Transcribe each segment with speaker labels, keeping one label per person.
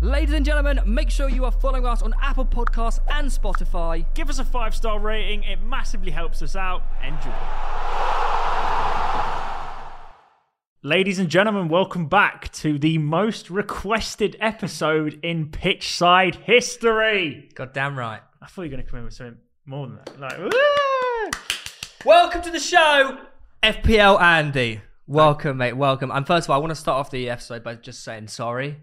Speaker 1: Ladies and gentlemen, make sure you are following us on Apple Podcasts and Spotify.
Speaker 2: Give us a five star rating, it massively helps us out. Enjoy. Ladies and gentlemen, welcome back to the most requested episode in pitchside history.
Speaker 1: God damn right.
Speaker 2: I thought you were going to come in with something more than that. Like, "Woo!"
Speaker 1: Welcome to the show, FPL Andy. Welcome, mate. Welcome. And first of all, I want to start off the episode by just saying sorry.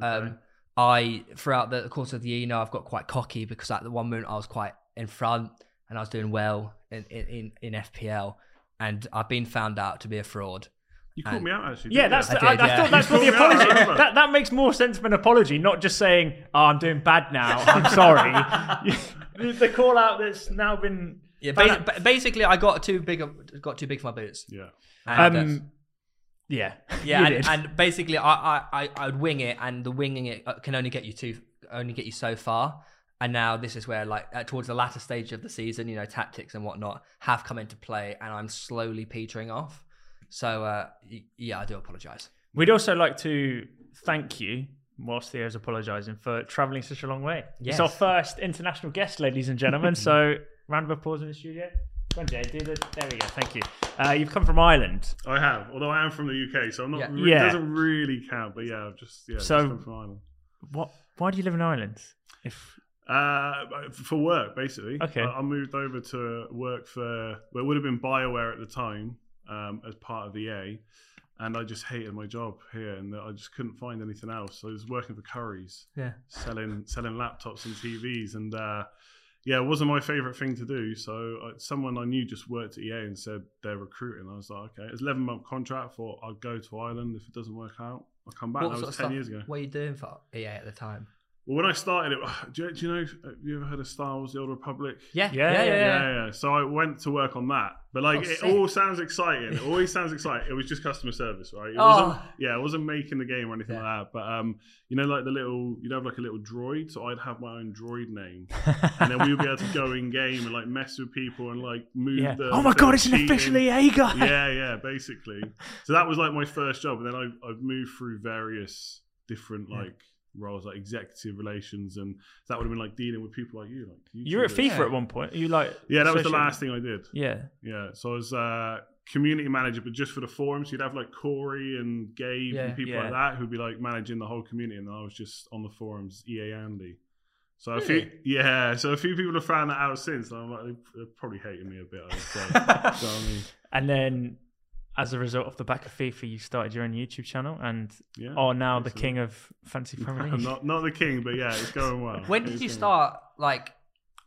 Speaker 1: Um, I throughout the course of the year, you know, I've got quite cocky because at the one moment I was quite in front and I was doing well in in, in in FPL, and I've been found out to be a fraud.
Speaker 3: You called me out actually.
Speaker 2: yeah,
Speaker 3: didn't
Speaker 2: that's
Speaker 3: you?
Speaker 2: the,
Speaker 1: I
Speaker 2: I,
Speaker 1: did,
Speaker 2: I
Speaker 1: yeah.
Speaker 2: thought that's what the
Speaker 3: You thought we
Speaker 2: apology.
Speaker 3: were out.
Speaker 2: that, that makes more sense of an apology, not just saying, "Oh, I'm doing bad now. I'm sorry." the call out that's now been
Speaker 1: Yeah,
Speaker 2: found
Speaker 1: ba-
Speaker 2: out-
Speaker 1: ba- basically, I got too big, of- got too big for my boots.
Speaker 3: yeah.
Speaker 1: And, uh,
Speaker 2: Um, yeah,
Speaker 1: Yeah,
Speaker 2: you
Speaker 1: and,
Speaker 2: did.
Speaker 1: and basically, I, I, I, I'd wing it, and the winging it uh, can only get you to only get you so far. And now this is where, like, uh, towards the latter stage of the season, you know, tactics and whatnot have come into play, and I'm slowly petering off. So, uh, y- yeah, I do apologise.
Speaker 2: We'd also like to thank you, whilst Theo's apologising, for travelling such a long way.
Speaker 1: Yes.
Speaker 2: It's our first international guest, ladies and gentlemen. so, round of applause in the studio. Go on, Jay. Do the, there we go. Thank you. Uh, you've come from Ireland.
Speaker 3: I have. Although I am from the UK, so I'm not.
Speaker 1: Yeah.
Speaker 3: Re-
Speaker 2: Yeah.
Speaker 3: It doesn't really count, but yeah, I've just yeah.
Speaker 2: So-
Speaker 3: just come from Ireland.
Speaker 2: What? Why do you live in Ireland? If
Speaker 3: Uh, for work, basically.
Speaker 2: Okay.
Speaker 3: I, I moved over to work for well, it would have been Bioware at the time um, as part of the A, and I just hated my job here, and I just couldn't find anything else. I was working for Curry's,
Speaker 1: Yeah.
Speaker 3: selling selling laptops and TVs, and uh, yeah, it wasn't my favorite thing to do. So uh, someone I knew just worked at EA and said they're recruiting. I was like, okay, it's eleven month contract. For I'll go to Ireland if it doesn't work out. I'll come back. that was ten years ago.
Speaker 1: What are you doing for EA at the time?
Speaker 3: Well, when I started it, do you, do you know? Have you ever heard of Star Wars: The Old Republic?
Speaker 1: Yeah,
Speaker 2: Yeah, yeah,
Speaker 3: yeah, yeah. So I went to work on that, but like
Speaker 1: Oh,
Speaker 3: it
Speaker 1: sick.
Speaker 3: all sounds exciting. It always sounds exciting. It was just customer service, right? It
Speaker 1: Oh.
Speaker 3: wasn't, yeah, it wasn't making the game or anything
Speaker 1: Yeah.
Speaker 3: like that. But um, you know, like the little, you'd have like a little droid. So I'd have my own droid name, and then we would be able to go in game and like mess with people and like move.
Speaker 2: yeah.
Speaker 3: The,
Speaker 2: oh my
Speaker 3: the
Speaker 2: God! It's an
Speaker 3: cheating.
Speaker 2: official EA guy.
Speaker 3: yeah, yeah, basically. So that was like my first job, and then I, I've moved through various different
Speaker 2: Yeah.
Speaker 3: like. Roles like executive relations, and that would have been like dealing with people like you. Like
Speaker 2: You were at
Speaker 3: YouTubers.
Speaker 2: FIFA at one point. You like?
Speaker 3: Yeah, that was the
Speaker 2: associated-
Speaker 3: last thing I did.
Speaker 2: Yeah.
Speaker 3: Yeah, so I was uh, community manager, but just for the forums. You'd have like Corey and Gabe
Speaker 1: Yeah,
Speaker 3: and people
Speaker 2: yeah.
Speaker 3: like that who'd be like managing the whole community, and I was just on the forums, EA Andy. So a
Speaker 1: Really?
Speaker 3: few, yeah, so a few people have found that out since, and I'm like, they- they're probably hating me a bit. I would say. so, I mean,
Speaker 2: And then, as a result of the back of FIFA, you started your own YouTube channel and
Speaker 3: yeah,
Speaker 2: are now the
Speaker 3: basically.
Speaker 2: king of fancy Premier
Speaker 3: I'm
Speaker 2: League.
Speaker 3: not not the king, but yeah, it's going well.
Speaker 1: When
Speaker 3: It's
Speaker 1: did you
Speaker 3: going
Speaker 1: start? Like,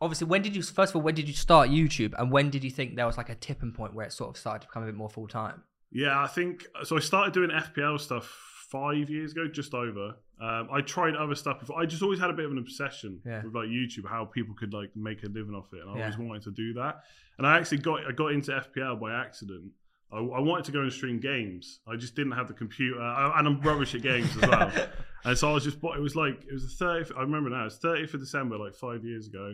Speaker 1: obviously, when did you first of all, when did you start YouTube, and when did you think there was like a tipping point where it sort of started to become a bit more full time?
Speaker 3: Yeah, I think so. I started doing FPL stuff five years ago, just over. Um, I tried other stuff before. I just always had a bit of an obsession
Speaker 1: Yeah.
Speaker 3: with like YouTube, how people could like make a living off it, and I
Speaker 1: Yeah.
Speaker 3: always wanted to do that. And I actually got I got into FPL by accident. I, I wanted to go and stream games. I just didn't have the computer, I, and I'm rubbish at games as well. And so I was just, bought- it was like, it was the 30th, I remember now, it was 30th of December, like five years ago.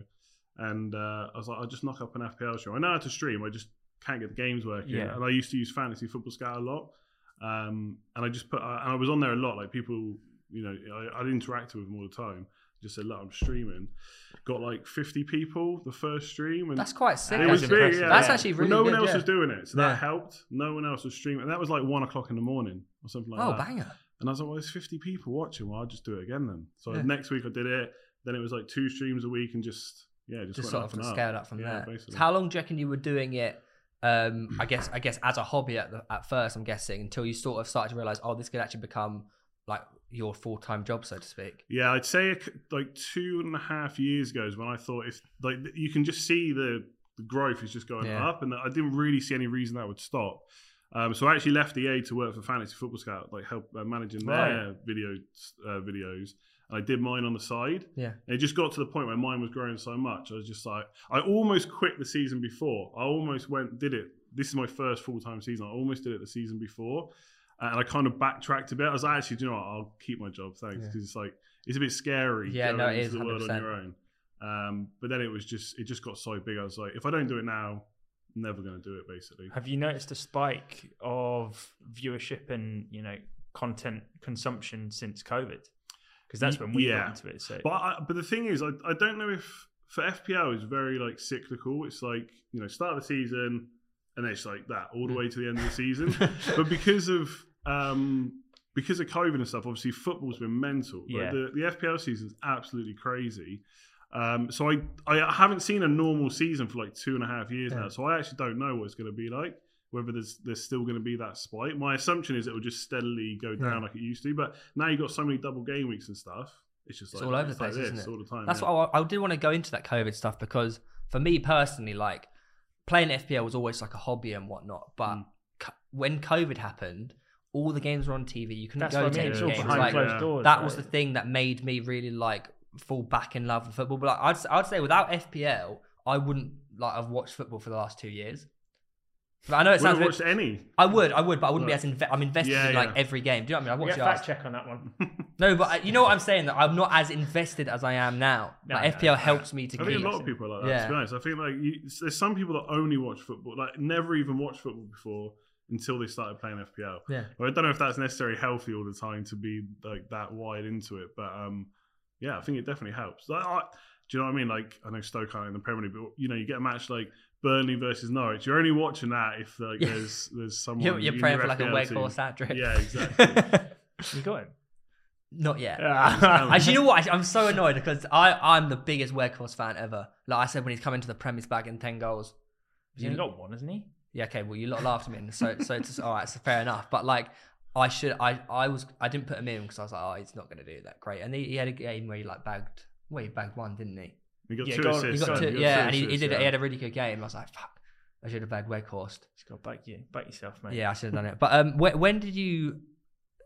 Speaker 3: And uh, I was like, I'll just knock up an FPL show. I know how to stream, I just can't get the games working.
Speaker 2: Yeah.
Speaker 3: And I used to use Fantasy Football Scout a lot. Um, and I just put, uh, and I was on there a lot. Like people, you know, I, I'd interact with them all the time. Just said, look, I'm streaming. Got like 50 people the first stream. And
Speaker 1: That's quite sick.
Speaker 3: it was
Speaker 1: actually.
Speaker 2: impressive.
Speaker 3: big, yeah.
Speaker 1: That's
Speaker 3: yeah.
Speaker 1: actually
Speaker 3: But
Speaker 1: really
Speaker 3: No
Speaker 1: good,
Speaker 3: one else
Speaker 1: yeah.
Speaker 3: was doing it. So that
Speaker 1: Yeah.
Speaker 3: helped. No one else was streaming. And that was like one o'clock in the morning or something like
Speaker 1: Oh,
Speaker 3: that.
Speaker 1: banger.
Speaker 3: And I was like, well, there's 50 people watching. Well, I'll just do it again then. So
Speaker 1: Yeah.
Speaker 3: next week I did it. Then it was like two streams a week and just, yeah, just,
Speaker 1: just
Speaker 3: went
Speaker 1: sort
Speaker 3: up
Speaker 1: of
Speaker 3: and up.
Speaker 1: scaled up from
Speaker 3: yeah,
Speaker 1: there.
Speaker 3: Basically.
Speaker 1: So How long do you reckon you were doing it? Um, I guess I guess as a hobby at, the, at first, I'm guessing until you sort of started to realize, oh, this could actually become like your full time job, so to speak.
Speaker 3: yeah, I'd say it c- like two and a half years ago is when I thought if, like, th- you can just see the, the growth is just going
Speaker 1: Yeah.
Speaker 3: up. And I didn't really see any reason that would stop. Um, so I actually left EA to work for Fantasy Football Scout, like help uh, managing their video uh, videos. And I did mine on the side.
Speaker 1: Yeah.
Speaker 3: And it just got to the point where mine was growing so much. I was just like, I almost quit the season before. I almost went, did it. This is my first full time season. I almost did it the season before. And I kind of backtracked a bit. I was like, actually, do you know what? I'll keep my job. Thanks.
Speaker 1: Yeah.
Speaker 3: Because it's like, it's a bit scary.
Speaker 1: Yeah, no, it
Speaker 3: into
Speaker 1: is,
Speaker 3: the world on
Speaker 1: 100%.
Speaker 3: your own. Um, but then it was just, it just got so big. I was like, if I don't do it now, I'm never going to do it, basically.
Speaker 2: Have you noticed a spike of viewership and you know content consumption since COVID? because that's when we
Speaker 3: Yeah.
Speaker 2: got into it. So
Speaker 3: But I, but the thing is, I, I don't know if for FPL is very like cyclical. It's like you know start of the season and then it's like that all the way to the end of the season. but because of um because of COVID and stuff, obviously football's been mental. Like,
Speaker 2: Yeah.
Speaker 3: the, the FPL season's absolutely crazy. Um, so I I haven't seen a normal season for like two and a half years now. So I actually don't know what it's going to be like. Whether there's there's still going to be that spike. My assumption is it will just steadily go down like it used to. But now you've got so many double game weeks and stuff. It's just
Speaker 1: It's
Speaker 3: like-
Speaker 1: all over
Speaker 3: it's
Speaker 1: the
Speaker 3: like
Speaker 1: place,
Speaker 3: this
Speaker 1: isn't it?
Speaker 3: All the time.
Speaker 1: That's
Speaker 3: yeah.
Speaker 1: what I, I did want to go into that COVID stuff because for me personally, like playing FPL was always like a hobby and whatnot. But
Speaker 3: Mm.
Speaker 1: co- when COVID happened, all the games were on TV. You couldn't
Speaker 2: that's
Speaker 1: go
Speaker 2: what
Speaker 1: to
Speaker 2: I mean.
Speaker 1: any
Speaker 2: It's all
Speaker 1: games.
Speaker 2: behind
Speaker 1: like,
Speaker 2: closed
Speaker 3: Yeah.
Speaker 2: doors.
Speaker 1: that was the
Speaker 2: right?
Speaker 1: thing that made me really like fall back in love with football. But like, I'd s- I'd say without FPL, I wouldn't like I've watched football for the last two years. But I know it
Speaker 3: Wouldn't
Speaker 1: sounds. a
Speaker 3: have
Speaker 1: bit-
Speaker 3: watched any.
Speaker 1: I would, I would, but I wouldn't
Speaker 3: Right.
Speaker 1: be as inve- I'm invested
Speaker 3: Yeah,
Speaker 1: in like
Speaker 3: yeah.
Speaker 1: every game. Do you know what I mean? I
Speaker 2: We
Speaker 1: watch
Speaker 2: have
Speaker 1: your ass.
Speaker 2: fact check on that one.
Speaker 1: No, but I, you know what I'm saying. That I'm not as invested as I am now.
Speaker 2: No,
Speaker 1: like
Speaker 2: no,
Speaker 1: FPL helps me to
Speaker 3: I
Speaker 1: keep.
Speaker 3: think a lot of people are like that.
Speaker 1: Yeah.
Speaker 3: To be honest, I think like you, there's some people that only watch football, like never even watched football before until they started playing FPL.
Speaker 1: Yeah.
Speaker 3: Well, I don't know if that's necessarily healthy all the time to be like that wide into it, but um, yeah, I think it definitely helps. Like, I, do you know what I mean? Like I know Stoke aren't in the Premier League, but you know you get a match like Burnley versus Norwich. You're only watching that if like
Speaker 1: Yeah.
Speaker 3: there's there's someone
Speaker 1: You're, you're
Speaker 3: in
Speaker 1: praying
Speaker 3: your
Speaker 1: for like a
Speaker 3: FPL
Speaker 1: wake
Speaker 3: team.
Speaker 1: horse hat trick.
Speaker 3: Yeah, exactly.
Speaker 2: You got it.
Speaker 1: Not yet.
Speaker 2: Yeah.
Speaker 1: Actually, you know what? I'm so annoyed because I, I'm the biggest Weghorst fan ever. Like I said, when he's come into the premise bagging 10 goals.
Speaker 2: He's got one, isn't he?
Speaker 1: Yeah, okay, well, you lot laughed at me. And so, so it's just, all right, so fair enough. But like, I should, I, I was, I didn't put him in because I was like, oh, he's not going to do that great. And he, he had a game where he like bagged, well, he bagged one, didn't he?
Speaker 3: He got
Speaker 2: Yeah,
Speaker 3: two
Speaker 2: go on.
Speaker 1: He
Speaker 3: assists.
Speaker 1: got
Speaker 3: didn't
Speaker 1: two,
Speaker 3: He
Speaker 1: yeah,
Speaker 3: two
Speaker 1: and he, he
Speaker 3: assists,
Speaker 1: did,
Speaker 3: yeah.
Speaker 1: he had a really good game. I was like, fuck, I should have bagged Weghorst.
Speaker 2: He's got to bite you, bite yourself, mate.
Speaker 1: Yeah, I should have done it. But um, when, when did you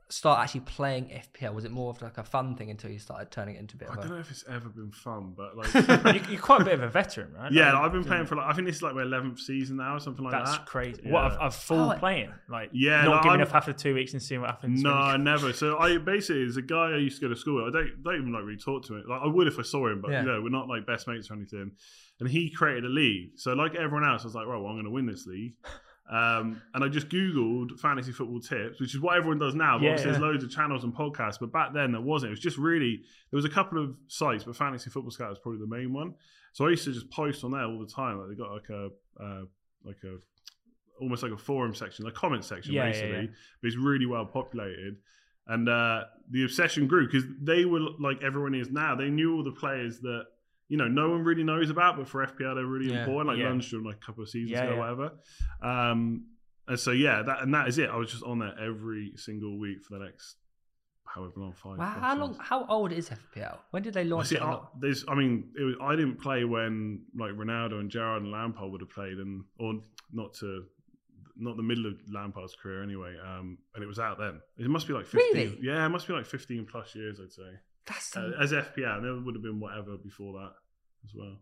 Speaker 1: start actually playing FPL? Was it more of like a fun thing until you started turning it into a bit
Speaker 3: I
Speaker 1: of
Speaker 3: don't
Speaker 1: a
Speaker 3: know if it's ever been fun, but like,
Speaker 2: You, you're quite a bit of a veteran, right?
Speaker 3: yeah,
Speaker 2: Like,
Speaker 3: I've been playing for like I think this is like my eleventh season now or something like
Speaker 2: That's
Speaker 3: that.
Speaker 2: crazy.
Speaker 3: Yeah.
Speaker 2: What I've, I've full
Speaker 1: Oh, I-
Speaker 2: playing, like
Speaker 3: Yeah,
Speaker 2: not
Speaker 3: no,
Speaker 2: giving
Speaker 3: I'm-
Speaker 2: up after two weeks and seeing what happens.
Speaker 3: No,
Speaker 2: when you-
Speaker 3: I never. So I basically is a guy I used to go to school. With. I don't don't even like really talk to him. Like I would if I saw him, but
Speaker 1: Yeah.
Speaker 3: you know we're not like best mates or anything. And he created a league. So like everyone else, I was like, right, well I'm going to win this league. Um, and I just googled fantasy football tips, which is what everyone does now. But
Speaker 2: Yeah,
Speaker 3: obviously,
Speaker 2: yeah.
Speaker 3: there's loads of channels and podcasts, but back then there wasn't. It was just really there was a couple of sites, but fantasy football scout was probably the main one. So I used to just post on there all the time. Like they got like a uh, like a almost like a forum section, like comment section
Speaker 2: Yeah, yeah,
Speaker 3: basically,
Speaker 2: yeah.
Speaker 3: but it's really well populated. And uh, the obsession grew because they were like everyone is now. They knew all the players that you know no one really knows about, but for FPL they're really
Speaker 1: Yeah.
Speaker 3: important. Like
Speaker 2: Yeah.
Speaker 3: Lundstrom, like a couple of seasons
Speaker 2: Yeah,
Speaker 3: ago,
Speaker 2: yeah.
Speaker 3: whatever. Um, and so yeah, that and that is it. I was just on there every single week for the next however long, five.
Speaker 1: Wow,
Speaker 3: plus
Speaker 1: how
Speaker 3: years.
Speaker 1: long? How old is FPL? When did they
Speaker 3: I
Speaker 1: launch
Speaker 3: see.
Speaker 1: it?
Speaker 3: I, there's, I mean, it was, I didn't play when like Ronaldo and Gerard and Lampard would have played, and or not to, not the middle of Lampard's career anyway. Um, and it was out then. It must be like 15.
Speaker 1: Really?
Speaker 3: Yeah, it must be like 15 plus years, I'd say,
Speaker 1: That's
Speaker 3: uh, as FPL. And there would have been whatever before that as well.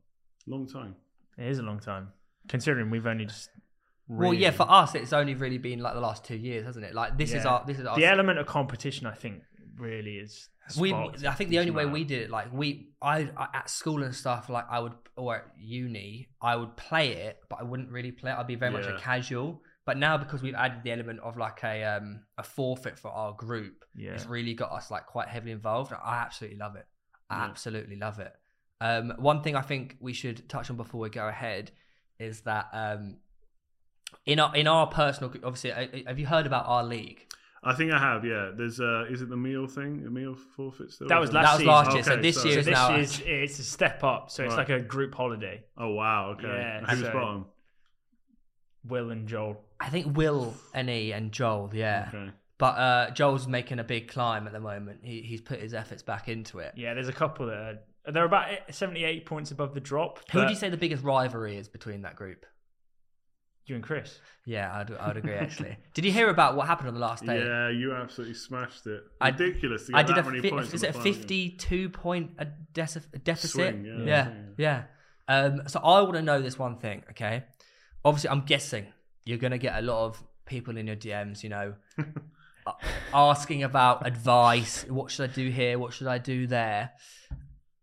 Speaker 3: Long time.
Speaker 2: it is a long time considering we've only just.
Speaker 1: well, yeah.
Speaker 2: really-
Speaker 1: For us, it's only really been like the last two years, hasn't it? Like this is
Speaker 2: Yeah.
Speaker 1: our this is our.
Speaker 2: the element of competition, I think, really is.
Speaker 1: we,
Speaker 2: sparked
Speaker 1: I think the only way
Speaker 2: mad.
Speaker 1: we did it, like we, I, I at school and stuff, like I would or at uni, I would play it, but I wouldn't really play it. I'd be very much a
Speaker 3: Yeah.
Speaker 1: casual. But now because we've added the element of like a um a forfeit for our group,
Speaker 2: yeah.
Speaker 1: it's really got us like quite heavily involved. I absolutely love it. I
Speaker 3: Yeah.
Speaker 1: absolutely love it. Um, one thing I think we should touch on before we go ahead is that um, in our in our personal group, obviously, uh, uh, have you heard about our league?
Speaker 3: I think I have. Yeah. There's. Uh, is it the meal thing? The meal forfeit still?
Speaker 2: That was last
Speaker 1: that was last
Speaker 3: season.
Speaker 1: year, so
Speaker 3: Okay,
Speaker 1: this
Speaker 3: sorry.
Speaker 1: year
Speaker 2: So
Speaker 1: is
Speaker 2: this
Speaker 1: now.
Speaker 2: is it's a step up. So it's
Speaker 3: Right.
Speaker 2: like a group holiday.
Speaker 3: Oh wow. Okay.
Speaker 2: Yeah,
Speaker 3: Who was
Speaker 2: so-
Speaker 3: bottom?
Speaker 2: Will and Joel.
Speaker 1: I think Will and E and Joel, yeah.
Speaker 3: Okay.
Speaker 1: But uh, Joel's making a big climb at the moment. He, he's put his efforts back into it.
Speaker 2: Yeah, there's a couple that are, they're about seventy-eight points above the drop.
Speaker 1: Who
Speaker 2: but-
Speaker 1: would you say the biggest rivalry is between that group?
Speaker 2: You and Chris.
Speaker 1: Yeah, I'd, I'd agree actually. Did you hear about what happened on the last day?
Speaker 3: Yeah, you absolutely smashed it.
Speaker 1: I-
Speaker 3: Ridiculous. to get
Speaker 1: I did
Speaker 3: that
Speaker 1: a,
Speaker 3: many
Speaker 1: fi-
Speaker 3: points
Speaker 1: is it
Speaker 3: on
Speaker 1: a
Speaker 3: the final game.
Speaker 1: 52 point a deci- a deficit?
Speaker 3: Swing, yeah.
Speaker 1: yeah. yeah. Um, so I want to know this one thing, okay? Obviously, I'm guessing you're going to get a lot of people in your DMs, you know, a- asking about advice. What should I do here? What should I do there?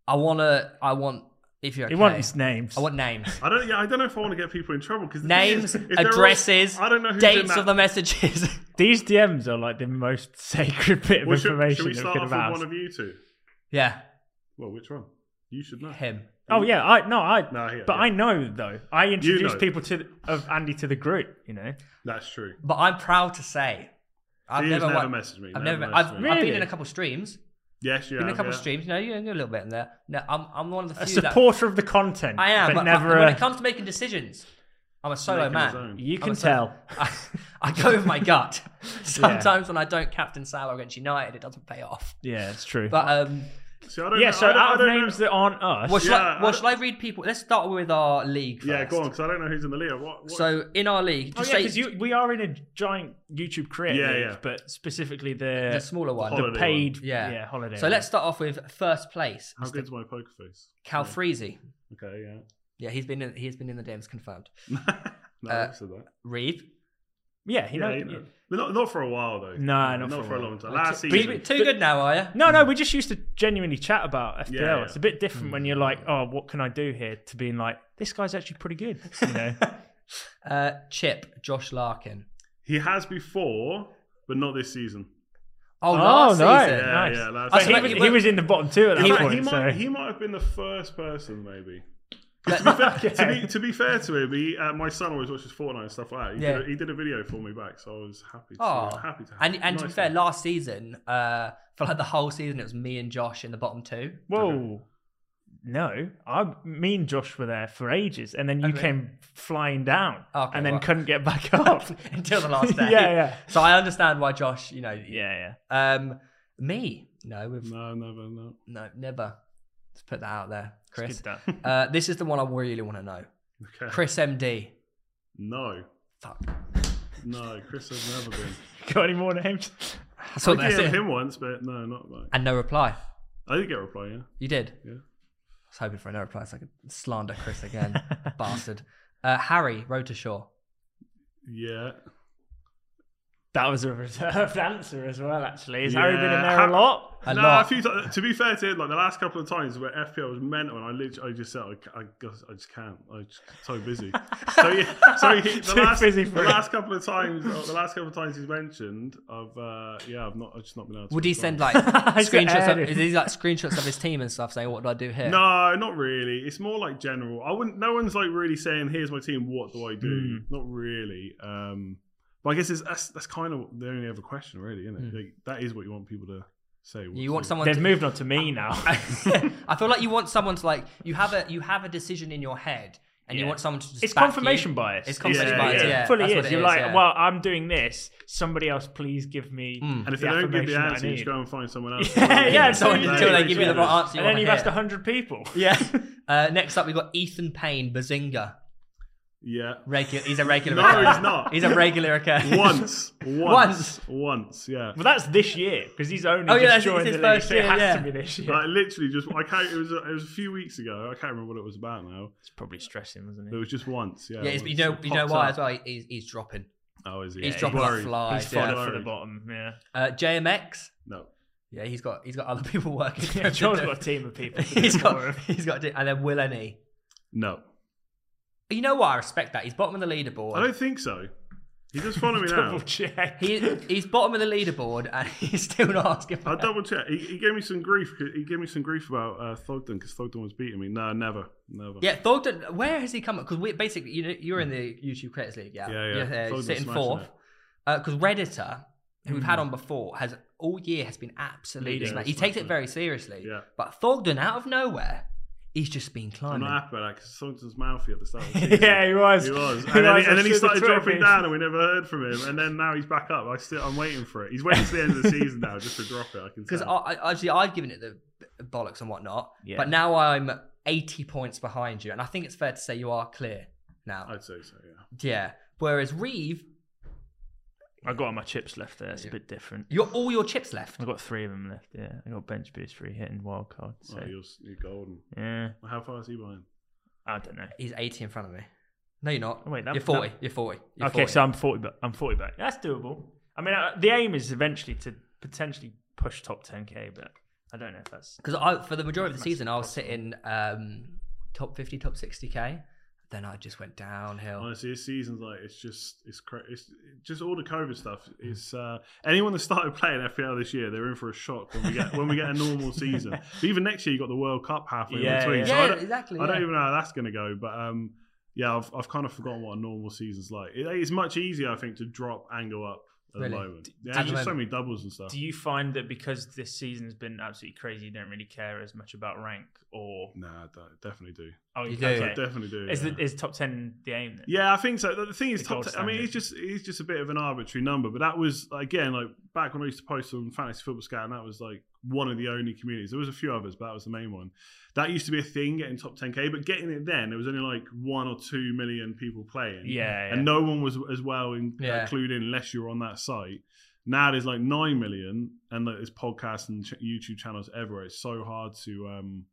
Speaker 1: I want to, I want, if you're okay,
Speaker 2: He wants names.
Speaker 1: I want names.
Speaker 3: I don't. Yeah, I don't know if I want to get people in trouble because
Speaker 1: Names,
Speaker 3: is, if they're all-
Speaker 1: addresses,
Speaker 3: I don't know who's in
Speaker 1: dates
Speaker 3: that.
Speaker 1: of the messages.
Speaker 2: These DMs are like the most sacred bit of
Speaker 3: Well, should,
Speaker 2: information
Speaker 3: should we
Speaker 2: that we
Speaker 3: start
Speaker 2: could
Speaker 3: off
Speaker 2: have
Speaker 3: with one
Speaker 2: asked.
Speaker 3: of you two?
Speaker 1: Yeah,
Speaker 3: Well, which one? You should know.
Speaker 1: him.
Speaker 2: Oh yeah, I no, I.
Speaker 3: No, yeah,
Speaker 2: but
Speaker 3: yeah.
Speaker 2: I know though. I introduced
Speaker 3: know.
Speaker 2: people to the- of Andy to the group. You know,
Speaker 3: That's true.
Speaker 1: But I'm proud to say, I've
Speaker 3: he
Speaker 1: never,
Speaker 3: has never
Speaker 1: wa-
Speaker 3: messaged me.
Speaker 1: I've never.
Speaker 3: messaged
Speaker 1: I've,
Speaker 3: me.
Speaker 1: I've been
Speaker 2: Really?
Speaker 1: in a couple streams.
Speaker 3: Yes, yeah.
Speaker 1: Been in a couple
Speaker 3: yeah.
Speaker 1: streams. You know, you know, a little bit in there. No, I'm, I'm one of the
Speaker 2: a
Speaker 1: few that
Speaker 2: supporter of the content.
Speaker 1: I am.
Speaker 2: but,
Speaker 1: But I-
Speaker 2: never.
Speaker 1: when
Speaker 2: a-
Speaker 1: it comes to making decisions, I'm a solo
Speaker 3: uh, Making his
Speaker 1: man.
Speaker 3: own.
Speaker 2: you
Speaker 1: I'm
Speaker 2: can
Speaker 1: a solo-
Speaker 2: tell.
Speaker 1: I, I go with my gut. Sometimes when I don't captain Salah against United, it doesn't pay off.
Speaker 2: Yeah, it's true.
Speaker 1: But um,
Speaker 3: See, I don't
Speaker 2: yeah,
Speaker 3: know-
Speaker 2: so
Speaker 3: I don't, I
Speaker 2: out of
Speaker 3: don't know-
Speaker 2: names that aren't us.
Speaker 1: well, shall, I,
Speaker 3: Yeah,
Speaker 1: well,
Speaker 3: I-
Speaker 1: shall I read people? Let's start with our league. First.
Speaker 3: Yeah, go on, because I don't know who's in the league. What, what-
Speaker 1: So in our league,
Speaker 2: Oh
Speaker 1: just
Speaker 2: yeah,
Speaker 1: say
Speaker 2: because you we are in a giant YouTube creator
Speaker 3: Yeah,
Speaker 2: league,
Speaker 3: yeah.
Speaker 2: but specifically the,
Speaker 1: the smaller one.
Speaker 3: holiday
Speaker 2: paid
Speaker 1: one. Yeah.
Speaker 2: yeah holiday.
Speaker 1: So
Speaker 2: one.
Speaker 1: let's start off with first place,
Speaker 3: how
Speaker 1: Mr.
Speaker 3: good's my poker face?
Speaker 1: Calfreezy.
Speaker 3: Okay, yeah.
Speaker 1: Yeah, he's been in, he's been in the games confirmed.
Speaker 3: no,
Speaker 1: Uh,
Speaker 3: I said that.
Speaker 1: Reeve,
Speaker 2: yeah, you
Speaker 3: Yeah,
Speaker 2: know,
Speaker 3: you know. But Not, not for a while though.
Speaker 2: No, not for
Speaker 3: for,
Speaker 2: a
Speaker 3: a
Speaker 2: while.
Speaker 3: long time. Last
Speaker 1: too,
Speaker 3: season,
Speaker 1: too good now, are you?
Speaker 2: no, no, we just used to genuinely chat about FPL.
Speaker 3: Yeah, Hmm. yeah.
Speaker 2: It's a bit different when you're like, oh, what can I do here? To being like, this guy's actually pretty good. You know,
Speaker 1: Uh, Chip, Josh Larkin.
Speaker 3: he has before, but not this season.
Speaker 1: Oh,
Speaker 2: Oh,
Speaker 1: last
Speaker 2: nice.
Speaker 1: season.
Speaker 3: Yeah,
Speaker 2: Nice.
Speaker 3: yeah. Last
Speaker 1: I
Speaker 2: but
Speaker 1: so
Speaker 2: he
Speaker 1: like,
Speaker 2: was
Speaker 1: you
Speaker 2: he
Speaker 1: were-
Speaker 2: was in the bottom two at that
Speaker 3: In fact,
Speaker 2: point.
Speaker 3: he, might,
Speaker 2: so
Speaker 3: he might have been the first person, maybe.
Speaker 1: But-
Speaker 3: to, be, to be fair to him, he, uh, my son always watches Fortnite and stuff like that. He,
Speaker 1: Yeah.
Speaker 3: did, a, he did a video for me back, so I was happy to,
Speaker 1: Oh.
Speaker 3: happy to have
Speaker 1: And
Speaker 3: him.
Speaker 1: and to be
Speaker 3: Nice
Speaker 1: fair,
Speaker 3: guy.
Speaker 1: last season, uh, for like the whole season, it was me and Josh in the bottom two.
Speaker 2: whoa. No, I, me and Josh were there for ages, and then you
Speaker 1: Okay.
Speaker 2: came flying down,
Speaker 1: Okay,
Speaker 2: and then
Speaker 1: well.
Speaker 2: couldn't get back up.
Speaker 1: Until the last day.
Speaker 2: yeah, yeah,
Speaker 1: So I understand why Josh, you know,
Speaker 2: yeah, yeah.
Speaker 1: um, me, no, we've, no,
Speaker 3: No, never, no.
Speaker 1: never. Let's put that out there, Chris.
Speaker 2: Skip that.
Speaker 1: Uh, this is the one I really want to know.
Speaker 3: Okay.
Speaker 1: Chris MD.
Speaker 3: No,
Speaker 1: Fuck.
Speaker 3: no, Chris has never been.
Speaker 2: Got any more names?
Speaker 1: I saw
Speaker 3: I
Speaker 1: that.
Speaker 3: did him once, but no, not back.
Speaker 1: And no reply.
Speaker 3: I did get a reply, yeah.
Speaker 1: You did?
Speaker 3: Yeah.
Speaker 1: I was hoping for an reply so I could slander Chris again. Bastard. Uh, Harry Rotashaw.
Speaker 3: Yeah.
Speaker 2: That was a reserved answer as well, actually. Has Harry been in
Speaker 3: Yeah.
Speaker 2: there a lot?
Speaker 1: A
Speaker 3: no,
Speaker 1: lot.
Speaker 3: a few times. To be fair to him, like the last couple of times where FPL was mental, and I literally, I just said, I, ca- I, just- I just can't. I'm just so busy. so yeah, so he, the,
Speaker 2: Too
Speaker 3: last,
Speaker 2: busy for
Speaker 3: the
Speaker 2: it.
Speaker 3: last couple of times, or the last couple of times he's mentioned, I've uh, yeah, I've not, I've just not been able. to
Speaker 1: Would he send
Speaker 3: respond.
Speaker 1: like
Speaker 2: He's got
Speaker 1: screenshots? Of,
Speaker 2: Harry.
Speaker 1: is he like screenshots of his team and stuff saying, "What do I do here?"
Speaker 3: No, not really. It's more like general. I wouldn't. No one's like really saying, "Here's my team. What do I do?"
Speaker 2: Mm.
Speaker 3: Not really. Um, but I guess it's, that's that's kind of the only other question, really, isn't it?
Speaker 1: Mm.
Speaker 2: Hmm.
Speaker 3: Like, that is what you want people to say. what
Speaker 1: You
Speaker 3: to
Speaker 1: want
Speaker 3: do.
Speaker 1: someone.
Speaker 2: They've
Speaker 1: to,
Speaker 2: moved on to me now.
Speaker 1: I feel like you want someone to like you have a you have a decision in your head and you
Speaker 2: Yeah.
Speaker 1: want someone to. Just
Speaker 2: it's
Speaker 1: back
Speaker 2: confirmation
Speaker 1: You.
Speaker 2: bias.
Speaker 1: It's confirmation
Speaker 3: Yeah,
Speaker 1: bias.
Speaker 3: yeah.
Speaker 1: Yeah,
Speaker 2: It fully
Speaker 1: that's
Speaker 2: is.
Speaker 1: what it
Speaker 2: You're
Speaker 1: is,
Speaker 2: like,
Speaker 1: yeah.
Speaker 2: well, I'm doing this. Somebody else, please give me.
Speaker 1: Mm.
Speaker 3: And if
Speaker 2: the
Speaker 3: they don't give
Speaker 2: affirmation
Speaker 3: the
Speaker 2: that I
Speaker 3: answer, you
Speaker 2: need.
Speaker 3: just go and find someone else.
Speaker 2: Yeah, yeah,
Speaker 1: So
Speaker 2: Someone
Speaker 1: until they give you the right answer, you
Speaker 2: And then
Speaker 1: wanna
Speaker 2: you've
Speaker 1: hear.
Speaker 2: asked 100 people.
Speaker 1: Yeah. Uh, next up, we've got Ethan Payne, Bazinga.
Speaker 3: Yeah.
Speaker 1: Regular. He's a regular.
Speaker 3: No,
Speaker 1: recurring.
Speaker 3: he's not.
Speaker 1: He's a regular recurring.
Speaker 3: Once, once, once, yeah.
Speaker 2: Well, that's this year because he's only
Speaker 1: Oh, yeah, that's- it's
Speaker 2: just joined
Speaker 1: his
Speaker 2: the league,
Speaker 1: first
Speaker 2: so it
Speaker 1: year,
Speaker 2: has
Speaker 1: yeah.
Speaker 2: to be this year.
Speaker 3: Like literally, just I can't. It was a, it was a few weeks ago. I can't remember what it was about now.
Speaker 2: It's probably stressing, wasn't
Speaker 3: It was just once. Yeah.
Speaker 1: Yeah, it's,
Speaker 3: once.
Speaker 1: you know,
Speaker 3: It
Speaker 1: you know
Speaker 3: popped
Speaker 1: why
Speaker 3: up.
Speaker 1: as well. He- He's, he's dropping.
Speaker 3: Oh, is he?
Speaker 1: He's
Speaker 2: Yeah,
Speaker 1: dropping
Speaker 3: Worried.
Speaker 1: like flies.
Speaker 2: He's
Speaker 1: yeah.
Speaker 2: fodder for the
Speaker 3: Worried.
Speaker 2: bottom. Yeah,
Speaker 1: Uh, JMX.
Speaker 3: No.
Speaker 1: Yeah, he's got he's got other people working. for
Speaker 2: yeah
Speaker 1: him to
Speaker 2: Joel's
Speaker 1: do.
Speaker 2: got a team of people. to do
Speaker 1: he's
Speaker 2: it for
Speaker 1: got
Speaker 2: him.
Speaker 1: he's got to- and then Will and E.
Speaker 3: No.
Speaker 1: You know what? I respect that. He's bottom of the leaderboard.
Speaker 3: I don't think so. He just follow me now.
Speaker 2: double check.
Speaker 1: He he's bottom of the leaderboard and he's still not asking. For
Speaker 3: I'll double check. He, he gave me some grief. 'cause- He gave me some grief about uh, Thogden because Thogden was beating me. No, never, never.
Speaker 1: Yeah, Thornton. Where has he come? Because we basically you know, you're in the YouTube Creators League. Yeah,
Speaker 3: Yeah, yeah.
Speaker 1: You're there,
Speaker 3: Thornton's
Speaker 1: sitting
Speaker 3: smashing
Speaker 1: fourth.
Speaker 3: it. Hmm.
Speaker 1: Because Redditor, who we've had on before, has all year has been absolutely.
Speaker 2: Leading.
Speaker 1: smashed. He
Speaker 3: Smashing
Speaker 1: takes it
Speaker 3: it.
Speaker 1: very seriously.
Speaker 3: Yeah.
Speaker 1: But Thornton, out of nowhere, he's just been
Speaker 3: I'm
Speaker 1: climbing.
Speaker 3: not happy about that because Thogden's mouthy at the start. Of the season.
Speaker 2: yeah, he was.
Speaker 3: He was,
Speaker 2: He
Speaker 3: and then,
Speaker 2: was,
Speaker 3: he, and
Speaker 2: I
Speaker 3: then
Speaker 2: saw
Speaker 3: he
Speaker 2: the
Speaker 3: started
Speaker 2: trophy.
Speaker 3: dropping down, and we never heard from him. And then now he's back up. I still, I'm waiting for it. He's waiting to the end of the season now just to drop it. I can
Speaker 1: Because
Speaker 3: tell.
Speaker 1: I, I, actually, I've given it the b- bollocks and whatnot.
Speaker 2: Yeah.
Speaker 1: But now I'm 80 points behind you. And I think it's fair to say you are clear now.
Speaker 3: I'd say so. Yeah.
Speaker 1: yeah. Whereas Reeve,
Speaker 2: I got all my chips left there. It's a bit different.
Speaker 1: you're all your chips left.
Speaker 2: I've got three of them left. Yeah, I got bench boost, free hit, and wild card. So
Speaker 3: Oh, you're, you're golden.
Speaker 2: yeah,
Speaker 3: How far is he behind?
Speaker 2: I don't know.
Speaker 1: He's 80 in front of me. No, you're not.
Speaker 2: Oh, wait, that-
Speaker 1: you're 40. You're 40. You're
Speaker 2: okay,
Speaker 1: 40.
Speaker 2: so I'm forty, but I'm forty back. That's doable. I mean, I, the aim is eventually to potentially push top ten k, but I don't know if that's
Speaker 1: Because I, for the majority of the season, I was sitting um, top 50, top 60k. then I just went
Speaker 2: Oh.
Speaker 1: downhill.
Speaker 3: Honestly, this season's like it's just it's cra- it's just all the COVID stuff. It's uh, anyone that started playing FPL this year, they're in for a shock when we get when we get a normal season. But even next year, you got the World Cup halfway
Speaker 2: Yeah,
Speaker 3: in between.
Speaker 2: yeah.
Speaker 3: So I
Speaker 1: yeah,
Speaker 3: don't,
Speaker 1: exactly.
Speaker 3: I don't
Speaker 1: yeah.
Speaker 3: even know how that's going to go. But um, yeah, I've I've kind of forgotten what a normal season's like. It, it's much easier, I think, to drop and go up at
Speaker 1: Really?
Speaker 3: the moment. Yeah,
Speaker 1: at
Speaker 3: there's
Speaker 1: the
Speaker 3: just so
Speaker 1: moment.
Speaker 3: many doubles and stuff.
Speaker 2: Do you find that because this season has been absolutely crazy, you don't really care as much about rank or?
Speaker 3: nah, I don't- definitely do.
Speaker 2: Oh,
Speaker 1: You do.
Speaker 3: I
Speaker 2: Okay.
Speaker 3: definitely do.
Speaker 2: Is,
Speaker 3: yeah.
Speaker 2: the, is top ten the aim? Then?
Speaker 3: Yeah, I think so. The- The thing is,
Speaker 2: The
Speaker 3: top
Speaker 2: gold
Speaker 3: ten, I mean,
Speaker 2: standard.
Speaker 3: it's just it's just a bit of an arbitrary number, but that was again like back when I used to post on Fantasy Football Scout, and that was like one of the only communities. There was a few others, but that was the main one. That used to be a thing getting top 10k, but getting it then there was only like one or two million people playing,
Speaker 2: Yeah. yeah.
Speaker 3: and no one was as well in,
Speaker 1: Yeah.
Speaker 3: included unless you were on that site. Now there's like nine million, and like, there's podcasts and ch- YouTube channels everywhere. It's so hard to um,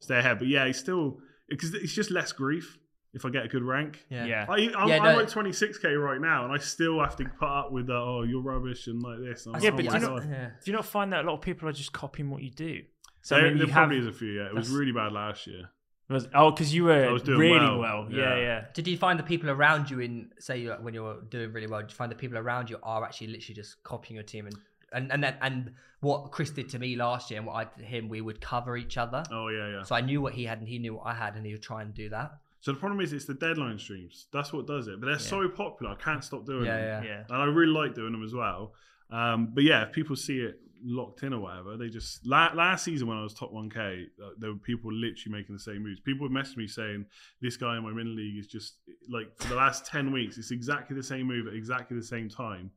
Speaker 3: stay ahead, but yeah, it's still because it's just less grief if I get a good rank.
Speaker 1: Yeah.
Speaker 2: yeah.
Speaker 3: I, I'm,
Speaker 1: Yeah,
Speaker 3: I'm
Speaker 1: no.
Speaker 3: like 26k right now, and I still have to put up with the oh you're rubbish and like this. And I'm
Speaker 1: I
Speaker 3: like,
Speaker 2: Yeah,
Speaker 1: saw-
Speaker 2: but
Speaker 3: oh
Speaker 2: you know-
Speaker 3: my God.
Speaker 1: yeah.
Speaker 2: Do you not find that a lot of people are just copying what you do? So
Speaker 3: there,
Speaker 2: I mean,
Speaker 3: there
Speaker 2: you have
Speaker 3: probably is a few. Yeah, it was
Speaker 2: that's-
Speaker 3: really bad last year.
Speaker 2: was, oh, because you
Speaker 3: I
Speaker 2: were
Speaker 3: was doing
Speaker 2: really well.
Speaker 3: well.
Speaker 2: Yeah,
Speaker 3: Yeah.
Speaker 2: yeah.
Speaker 1: Did you find the people around you in say you- when you're doing really well? Did you find the people around you are actually literally just copying your team and and and, that, and what Chris did to me last year and what I did to him, we would cover each other.
Speaker 3: Oh yeah, yeah.
Speaker 1: So I knew what he had and he knew what I had and he would try and do that.
Speaker 3: So the problem is it's the deadline streams. That's what does it. But they're so popular, I can't stop doing
Speaker 1: Yeah,
Speaker 3: them.
Speaker 1: yeah.
Speaker 2: yeah.
Speaker 3: And I really like doing them as well. Um, but yeah, if people see it locked in or whatever, they just la- last season when I was top 1K, uh, there were people literally making the same moves. People would message me saying, "This guy in my min league is just like for the last 10 weeks, it's exactly the same move at exactly the same time."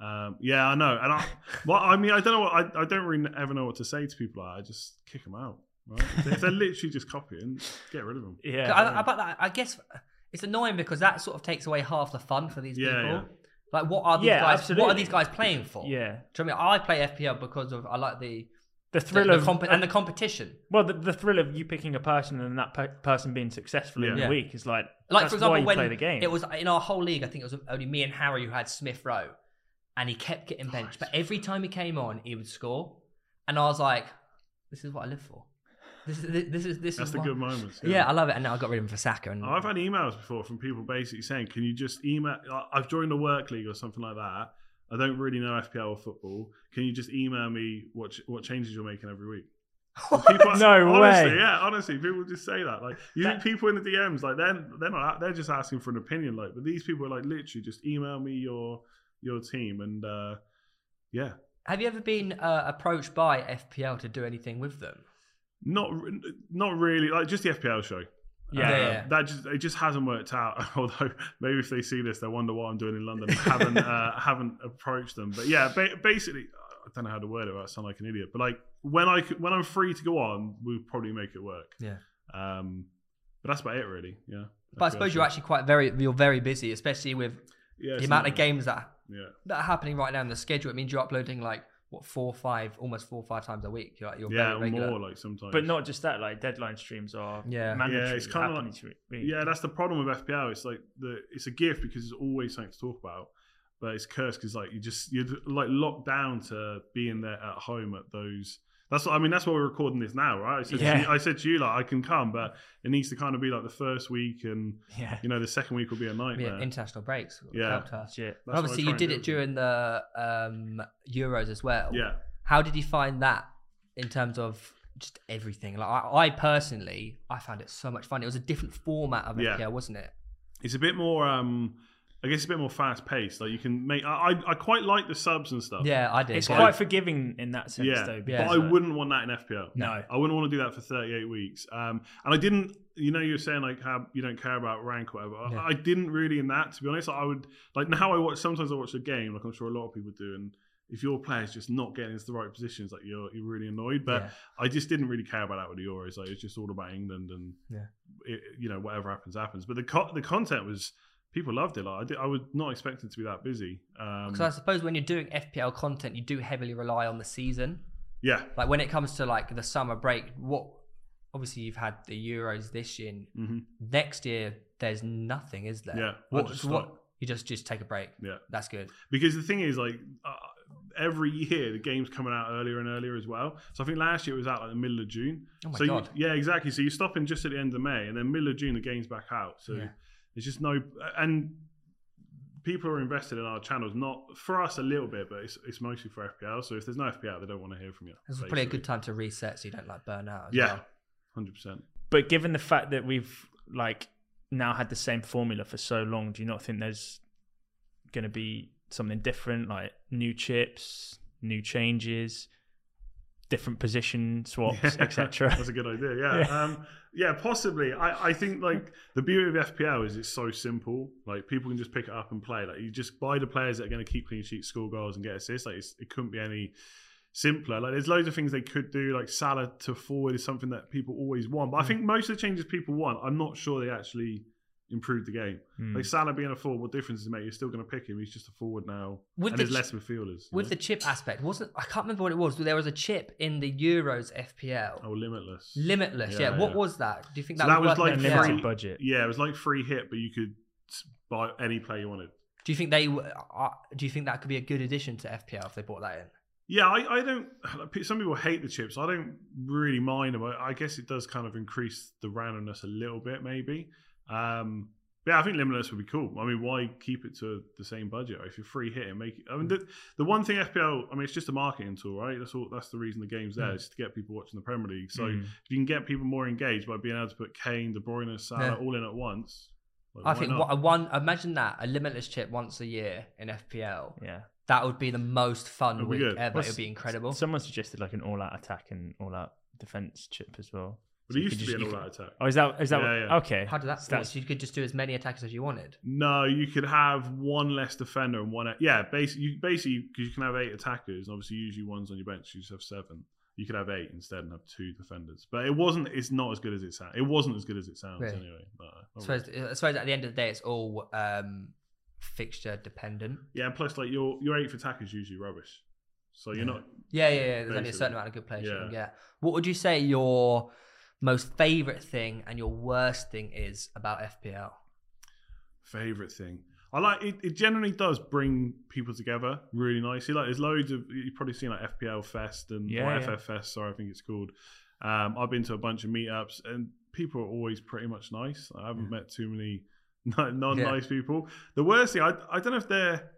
Speaker 3: Um, yeah, I know. And I, well, I mean, I don't know. What, I, I don't really ever know what to say to people. I just kick them out. Right? if they're literally just copying, get rid of them.
Speaker 2: Yeah.
Speaker 1: I, I, but I I guess it's annoying because that sort of takes away half the fun for these
Speaker 3: Yeah,
Speaker 1: people.
Speaker 3: yeah.
Speaker 1: Like, what are these
Speaker 2: Yeah,
Speaker 1: guys? What
Speaker 2: absolutely.
Speaker 1: are these guys playing for?
Speaker 2: yeah.
Speaker 1: Do you know what I mean? I play FPL because of I like the the,
Speaker 2: The thrill
Speaker 1: the
Speaker 2: of uh,
Speaker 1: comp- and the competition.
Speaker 2: well, the, the thrill of you picking a person and that pe- person being successful in
Speaker 3: Yeah.
Speaker 2: the
Speaker 1: Yeah.
Speaker 2: week is like,
Speaker 1: Like
Speaker 2: that's
Speaker 1: for example,
Speaker 2: why you
Speaker 1: when
Speaker 2: play the game.
Speaker 1: it was in our whole league, I think it was only me and Harry who had Smith Rowe, and he kept getting benched. But every time he came on, he would score, and I was like, "This is what I live for. This is this is this
Speaker 3: That's
Speaker 1: is
Speaker 3: the
Speaker 1: what-
Speaker 3: good moments.
Speaker 1: Yeah, I love it. And now I got rid of him for Saka. And
Speaker 3: Oh, I've had emails before from people basically saying, "Can you just email? I- I've joined a work league or something like that. I don't really know FPL or football. Can you just email me what ch- what changes you're making every week?" And people-
Speaker 2: No
Speaker 3: honestly,
Speaker 2: way.
Speaker 3: Yeah, honestly, people just say that. Like, you think people in the DMs like they're they're not they're just asking for an opinion. Like, but these people are like literally just email me your your team and uh yeah,
Speaker 1: have you ever been uh, approached by FPL to do anything with them?
Speaker 3: not re- not really like just the FPL show.
Speaker 2: yeah.
Speaker 3: Uh,
Speaker 1: Yeah.
Speaker 3: that just it just hasn't worked out. Although maybe if they see this, they wonder what I'm doing in London. and haven't uh, haven't approached them, but yeah, ba- basically, I don't know how to word it. I sound like an idiot, but like when I c- when I'm free to go on, we'll probably make it work.
Speaker 1: Yeah.
Speaker 3: Um, but that's about it, really. Yeah.
Speaker 1: But I suppose you're actually quite very you're very busy, especially with
Speaker 3: yeah,
Speaker 1: the
Speaker 3: it's
Speaker 1: amount
Speaker 3: not-
Speaker 1: of games that
Speaker 3: Yeah.
Speaker 1: that are happening right now in the schedule. It means you're uploading like what four, five, almost four, or five times a week. You're, you're
Speaker 3: Yeah,
Speaker 1: very regular.
Speaker 3: more like sometimes,
Speaker 2: But not just that, like deadline streams are
Speaker 1: Yeah.
Speaker 2: mandatory.
Speaker 3: Yeah, it's kinda
Speaker 2: happening
Speaker 3: like-
Speaker 2: to it, really.
Speaker 3: Yeah, that's the problem with FPL. It's like the it's a gift because there's always something to talk about, but it's cursed because like you just you're like locked down to being there at home at those. That's what I mean. That's why we're recording this now, right? I said, to,
Speaker 2: Yeah.
Speaker 3: you, I said to you, like I can come, but it needs to kind of be like the first week, and
Speaker 2: yeah.
Speaker 3: you know the second week will be a nightmare.
Speaker 1: Yeah, international breaks
Speaker 3: Yeah.
Speaker 1: helped us.
Speaker 2: Shit.
Speaker 3: That's what I
Speaker 1: Obviously,
Speaker 3: try
Speaker 1: you
Speaker 3: and
Speaker 1: did
Speaker 3: do.
Speaker 1: it during the um, Euros as well.
Speaker 3: Yeah,
Speaker 1: How did you find that in terms of just everything? Like, I, I personally, I found it so much fun. It was a different format of
Speaker 3: Yeah.
Speaker 1: FPL, wasn't it?
Speaker 3: it's a bit more. um I guess it's a bit more fast paced. Like you can make. I I- I quite like the subs and stuff.
Speaker 1: Yeah, I did.
Speaker 2: It's
Speaker 1: yeah.
Speaker 2: quite forgiving in that sense,
Speaker 3: Yeah,
Speaker 2: though.
Speaker 3: but
Speaker 1: Yeah.
Speaker 2: because, uh,
Speaker 3: I
Speaker 2: like,
Speaker 3: wouldn't want that in FPL.
Speaker 2: No.
Speaker 3: I wouldn't want to do that for 38 weeks. Um, and I didn't, you know, you were saying like how you don't care about rank or whatever. I-
Speaker 1: Yeah.
Speaker 3: I didn't really in that, to be honest. I would, like now I watch, sometimes I watch a game, like I'm sure a lot of people do. And if your player's just not getting into the right positions, like you're, you're really annoyed. But
Speaker 1: Yeah.
Speaker 3: I just didn't really care about that with the Euros. Like it's just all about England and,
Speaker 1: Yeah.
Speaker 3: it, you know, whatever happens, happens. But the co- the content was, people loved it. Like I, did, I was not expecting to be that busy. Um,
Speaker 1: Because I suppose when you're doing FPL content, you do heavily rely on the season.
Speaker 3: yeah.
Speaker 1: Like when it comes to like the summer break, what obviously you've had the Euros this year. and
Speaker 3: hmm
Speaker 1: Next year, there's nothing, is there?
Speaker 3: Yeah, I
Speaker 1: What?
Speaker 3: just
Speaker 1: what
Speaker 3: stopped.
Speaker 1: you just just take a break.
Speaker 3: Yeah.
Speaker 1: That's good.
Speaker 3: Because the thing is, like, uh, every year the game's coming out earlier and earlier as well. So I think last year it was out like the middle of June.
Speaker 1: Oh my
Speaker 3: so you-
Speaker 1: God.
Speaker 3: yeah, exactly. So you're stopping just at the end of May, and then middle of June the game's back out. So
Speaker 1: Yeah.
Speaker 3: there's just no and people are invested in our channels, not for us a little bit, but it's, it's mostly for FPL. So if there's no FPL, they don't want to hear from you.
Speaker 1: This is probably a
Speaker 3: basically.
Speaker 1: good time to reset so you don't like burn out. As
Speaker 3: Yeah,
Speaker 1: well.
Speaker 3: hundred percent.
Speaker 2: But given the fact that we've like now had the same formula for so long, do you not think there's going to be something different, like new chips, new changes, different position swaps, etc.?
Speaker 3: That's a good idea. Yeah. Yeah, um, yeah possibly. I, I think like the beauty of FPL is it's so simple. Like people can just pick it up and play. Like you just buy the players that are going to keep clean sheets, score goals, and get assists. Like it's, it couldn't be any simpler. Like there's loads of things they could do. Like Salah to forward is something that people always want. But
Speaker 1: Mm.
Speaker 3: I think most of the changes people want, I'm not sure they actually improve the game.
Speaker 2: Hmm.
Speaker 1: Mm.
Speaker 3: Like Salah being a forward, what difference does it make? You're still going to pick him. He's just a forward now,
Speaker 1: With
Speaker 3: and
Speaker 1: the
Speaker 3: there's
Speaker 1: ch-
Speaker 3: less midfielders. you
Speaker 1: With
Speaker 3: know?
Speaker 1: the chip aspect, wasn't I can't remember what it was, but there was a chip in the Euros FPL.
Speaker 3: oh limitless.
Speaker 1: Limitless, yeah.
Speaker 3: Yeah,
Speaker 1: What
Speaker 3: yeah.
Speaker 1: was that? Do you think
Speaker 3: So
Speaker 1: that,
Speaker 3: that
Speaker 1: would
Speaker 3: was
Speaker 1: work
Speaker 3: like
Speaker 1: in
Speaker 2: Limited
Speaker 1: FPL?
Speaker 3: free-
Speaker 2: budget.
Speaker 3: Yeah, it was like free hit, but you could s- buy any player you wanted.
Speaker 1: Do you think they? w- Are, do you think that could be a good addition to FPL if they brought that in?
Speaker 3: Yeah, I, I don't. like, pe- Some people hate the chips. I don't really mind them. I, I guess it does kind of increase the randomness a little bit, maybe. Um, but yeah, I think limitless would be cool. I mean, why keep it to the same budget? If you're free hit and make it. I mean, the, the one thing FPL, I mean, it's just a marketing tool, right? That's all. That's the reason the game's
Speaker 1: Hmm.
Speaker 3: there, is to get people watching the Premier League. So
Speaker 2: Mm.
Speaker 3: if you can get people more engaged by being able to put Kane, De Bruyne, Salah
Speaker 1: Yeah.
Speaker 3: all in at once, like,
Speaker 1: I
Speaker 3: why
Speaker 1: think
Speaker 3: not?
Speaker 1: what, a one. Imagine that a limitless chip once a year in FPL.
Speaker 2: yeah.
Speaker 1: That would be the most fun
Speaker 3: It'd be
Speaker 1: week
Speaker 3: good.
Speaker 1: ever.
Speaker 2: Well,
Speaker 1: It would be incredible.
Speaker 2: Someone suggested like an all-out attack and all-out defense chip as well.
Speaker 3: But
Speaker 2: So
Speaker 3: it
Speaker 2: you
Speaker 3: used
Speaker 2: could
Speaker 3: to
Speaker 2: just-
Speaker 3: be
Speaker 2: you
Speaker 3: an all
Speaker 2: could-
Speaker 3: out attack.
Speaker 2: Oh, is that is that
Speaker 3: Yeah,
Speaker 2: what-
Speaker 3: yeah.
Speaker 2: okay?
Speaker 1: How did that work?
Speaker 2: That's-
Speaker 1: So you could just do as many attackers as you wanted.
Speaker 3: No, you could have one less defender and one. Yeah, basically, you, basically, because you can have eight attackers, and obviously, usually one's on your bench. You just have seven. You could have eight instead and have two defenders. But it wasn't. It's not as good as it sounds. It wasn't as good as it sounds
Speaker 1: Really?
Speaker 3: anyway. uh, No, not
Speaker 1: I
Speaker 3: really.
Speaker 1: suppose, I suppose at the end of the day, it's all um, fixture dependent.
Speaker 3: Yeah, and plus, like your your eighth attacker is usually rubbish, so you're not.
Speaker 1: Yeah, yeah, yeah. There's only a
Speaker 3: Basically.
Speaker 1: certain amount of good players you
Speaker 3: Yeah.
Speaker 1: can get. What would you say your most favorite thing and your worst thing is about FPL?
Speaker 3: favorite thing i like it, it generally does bring people together really nicely like there's loads of you've probably seen like fpl fest and
Speaker 2: Yeah,
Speaker 3: or
Speaker 2: yeah.
Speaker 3: ffs sorry i think it's called um i've been to a bunch of meetups and people are always pretty much nice i haven't met too many non- non-nice people the worst thing i, I don't know if they're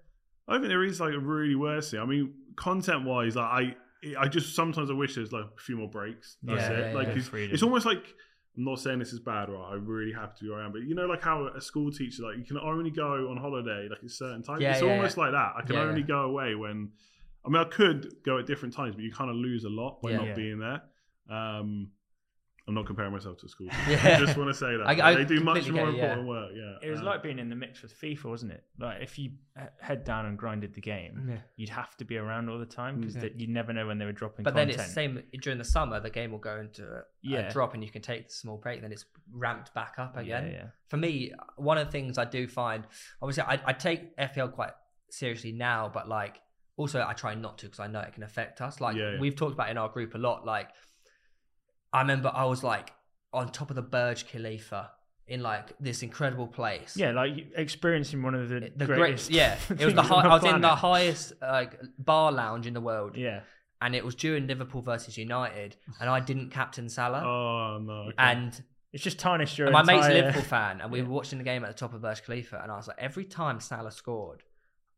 Speaker 3: i don't think there is like a really worst thing i mean content wise like i I just sometimes I wish there's like a few more breaks. That's
Speaker 1: Yeah,
Speaker 3: it.
Speaker 1: yeah, yeah.
Speaker 3: like
Speaker 1: Bit of
Speaker 3: it's-
Speaker 2: freedom.
Speaker 3: it's almost like I'm not saying this is bad, right? I'm really happy to be where I am, but you know, like how a school teacher, like you can only go on holiday like at certain times.
Speaker 1: Yeah,
Speaker 3: it's
Speaker 1: yeah,
Speaker 3: almost like that. I can
Speaker 1: Yeah,
Speaker 3: only
Speaker 1: yeah.
Speaker 3: go away when, I mean, I could go at different times, but you kind of lose a lot by
Speaker 1: Yeah.
Speaker 3: not
Speaker 2: Yeah.
Speaker 3: being there. Um, I'm not comparing myself to a school. teacher.
Speaker 1: Yeah.
Speaker 3: I just want to say that
Speaker 1: I- I
Speaker 3: they do much
Speaker 1: completely
Speaker 3: more
Speaker 1: get it, yeah.
Speaker 3: important work. Yeah,
Speaker 2: It was
Speaker 3: Um,
Speaker 2: like being in the mix with FIFA, wasn't it? Like if you h- head down and grinded the game,
Speaker 1: Yeah.
Speaker 2: you'd have to be around all the time because
Speaker 1: Mm, Yeah.
Speaker 2: you never know when they were dropping
Speaker 1: But then
Speaker 2: content.
Speaker 1: it's the same during the summer. The game will go into a,
Speaker 2: Yeah.
Speaker 1: a drop, and you can take the small break. Then it's ramped back up again.
Speaker 2: Yeah, yeah.
Speaker 1: For me, one of the things I do find, obviously, I, I take FPL quite seriously now, but like also I try not to because I know it can affect us. Like
Speaker 3: Yeah, yeah.
Speaker 1: we've talked about in our group a lot. Like I remember I was like on top of the Burj Khalifa in like this incredible place.
Speaker 2: Yeah, like you- experiencing one of the,
Speaker 1: the greatest.
Speaker 2: greatest.
Speaker 1: Yeah, it was
Speaker 2: things
Speaker 1: the
Speaker 2: on
Speaker 1: high, I was in
Speaker 2: planet.
Speaker 1: the highest like bar lounge in the world,
Speaker 2: Yeah,
Speaker 1: and it was during Liverpool versus United, and I didn't captain Salah,
Speaker 3: oh no, okay.
Speaker 1: and
Speaker 2: it's just tarnished your.
Speaker 1: and my
Speaker 2: entire...
Speaker 1: mate's a Liverpool fan, and we
Speaker 2: Yeah.
Speaker 1: were watching the game at the top of Burj Khalifa, and I was like, every time Salah scored,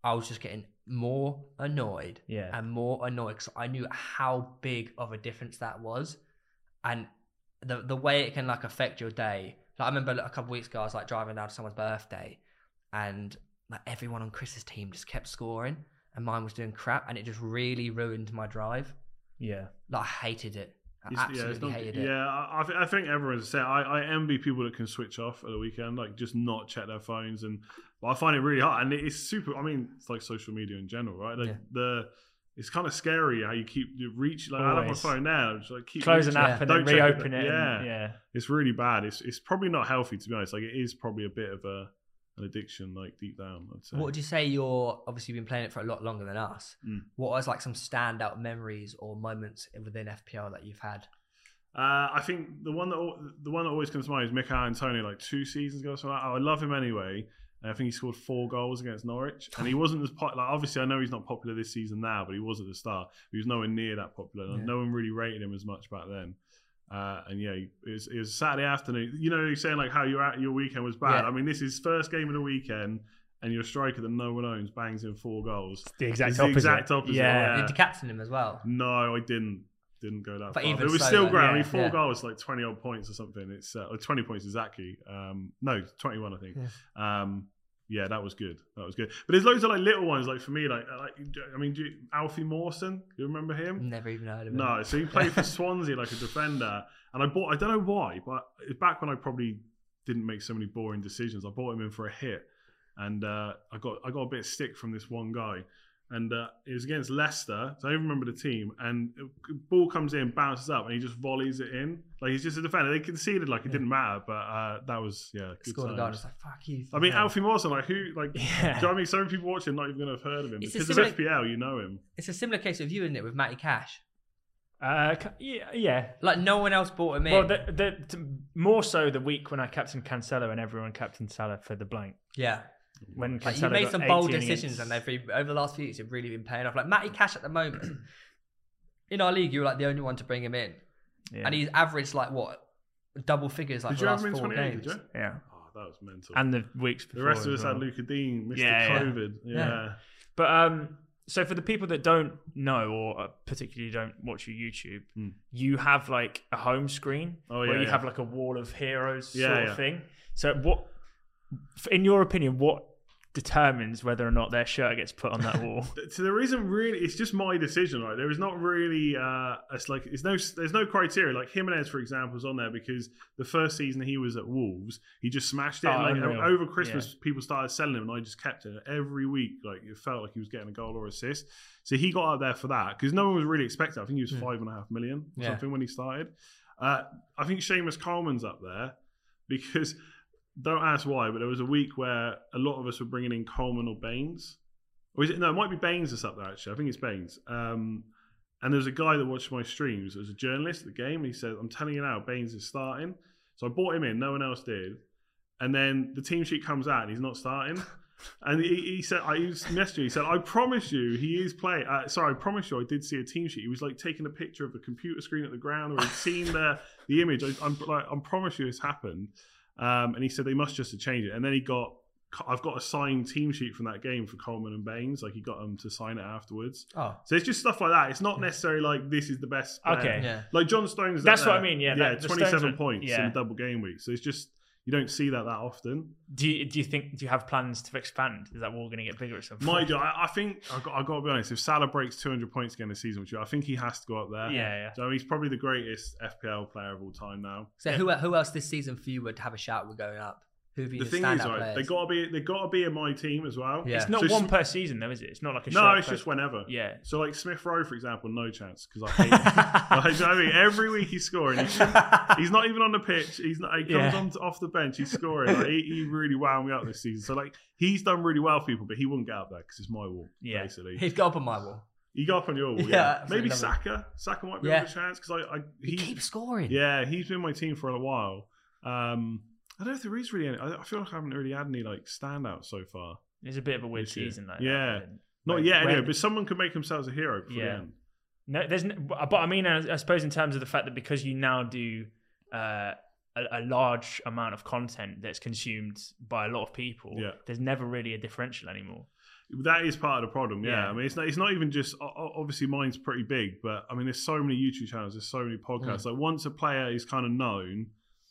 Speaker 1: I was just getting more annoyed
Speaker 2: Yeah,
Speaker 1: and more annoyed because I knew how big of a difference that was, and the the way it can like affect your day. Like I remember like, a couple weeks ago, I was like driving down to someone's birthday, and like everyone on Chris's team just kept scoring, and mine was doing crap, and it just really ruined my drive.
Speaker 2: yeah.
Speaker 1: Like I hated it. I
Speaker 3: It's- yeah, it's
Speaker 1: absolutely
Speaker 3: not-
Speaker 1: hated it.
Speaker 3: Yeah, I, I thi- I think everyone's the same. I, I envy people that can switch off at the weekend, like just not check their phones, and but I find it really hard. And it's super. I mean, it's like social media in general, right? Like
Speaker 1: Yeah.
Speaker 3: the. It's kind of scary how you keep you reach. Like I have my
Speaker 2: Always.
Speaker 3: phone now. I'm just like keep
Speaker 2: Close an
Speaker 3: reaching.
Speaker 2: app and then
Speaker 3: Don't check
Speaker 2: reopen it. and-
Speaker 3: Yeah.
Speaker 2: yeah.
Speaker 3: It's really bad. It's it's probably not healthy to be honest. Like it is probably a bit of a an addiction, like deep down. I'd say.
Speaker 1: What would you say you're obviously you've been playing it for a lot longer than us?
Speaker 3: Mm.
Speaker 1: What was like some standout memories or moments within FPL that you've had?
Speaker 3: Uh, I think the one that al- the one that always comes to mind is Mikel Antonio, like two seasons ago. So I, I love him anyway. And I think he scored four goals against Norwich. And he wasn't as popular. Like, obviously, I know he's not popular this season now, but he was at the start. He was nowhere near that popular. and
Speaker 1: Yeah.
Speaker 3: No one really rated him as much back then. Uh, and yeah, it was, it was Saturday afternoon. You know, you're saying like how your your weekend was bad.
Speaker 1: Yeah.
Speaker 3: I mean, this is first game of the weekend, and your striker that no one owns bangs in four goals.
Speaker 2: The exact
Speaker 3: It's the
Speaker 2: opposite.
Speaker 3: exact opposite,
Speaker 2: Yeah.
Speaker 3: yeah.
Speaker 1: Did you captain him as well?
Speaker 3: No, I didn't. Didn't go that
Speaker 1: But
Speaker 3: far.
Speaker 1: even
Speaker 3: But it was
Speaker 1: so,
Speaker 3: still
Speaker 1: like,
Speaker 3: great. I
Speaker 2: yeah,
Speaker 3: mean, four
Speaker 1: yeah.
Speaker 3: goals, like twenty odd points or something. It's uh, or twenty points exactly. Um, no, twenty-one, I think. Um, yeah, that was good. That was good. But there's loads of like little ones. Like for me, like uh, like I mean, do you, Alfie Mawson. Do you remember him?
Speaker 1: Never even heard of him.
Speaker 3: No, so he played for Swansea like a defender, and I bought. I don't know why, but it's back when I probably didn't make so many boring decisions. I bought him in for a hit, and uh, I got I got a bit of stick from this one guy, and uh, it was against Leicester. So I don't even remember the team. And it- ball comes in, bounces up, and he just volleys it in. Like he's just a defender. They conceded like it
Speaker 1: Yeah.
Speaker 3: didn't matter, but uh, that was yeah. Good
Speaker 1: Scored a
Speaker 3: times.
Speaker 1: goal. and It's like fuck you.
Speaker 3: I mean,
Speaker 1: fuck you.
Speaker 3: Alfie Mawson, like who, like, do you
Speaker 2: Yeah.
Speaker 3: know what I mean? So many people watching not even going to have heard of him
Speaker 1: It's a
Speaker 3: because of
Speaker 1: similar-
Speaker 3: FPL. You know him.
Speaker 1: It's a similar case with you, isn't it, with Matty Cash?
Speaker 2: Uh, ca- yeah, yeah.
Speaker 1: Like no one else bought him in.
Speaker 2: Well, the, the, t- more so the week when I captained Cancelo and everyone captained Salah for the blank.
Speaker 1: yeah,
Speaker 2: When
Speaker 1: like,
Speaker 2: Cancelo
Speaker 1: you made
Speaker 2: got
Speaker 1: some bold
Speaker 2: 18
Speaker 1: decisions,
Speaker 2: against-
Speaker 1: and they've re- over the last few years have really been paying off. Like Matty Cash at the moment in our league, you were like the only one to bring him in,
Speaker 2: yeah.
Speaker 1: and he's averaged like what double figures like
Speaker 3: Did
Speaker 1: the
Speaker 3: you have
Speaker 1: last
Speaker 3: him in
Speaker 1: four
Speaker 3: 28? Did
Speaker 1: games.
Speaker 3: you?
Speaker 2: yeah.
Speaker 3: Oh, that was mental.
Speaker 2: And the weeks before.
Speaker 3: The rest of
Speaker 2: as
Speaker 3: us had
Speaker 2: well.
Speaker 3: Luca Dean, Mr.
Speaker 2: Yeah, yeah.
Speaker 3: COVID. Yeah.
Speaker 2: But um, so for the people that don't know or uh, particularly don't watch your YouTube,
Speaker 3: Hmm.
Speaker 2: you have like a home screen
Speaker 3: Oh,
Speaker 2: where
Speaker 3: yeah,
Speaker 2: you
Speaker 3: yeah.
Speaker 2: have like a wall of heroes
Speaker 3: Yeah,
Speaker 2: sort of
Speaker 3: yeah.
Speaker 2: thing. So what, f- in your opinion, what determines whether or not their shirt gets put on that wall?
Speaker 3: Th- So there isn't really. It's just my decision, right? There is not really. Uh, it's like it's no. There's no criteria. Like Jimenez, for example, is on there because the first season he was at Wolves, he just smashed it.
Speaker 2: Oh,
Speaker 3: and, like,
Speaker 2: unreal.
Speaker 3: over Christmas, people started selling him, and I just kept it every week. Like it felt like he was getting a goal or assist. So he got out there for that because no one was really expecting. it. I think he was
Speaker 1: Hmm.
Speaker 3: five and a half million or
Speaker 1: Yeah.
Speaker 3: something when he started. Uh, I think Seamus Coleman's up there because don't ask why, but there was a week where a lot of us were bringing in Coleman or Baines. Or is it? No, it might be Baines that's up there, actually. I think it's Baines. Um, and there was a guy that watched my streams as a journalist at the game. And he said, I'm telling you now, Baines is starting. So I bought him in, no one else did. And then the team sheet comes out and he's not starting. And he, he said, I he was messaging. He said, I promise you, he is playing. Uh, sorry, I promise you, I did see a team sheet. He was like taking a picture of a computer screen at the ground, or he'd seen the the image. I, I'm like, I promise you, this happened. Um, and he said they must just have changed it. And then he got, I've got a signed team sheet from that game for Coleman and Baines. Like he got them to sign it afterwards.
Speaker 1: Oh,
Speaker 3: So it's just stuff like that. It's not necessarily like this is the best. player.
Speaker 2: Hmm. Okay.
Speaker 1: yeah.
Speaker 3: Like John Stones.
Speaker 2: That's
Speaker 3: up there.
Speaker 2: what I mean, yeah,
Speaker 3: Yeah.
Speaker 2: that- the Stones
Speaker 3: 27
Speaker 2: are-
Speaker 3: points in
Speaker 2: yeah.
Speaker 3: a double game week. So it's just you don't see that that often.
Speaker 2: do you, do you think do you have plans to expand? Is that wall going to get bigger at some point?
Speaker 3: Mind you, I, I think I got, I got to be honest. If Salah breaks 200 points again this season, which I think he has to go up there.
Speaker 2: yeah, yeah.
Speaker 3: So he's probably the greatest FPL player of all time now.
Speaker 1: So who who else this season for you would have a shout with going up? Who have been
Speaker 3: The
Speaker 1: the
Speaker 3: thing
Speaker 1: standout
Speaker 3: is, right,
Speaker 1: players?
Speaker 3: they got to be they got to be in my team as well.
Speaker 1: Yeah.
Speaker 2: It's not
Speaker 3: So
Speaker 2: one
Speaker 3: it's-
Speaker 2: per season though, is it? It's not like a
Speaker 3: No,
Speaker 2: shirt
Speaker 3: it's
Speaker 2: per-
Speaker 3: just whenever.
Speaker 2: yeah.
Speaker 3: So like Smith Rowe, for example, no chance because I hate him. like, do you know what I mean? Every week he's scoring. He shouldn't- He's not even on the pitch. He's not. He comes
Speaker 2: Yeah.
Speaker 3: on to, off the bench. He's scoring. Like, he, he really wound me up this season. So like he's done really well for people, but he wouldn't get up there because it's my wall.
Speaker 2: Yeah.
Speaker 3: basically.
Speaker 1: He's got up on my wall.
Speaker 3: You go up on your wall,
Speaker 1: Yeah,
Speaker 3: yeah.
Speaker 1: absolutely
Speaker 3: Maybe
Speaker 1: love it.
Speaker 3: Saka. Saka might be
Speaker 1: Yeah.
Speaker 3: on the chance because I, I
Speaker 1: He,
Speaker 3: he,
Speaker 1: keeps scoring.
Speaker 3: yeah, he's been my team for a while. Um, I don't know if there is really any. I, I feel like I haven't really had any like standouts so far.
Speaker 2: It's a bit of a weird
Speaker 3: This year.
Speaker 2: season, like
Speaker 3: Yeah.
Speaker 2: That.
Speaker 3: Not
Speaker 2: Like,
Speaker 3: yet,
Speaker 2: when-
Speaker 3: anyway. But someone could make themselves a hero for
Speaker 2: Yeah.
Speaker 3: the end.
Speaker 2: No, there's. n- But I mean, I, I suppose in terms of the fact that because you now do uh, a, a large amount of content that's consumed by a lot of people,
Speaker 3: Yeah.
Speaker 2: there's never really a differential anymore.
Speaker 3: That is part of the problem. Yeah,
Speaker 2: Yeah.
Speaker 3: I mean, it's not. It's not even just. o- o- Obviously, mine's pretty big, but I mean, there's so many YouTube channels. There's so many podcasts.
Speaker 2: Mm.
Speaker 3: Like once a player is kind of known,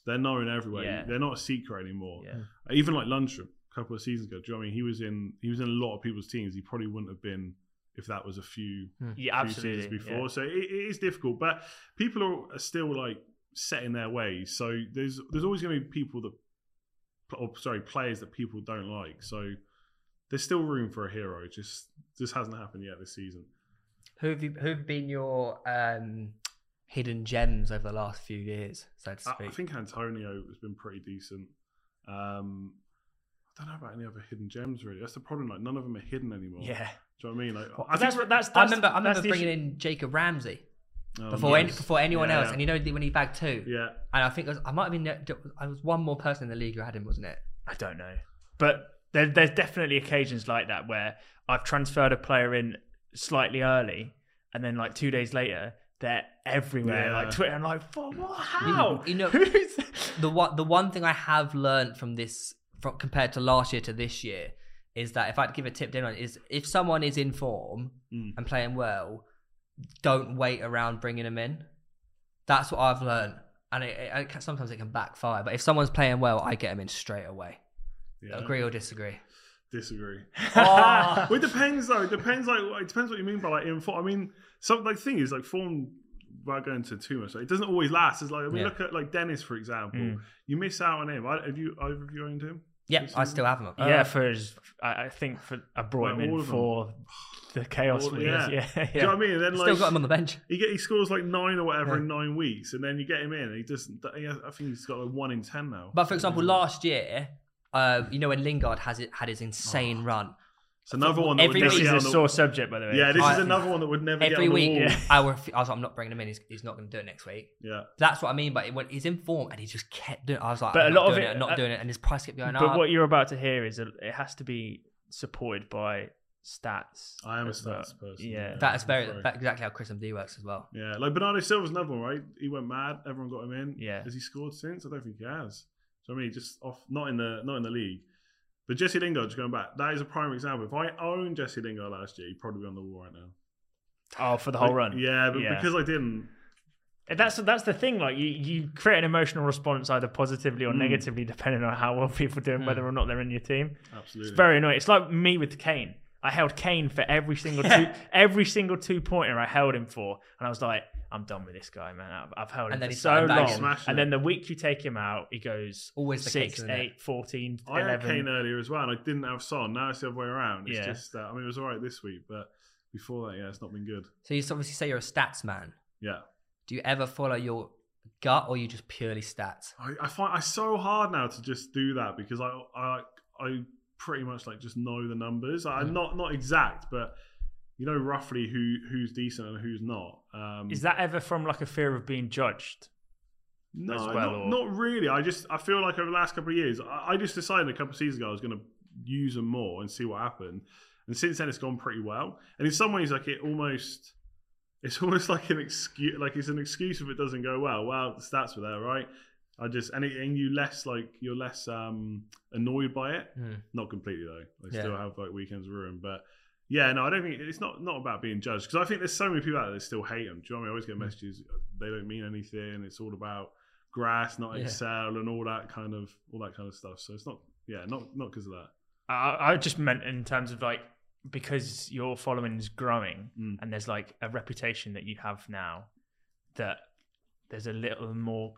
Speaker 3: they're known everywhere.
Speaker 2: Yeah.
Speaker 3: They're not a secret anymore. Uh,
Speaker 2: Yeah,
Speaker 3: even like Lundstrom a couple of seasons ago. Do you know what I mean? He was in he was in a lot of people's teams. He probably wouldn't have been if that was a few,
Speaker 2: yeah,
Speaker 3: few seasons
Speaker 2: absolutely.
Speaker 3: before. So it, it is difficult, but people are, are still like set in their ways. So there's there's always going to be people that, or sorry, players that people don't like. So there's still room for a hero. It Just just hasn't happened yet this season.
Speaker 1: Who have you, who have been your um, hidden gems over the last few years, so to
Speaker 3: I,
Speaker 1: speak?
Speaker 3: I think Antonio has been pretty decent. Um, I don't know about any other hidden gems really. That's the problem. Like none of them are hidden anymore.
Speaker 2: Yeah, yeah.
Speaker 3: Do you know what I mean? Like
Speaker 2: But
Speaker 3: I think
Speaker 2: that's, what- that's, that's
Speaker 1: I remember I remember
Speaker 2: that's the
Speaker 1: bringing
Speaker 2: issue.
Speaker 1: in Jacob Ramsey
Speaker 3: Oh,
Speaker 1: before any,
Speaker 3: nice.
Speaker 1: before anyone
Speaker 3: Yeah.
Speaker 1: else, and you know when he bagged two,
Speaker 3: yeah,
Speaker 1: and I think it was, I might have been I was one more person in the league who had him, wasn't it?
Speaker 2: I don't know, but There, there's definitely occasions like that where I've transferred a player in slightly early, and then like two days later they're everywhere,
Speaker 3: Yeah.
Speaker 2: like Twitter. I'm like, "Wha- what? How?
Speaker 1: you know-
Speaker 2: Who's-
Speaker 1: the one the one thing I have learned from this from compared to last year to this year is that if I'd give a tip to anyone is if someone is in form
Speaker 3: Mm.
Speaker 1: and playing well, don't wait around bringing them in. That's what I've learned, and it, it, it can, sometimes it can backfire. But if someone's playing well, I get them in straight away.
Speaker 3: Yeah,
Speaker 1: Agree or disagree?
Speaker 3: Disagree.
Speaker 1: Ah.
Speaker 3: Well, it depends though. It depends like it depends what you mean by like inform. I mean, some like thing is like form. Without going into too much, like, it doesn't always last. It's like I mean,
Speaker 1: Yeah.
Speaker 3: look at like Dennis for example.
Speaker 2: Mm.
Speaker 3: You miss out on him. I, have you either of you owned him?
Speaker 1: Yep, I still have them.
Speaker 2: yeah, for his, I, I think for I brought him
Speaker 3: Well, Uh, all
Speaker 2: in
Speaker 3: of them.
Speaker 2: for the chaos.
Speaker 3: All-
Speaker 2: All, yeah,
Speaker 3: yeah.
Speaker 2: yeah,
Speaker 3: Do you know what I mean? And then like
Speaker 1: still got them on the bench.
Speaker 3: he get he scores like nine or whatever
Speaker 1: Yeah.
Speaker 3: in nine weeks, and then you get him in. And he doesn't. He has, I think he's got like one in ten now.
Speaker 1: But for
Speaker 3: Mm.
Speaker 1: example, last year, uh, you know when Lingard has it had his insane
Speaker 3: Oh.
Speaker 1: run,
Speaker 3: it's another one. That would
Speaker 1: every
Speaker 3: never
Speaker 2: This is
Speaker 3: get
Speaker 2: a
Speaker 3: on the,
Speaker 2: sore subject, by the way.
Speaker 3: Yeah, this
Speaker 1: I-
Speaker 3: is another one that would never get
Speaker 1: every
Speaker 3: on the
Speaker 1: week
Speaker 3: wall.
Speaker 2: yeah.
Speaker 1: I, ref- I was like, I'm not bringing him in. He's, he's not going to do it next week.
Speaker 3: yeah.
Speaker 1: That's what I mean. But when he's in form and he just kept doing, I was like,
Speaker 2: But
Speaker 1: I'm
Speaker 2: a
Speaker 1: not
Speaker 2: lot of
Speaker 1: doing
Speaker 2: it-
Speaker 1: I'm not
Speaker 2: uh,
Speaker 1: doing it, and his price kept going
Speaker 2: But
Speaker 1: up.
Speaker 2: what you're about to hear is a, it has to be supported by stats.
Speaker 3: I am a
Speaker 2: as well.
Speaker 3: stats person.
Speaker 2: Yeah.
Speaker 1: that is very
Speaker 3: I'm sorry.
Speaker 1: that's exactly how Chris MD works as well.
Speaker 3: Yeah, like Bernardo Silva's another one, right? He went mad. Everyone got him in.
Speaker 2: Yeah.
Speaker 3: Has he scored since? I don't think he has. So I mean, just off, not in the not in the league. But Jesse Lingard, just going back, that is a prime example. If I owned Jesse Lingard last year, he'd probably be on the wall right now.
Speaker 2: Oh, for the whole
Speaker 3: Like,
Speaker 2: run.
Speaker 3: Yeah, but
Speaker 2: Yeah.
Speaker 3: because I didn't,
Speaker 2: And That's that's the thing. Like you, you create an emotional response either positively or
Speaker 3: Mm.
Speaker 2: negatively, depending on how well people are doing,
Speaker 1: Mm.
Speaker 2: whether or not they're in your team.
Speaker 3: absolutely.
Speaker 2: It's very annoying. It's like me with Kane. I held Kane for every single two, every single two pointer I held him for, and I was like, I'm done with this guy, man. I've, I've held
Speaker 1: And
Speaker 2: him
Speaker 1: then
Speaker 2: for
Speaker 1: he
Speaker 2: so
Speaker 1: started banging.
Speaker 2: long.
Speaker 3: Smashing
Speaker 2: And
Speaker 3: it.
Speaker 2: then the week you take him out, he goes
Speaker 1: Always the case,
Speaker 2: six,
Speaker 1: isn't it?
Speaker 2: eight, 14,
Speaker 3: I had
Speaker 2: 11.
Speaker 3: Kane earlier as well, and I didn't have Son. Now it's the other way around. It's
Speaker 2: Yeah.
Speaker 3: just, uh, I mean, it was all right this week, but before that, yeah, it's not been good.
Speaker 1: So you obviously say you're a stats man.
Speaker 3: Yeah.
Speaker 1: Do you ever follow your gut, or you just purely stats?
Speaker 3: I, I find it's so hard now to just do that because I I I pretty much like just know the numbers. I'm
Speaker 1: Mm.
Speaker 3: not not exact, but you know roughly who who's decent and who's not. Um,
Speaker 2: Is that ever from like a fear of being judged?
Speaker 3: no,
Speaker 2: as well,
Speaker 3: not,
Speaker 2: or-
Speaker 3: not really. I just I feel like over the last couple of years, I, I just decided a couple of seasons ago I was going to use them more and see what happened. And since then, it's gone pretty well. And in some ways, like it almost. It's almost like an excuse, like it's an excuse if it doesn't go well. Well, the stats were there, right? I just and, it, and you less like you're less um annoyed by it.
Speaker 1: Hmm.
Speaker 3: Not completely though. I
Speaker 1: Yeah.
Speaker 3: still have like weekends ruined, but yeah, no, I don't think it's not not about being judged because I think there's so many people out there that still hate them. Do you know what I mean? I always
Speaker 2: Hmm.
Speaker 3: get messages they don't mean anything. It's all about grass, not
Speaker 1: Yeah.
Speaker 3: Excel, and all that kind of all that kind of stuff. So it's not yeah, not not because of that.
Speaker 2: I, I just meant in terms of like because your following is growing
Speaker 3: Mm.
Speaker 2: and there's like a reputation that you have now that there's a little more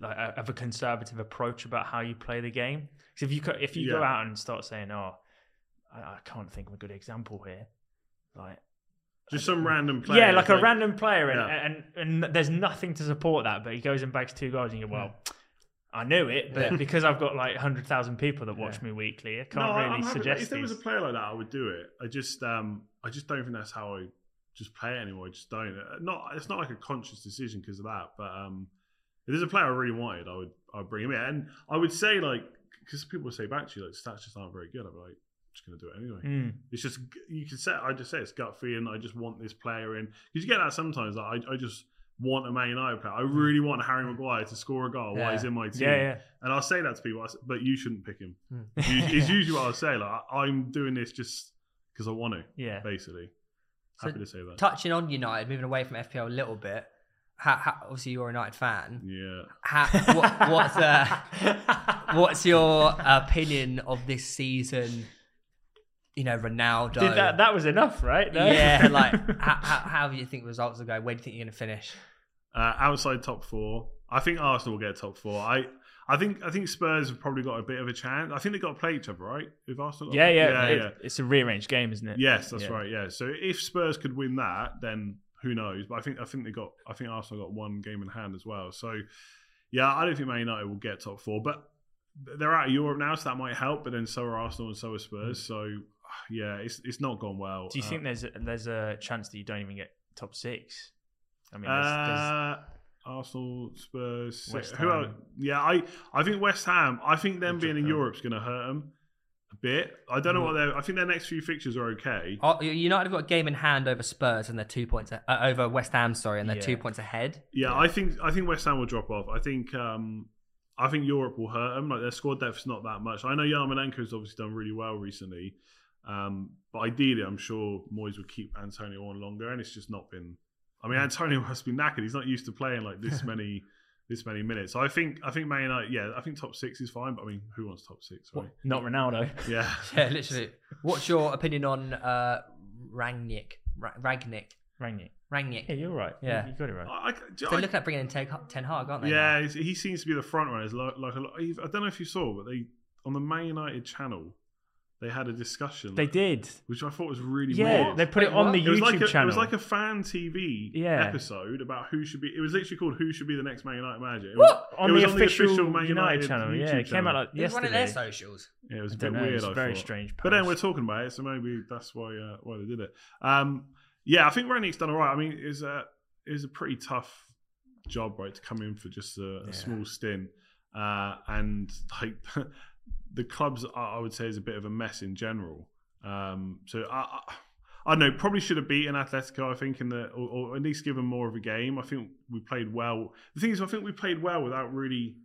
Speaker 2: like a- of a conservative approach about how you play the game. Because if you co- if you go
Speaker 3: Yeah.
Speaker 2: out and start saying, "Oh, I, I can't think of a good example here," like
Speaker 3: Just some random player.
Speaker 2: yeah, like
Speaker 3: is
Speaker 2: a random player, and,
Speaker 3: Yeah.
Speaker 2: and and there's nothing to support that, but he goes and bags two goals, and you go, well. I knew it, but
Speaker 1: Yeah.
Speaker 2: because I've got like hundred thousand people that watch me weekly, I can't
Speaker 3: I-
Speaker 2: really
Speaker 3: I'm happy-
Speaker 2: suggest
Speaker 3: If there was a
Speaker 2: these.
Speaker 3: player like that, I would do it. I just, um, I just don't think that's how I just play it anymore. I just don't. Uh, Not, it's not like a conscious decision because of that. But um, if there's a player I really wanted, I would, I would bring him in. And I would say like, because people say back to you like stats just aren't very good. I'd be like, just gonna do it anyway.
Speaker 2: Mm.
Speaker 3: It's just you can say I just say it's gut feeling. I just want this player in because you get that sometimes. Like, I, I just want a Man United player. I really want Harry Maguire to score a goal while he's
Speaker 1: Yeah.
Speaker 3: in my team.
Speaker 2: Yeah, yeah.
Speaker 3: And I'll say that to people, I s- but you shouldn't pick him.
Speaker 1: Mm.
Speaker 3: Us- it's usually what I'll say. Like I- I'm doing this just because I want to,
Speaker 2: Yeah.
Speaker 3: basically.
Speaker 1: So,
Speaker 3: Happy to say that.
Speaker 1: Touching on United, moving away from FPL a little bit. How, how, obviously, you're a United fan.
Speaker 3: yeah.
Speaker 1: How, what, what's uh, what's your opinion of this season? You know, Ronaldo.
Speaker 2: Did that, that was enough, right? No?
Speaker 1: Yeah, like how, how, how do you think results will go? Where do you think you're going to finish?
Speaker 3: Uh, outside top four, I think Arsenal will get top four. I, I think I think Spurs have probably got a bit of a chance. I think they got to play each other, right? If Arsenal, got-
Speaker 2: yeah, yeah,
Speaker 3: yeah,
Speaker 2: it- It's a rearranged game, isn't it?
Speaker 3: Yes, that's
Speaker 2: Yeah.
Speaker 3: right. Yeah. So if Spurs could win that, then who knows? But I think I think they got I think Arsenal got one game in hand as well. So yeah, I don't think Man United will get top four, but they're out of Europe now, so that might help. But then so are Arsenal and so are Spurs. So yeah, it's it's not gone well.
Speaker 2: Mm. Do you
Speaker 3: Uh,
Speaker 2: think there's a, there's a chance that you don't even get top six? I mean, there's,
Speaker 3: Uh, Arsenal, Spurs, City-
Speaker 2: West
Speaker 3: who
Speaker 2: Ham.
Speaker 3: else? Yeah, I, I think West Ham. I think them
Speaker 2: They took
Speaker 3: being in
Speaker 2: them. Mm-hmm.
Speaker 3: Europe's going to hurt them a bit. I don't know what they're. I think their next few fixtures are okay.
Speaker 1: Oh, United have got a game in hand over Spurs, and they're two points a- uh, over West Ham. Sorry, and they're
Speaker 2: Yeah.
Speaker 1: two points ahead.
Speaker 3: Yeah, I think I think West Ham will drop off. I think um, I think Europe will hurt them. Like their squad depth's not that much. I know Yarmolenko's obviously done really well recently, um, but ideally, I'm sure Moyes would keep Antonio on longer, and it's just not been. I mean, Antonio must be knackered. He's not used to playing like this many this many minutes. So I think I think Man United. Yeah, I think top six is fine. But I mean, who wants top six, right?
Speaker 2: Not Ronaldo.
Speaker 3: Yeah.
Speaker 1: Yeah, literally. What's your opinion on uh, Rangnick? Ra- Ragnick?
Speaker 2: Rangnick.
Speaker 1: Rangnick?
Speaker 2: Yeah, you're right. You-
Speaker 1: Yeah.
Speaker 2: you got it right.
Speaker 3: I, I, do-
Speaker 1: They're
Speaker 3: I-
Speaker 1: looking at bringing in Ten Ten Hag, aren't they?
Speaker 3: yeah, he's- he seems to be the front runners. Like, like a lot, I don't know if you saw, but they on the Man United channel, they had a discussion.
Speaker 2: They did.
Speaker 3: which I thought was really
Speaker 2: Yeah,
Speaker 3: weird.
Speaker 2: they put
Speaker 1: Wait,
Speaker 2: it on
Speaker 1: what?
Speaker 2: the
Speaker 3: it was
Speaker 2: YouTube
Speaker 3: like a,
Speaker 2: channel.
Speaker 3: It was like a fan TV
Speaker 2: Yeah.
Speaker 3: episode about who should be. It was literally called "Who Should Be the Next Man United Manager." It
Speaker 1: What?
Speaker 3: was-
Speaker 2: on,
Speaker 3: it
Speaker 2: the
Speaker 3: was
Speaker 2: official United, channel.
Speaker 3: YouTube
Speaker 2: yeah, it came out like
Speaker 1: Who's running
Speaker 2: yesterday.
Speaker 1: their socials?
Speaker 3: yeah, it was
Speaker 2: I
Speaker 3: a
Speaker 2: don't
Speaker 3: bit
Speaker 2: know.
Speaker 3: weird.
Speaker 2: It's
Speaker 3: I
Speaker 2: a very
Speaker 3: thought.
Speaker 2: strange.
Speaker 3: But then
Speaker 2: post.
Speaker 3: we're talking about it, so maybe that's why uh, why they did it. Um, yeah, I think Rangnick's done all right. I mean, it's a it's a pretty tough job, right, to come in for just a, a
Speaker 2: Yeah.
Speaker 3: small stint, uh, and like the clubs, I I would say, is a bit of a mess in general. Um, so I, I, I don't know. Probably should have beaten Atletico. I think in the or, or at least given more of a game. I think we played well. The thing is, I think we played well without really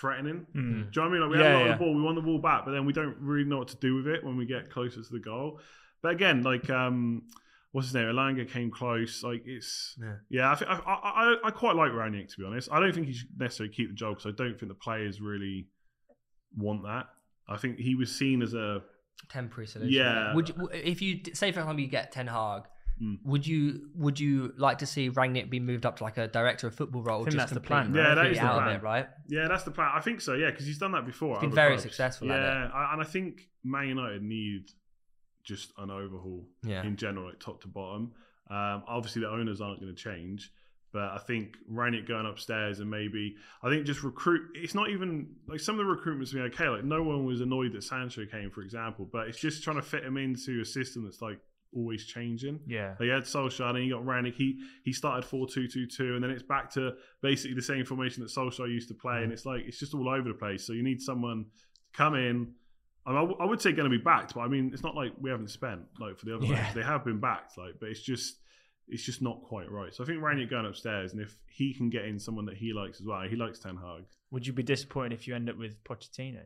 Speaker 3: threatening.
Speaker 1: Hmm.
Speaker 2: Mm.
Speaker 3: Do you know what I mean? Like we
Speaker 2: Yeah,
Speaker 3: had a lot
Speaker 2: yeah.
Speaker 3: of the ball, we won the ball back, but then we don't really know what to do with it when we get closer to the goal. But again, like um, what's his name? Elanga came close. Like it's
Speaker 1: Yeah.
Speaker 3: yeah. I, think, I, I I- I quite like Ranić to be honest. I don't think he should necessarily keep the job because I don't think the players really want that. I think he was seen as a
Speaker 1: Temporary solution.
Speaker 3: Yeah.
Speaker 1: Would you, w- if you d- say for example you get Ten Hag,
Speaker 3: Mm.
Speaker 1: would you would you like to see Rangnick be moved up to like a director of football role?
Speaker 2: I think
Speaker 1: just
Speaker 2: that's the
Speaker 1: completely-
Speaker 2: plan,
Speaker 3: right? Yeah, that
Speaker 1: completely
Speaker 3: is the
Speaker 1: out
Speaker 3: plan.
Speaker 1: of it, right?
Speaker 3: yeah. That's the plan. I think so. Yeah, because he's done that before.
Speaker 1: He's
Speaker 3: at
Speaker 1: been
Speaker 3: other
Speaker 1: very
Speaker 3: clubs.
Speaker 1: successful
Speaker 3: Yeah,
Speaker 1: at
Speaker 3: I, and I think Man United need just an overhaul.
Speaker 1: Yeah.
Speaker 3: in general, like top to bottom. Um, obviously, the owners aren't going to change, but I think Ranić going upstairs and maybe I think just recruit. It's not even like some of the recruitments have been okay. Like no one was annoyed that Sancho came, for example, but it's just trying to fit him into a system that's like always changing.
Speaker 2: Yeah.
Speaker 3: They had Solskjaer, then you got Ranick. He he started 4 2 2 2, and then it's back to basically the same formation that Solskjaer used to play. And it's like, it's just all over the place. So you need someone to come in. I, mean, I w- I would say going to be backed, but I mean, it's not like we haven't spent, like for the other
Speaker 2: Yeah.
Speaker 3: players. They have been backed, like, but it's just. It's just not quite right. So I think Ranick going upstairs, and if he can get in someone that he likes as well, he likes Ten Hag.
Speaker 2: Would you be disappointed if you end up with Pochettino?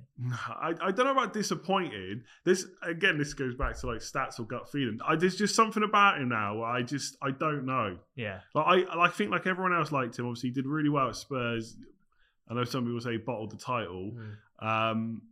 Speaker 3: I, I don't know about disappointed. This again, this goes back to like stats or gut feeling. I, there's just something about him now. Where I just I don't know.
Speaker 2: Yeah.
Speaker 3: Like I, I think like everyone else liked him. Obviously, he did really well at Spurs. I know some people say he bottled the title.
Speaker 1: Mm.
Speaker 3: Um,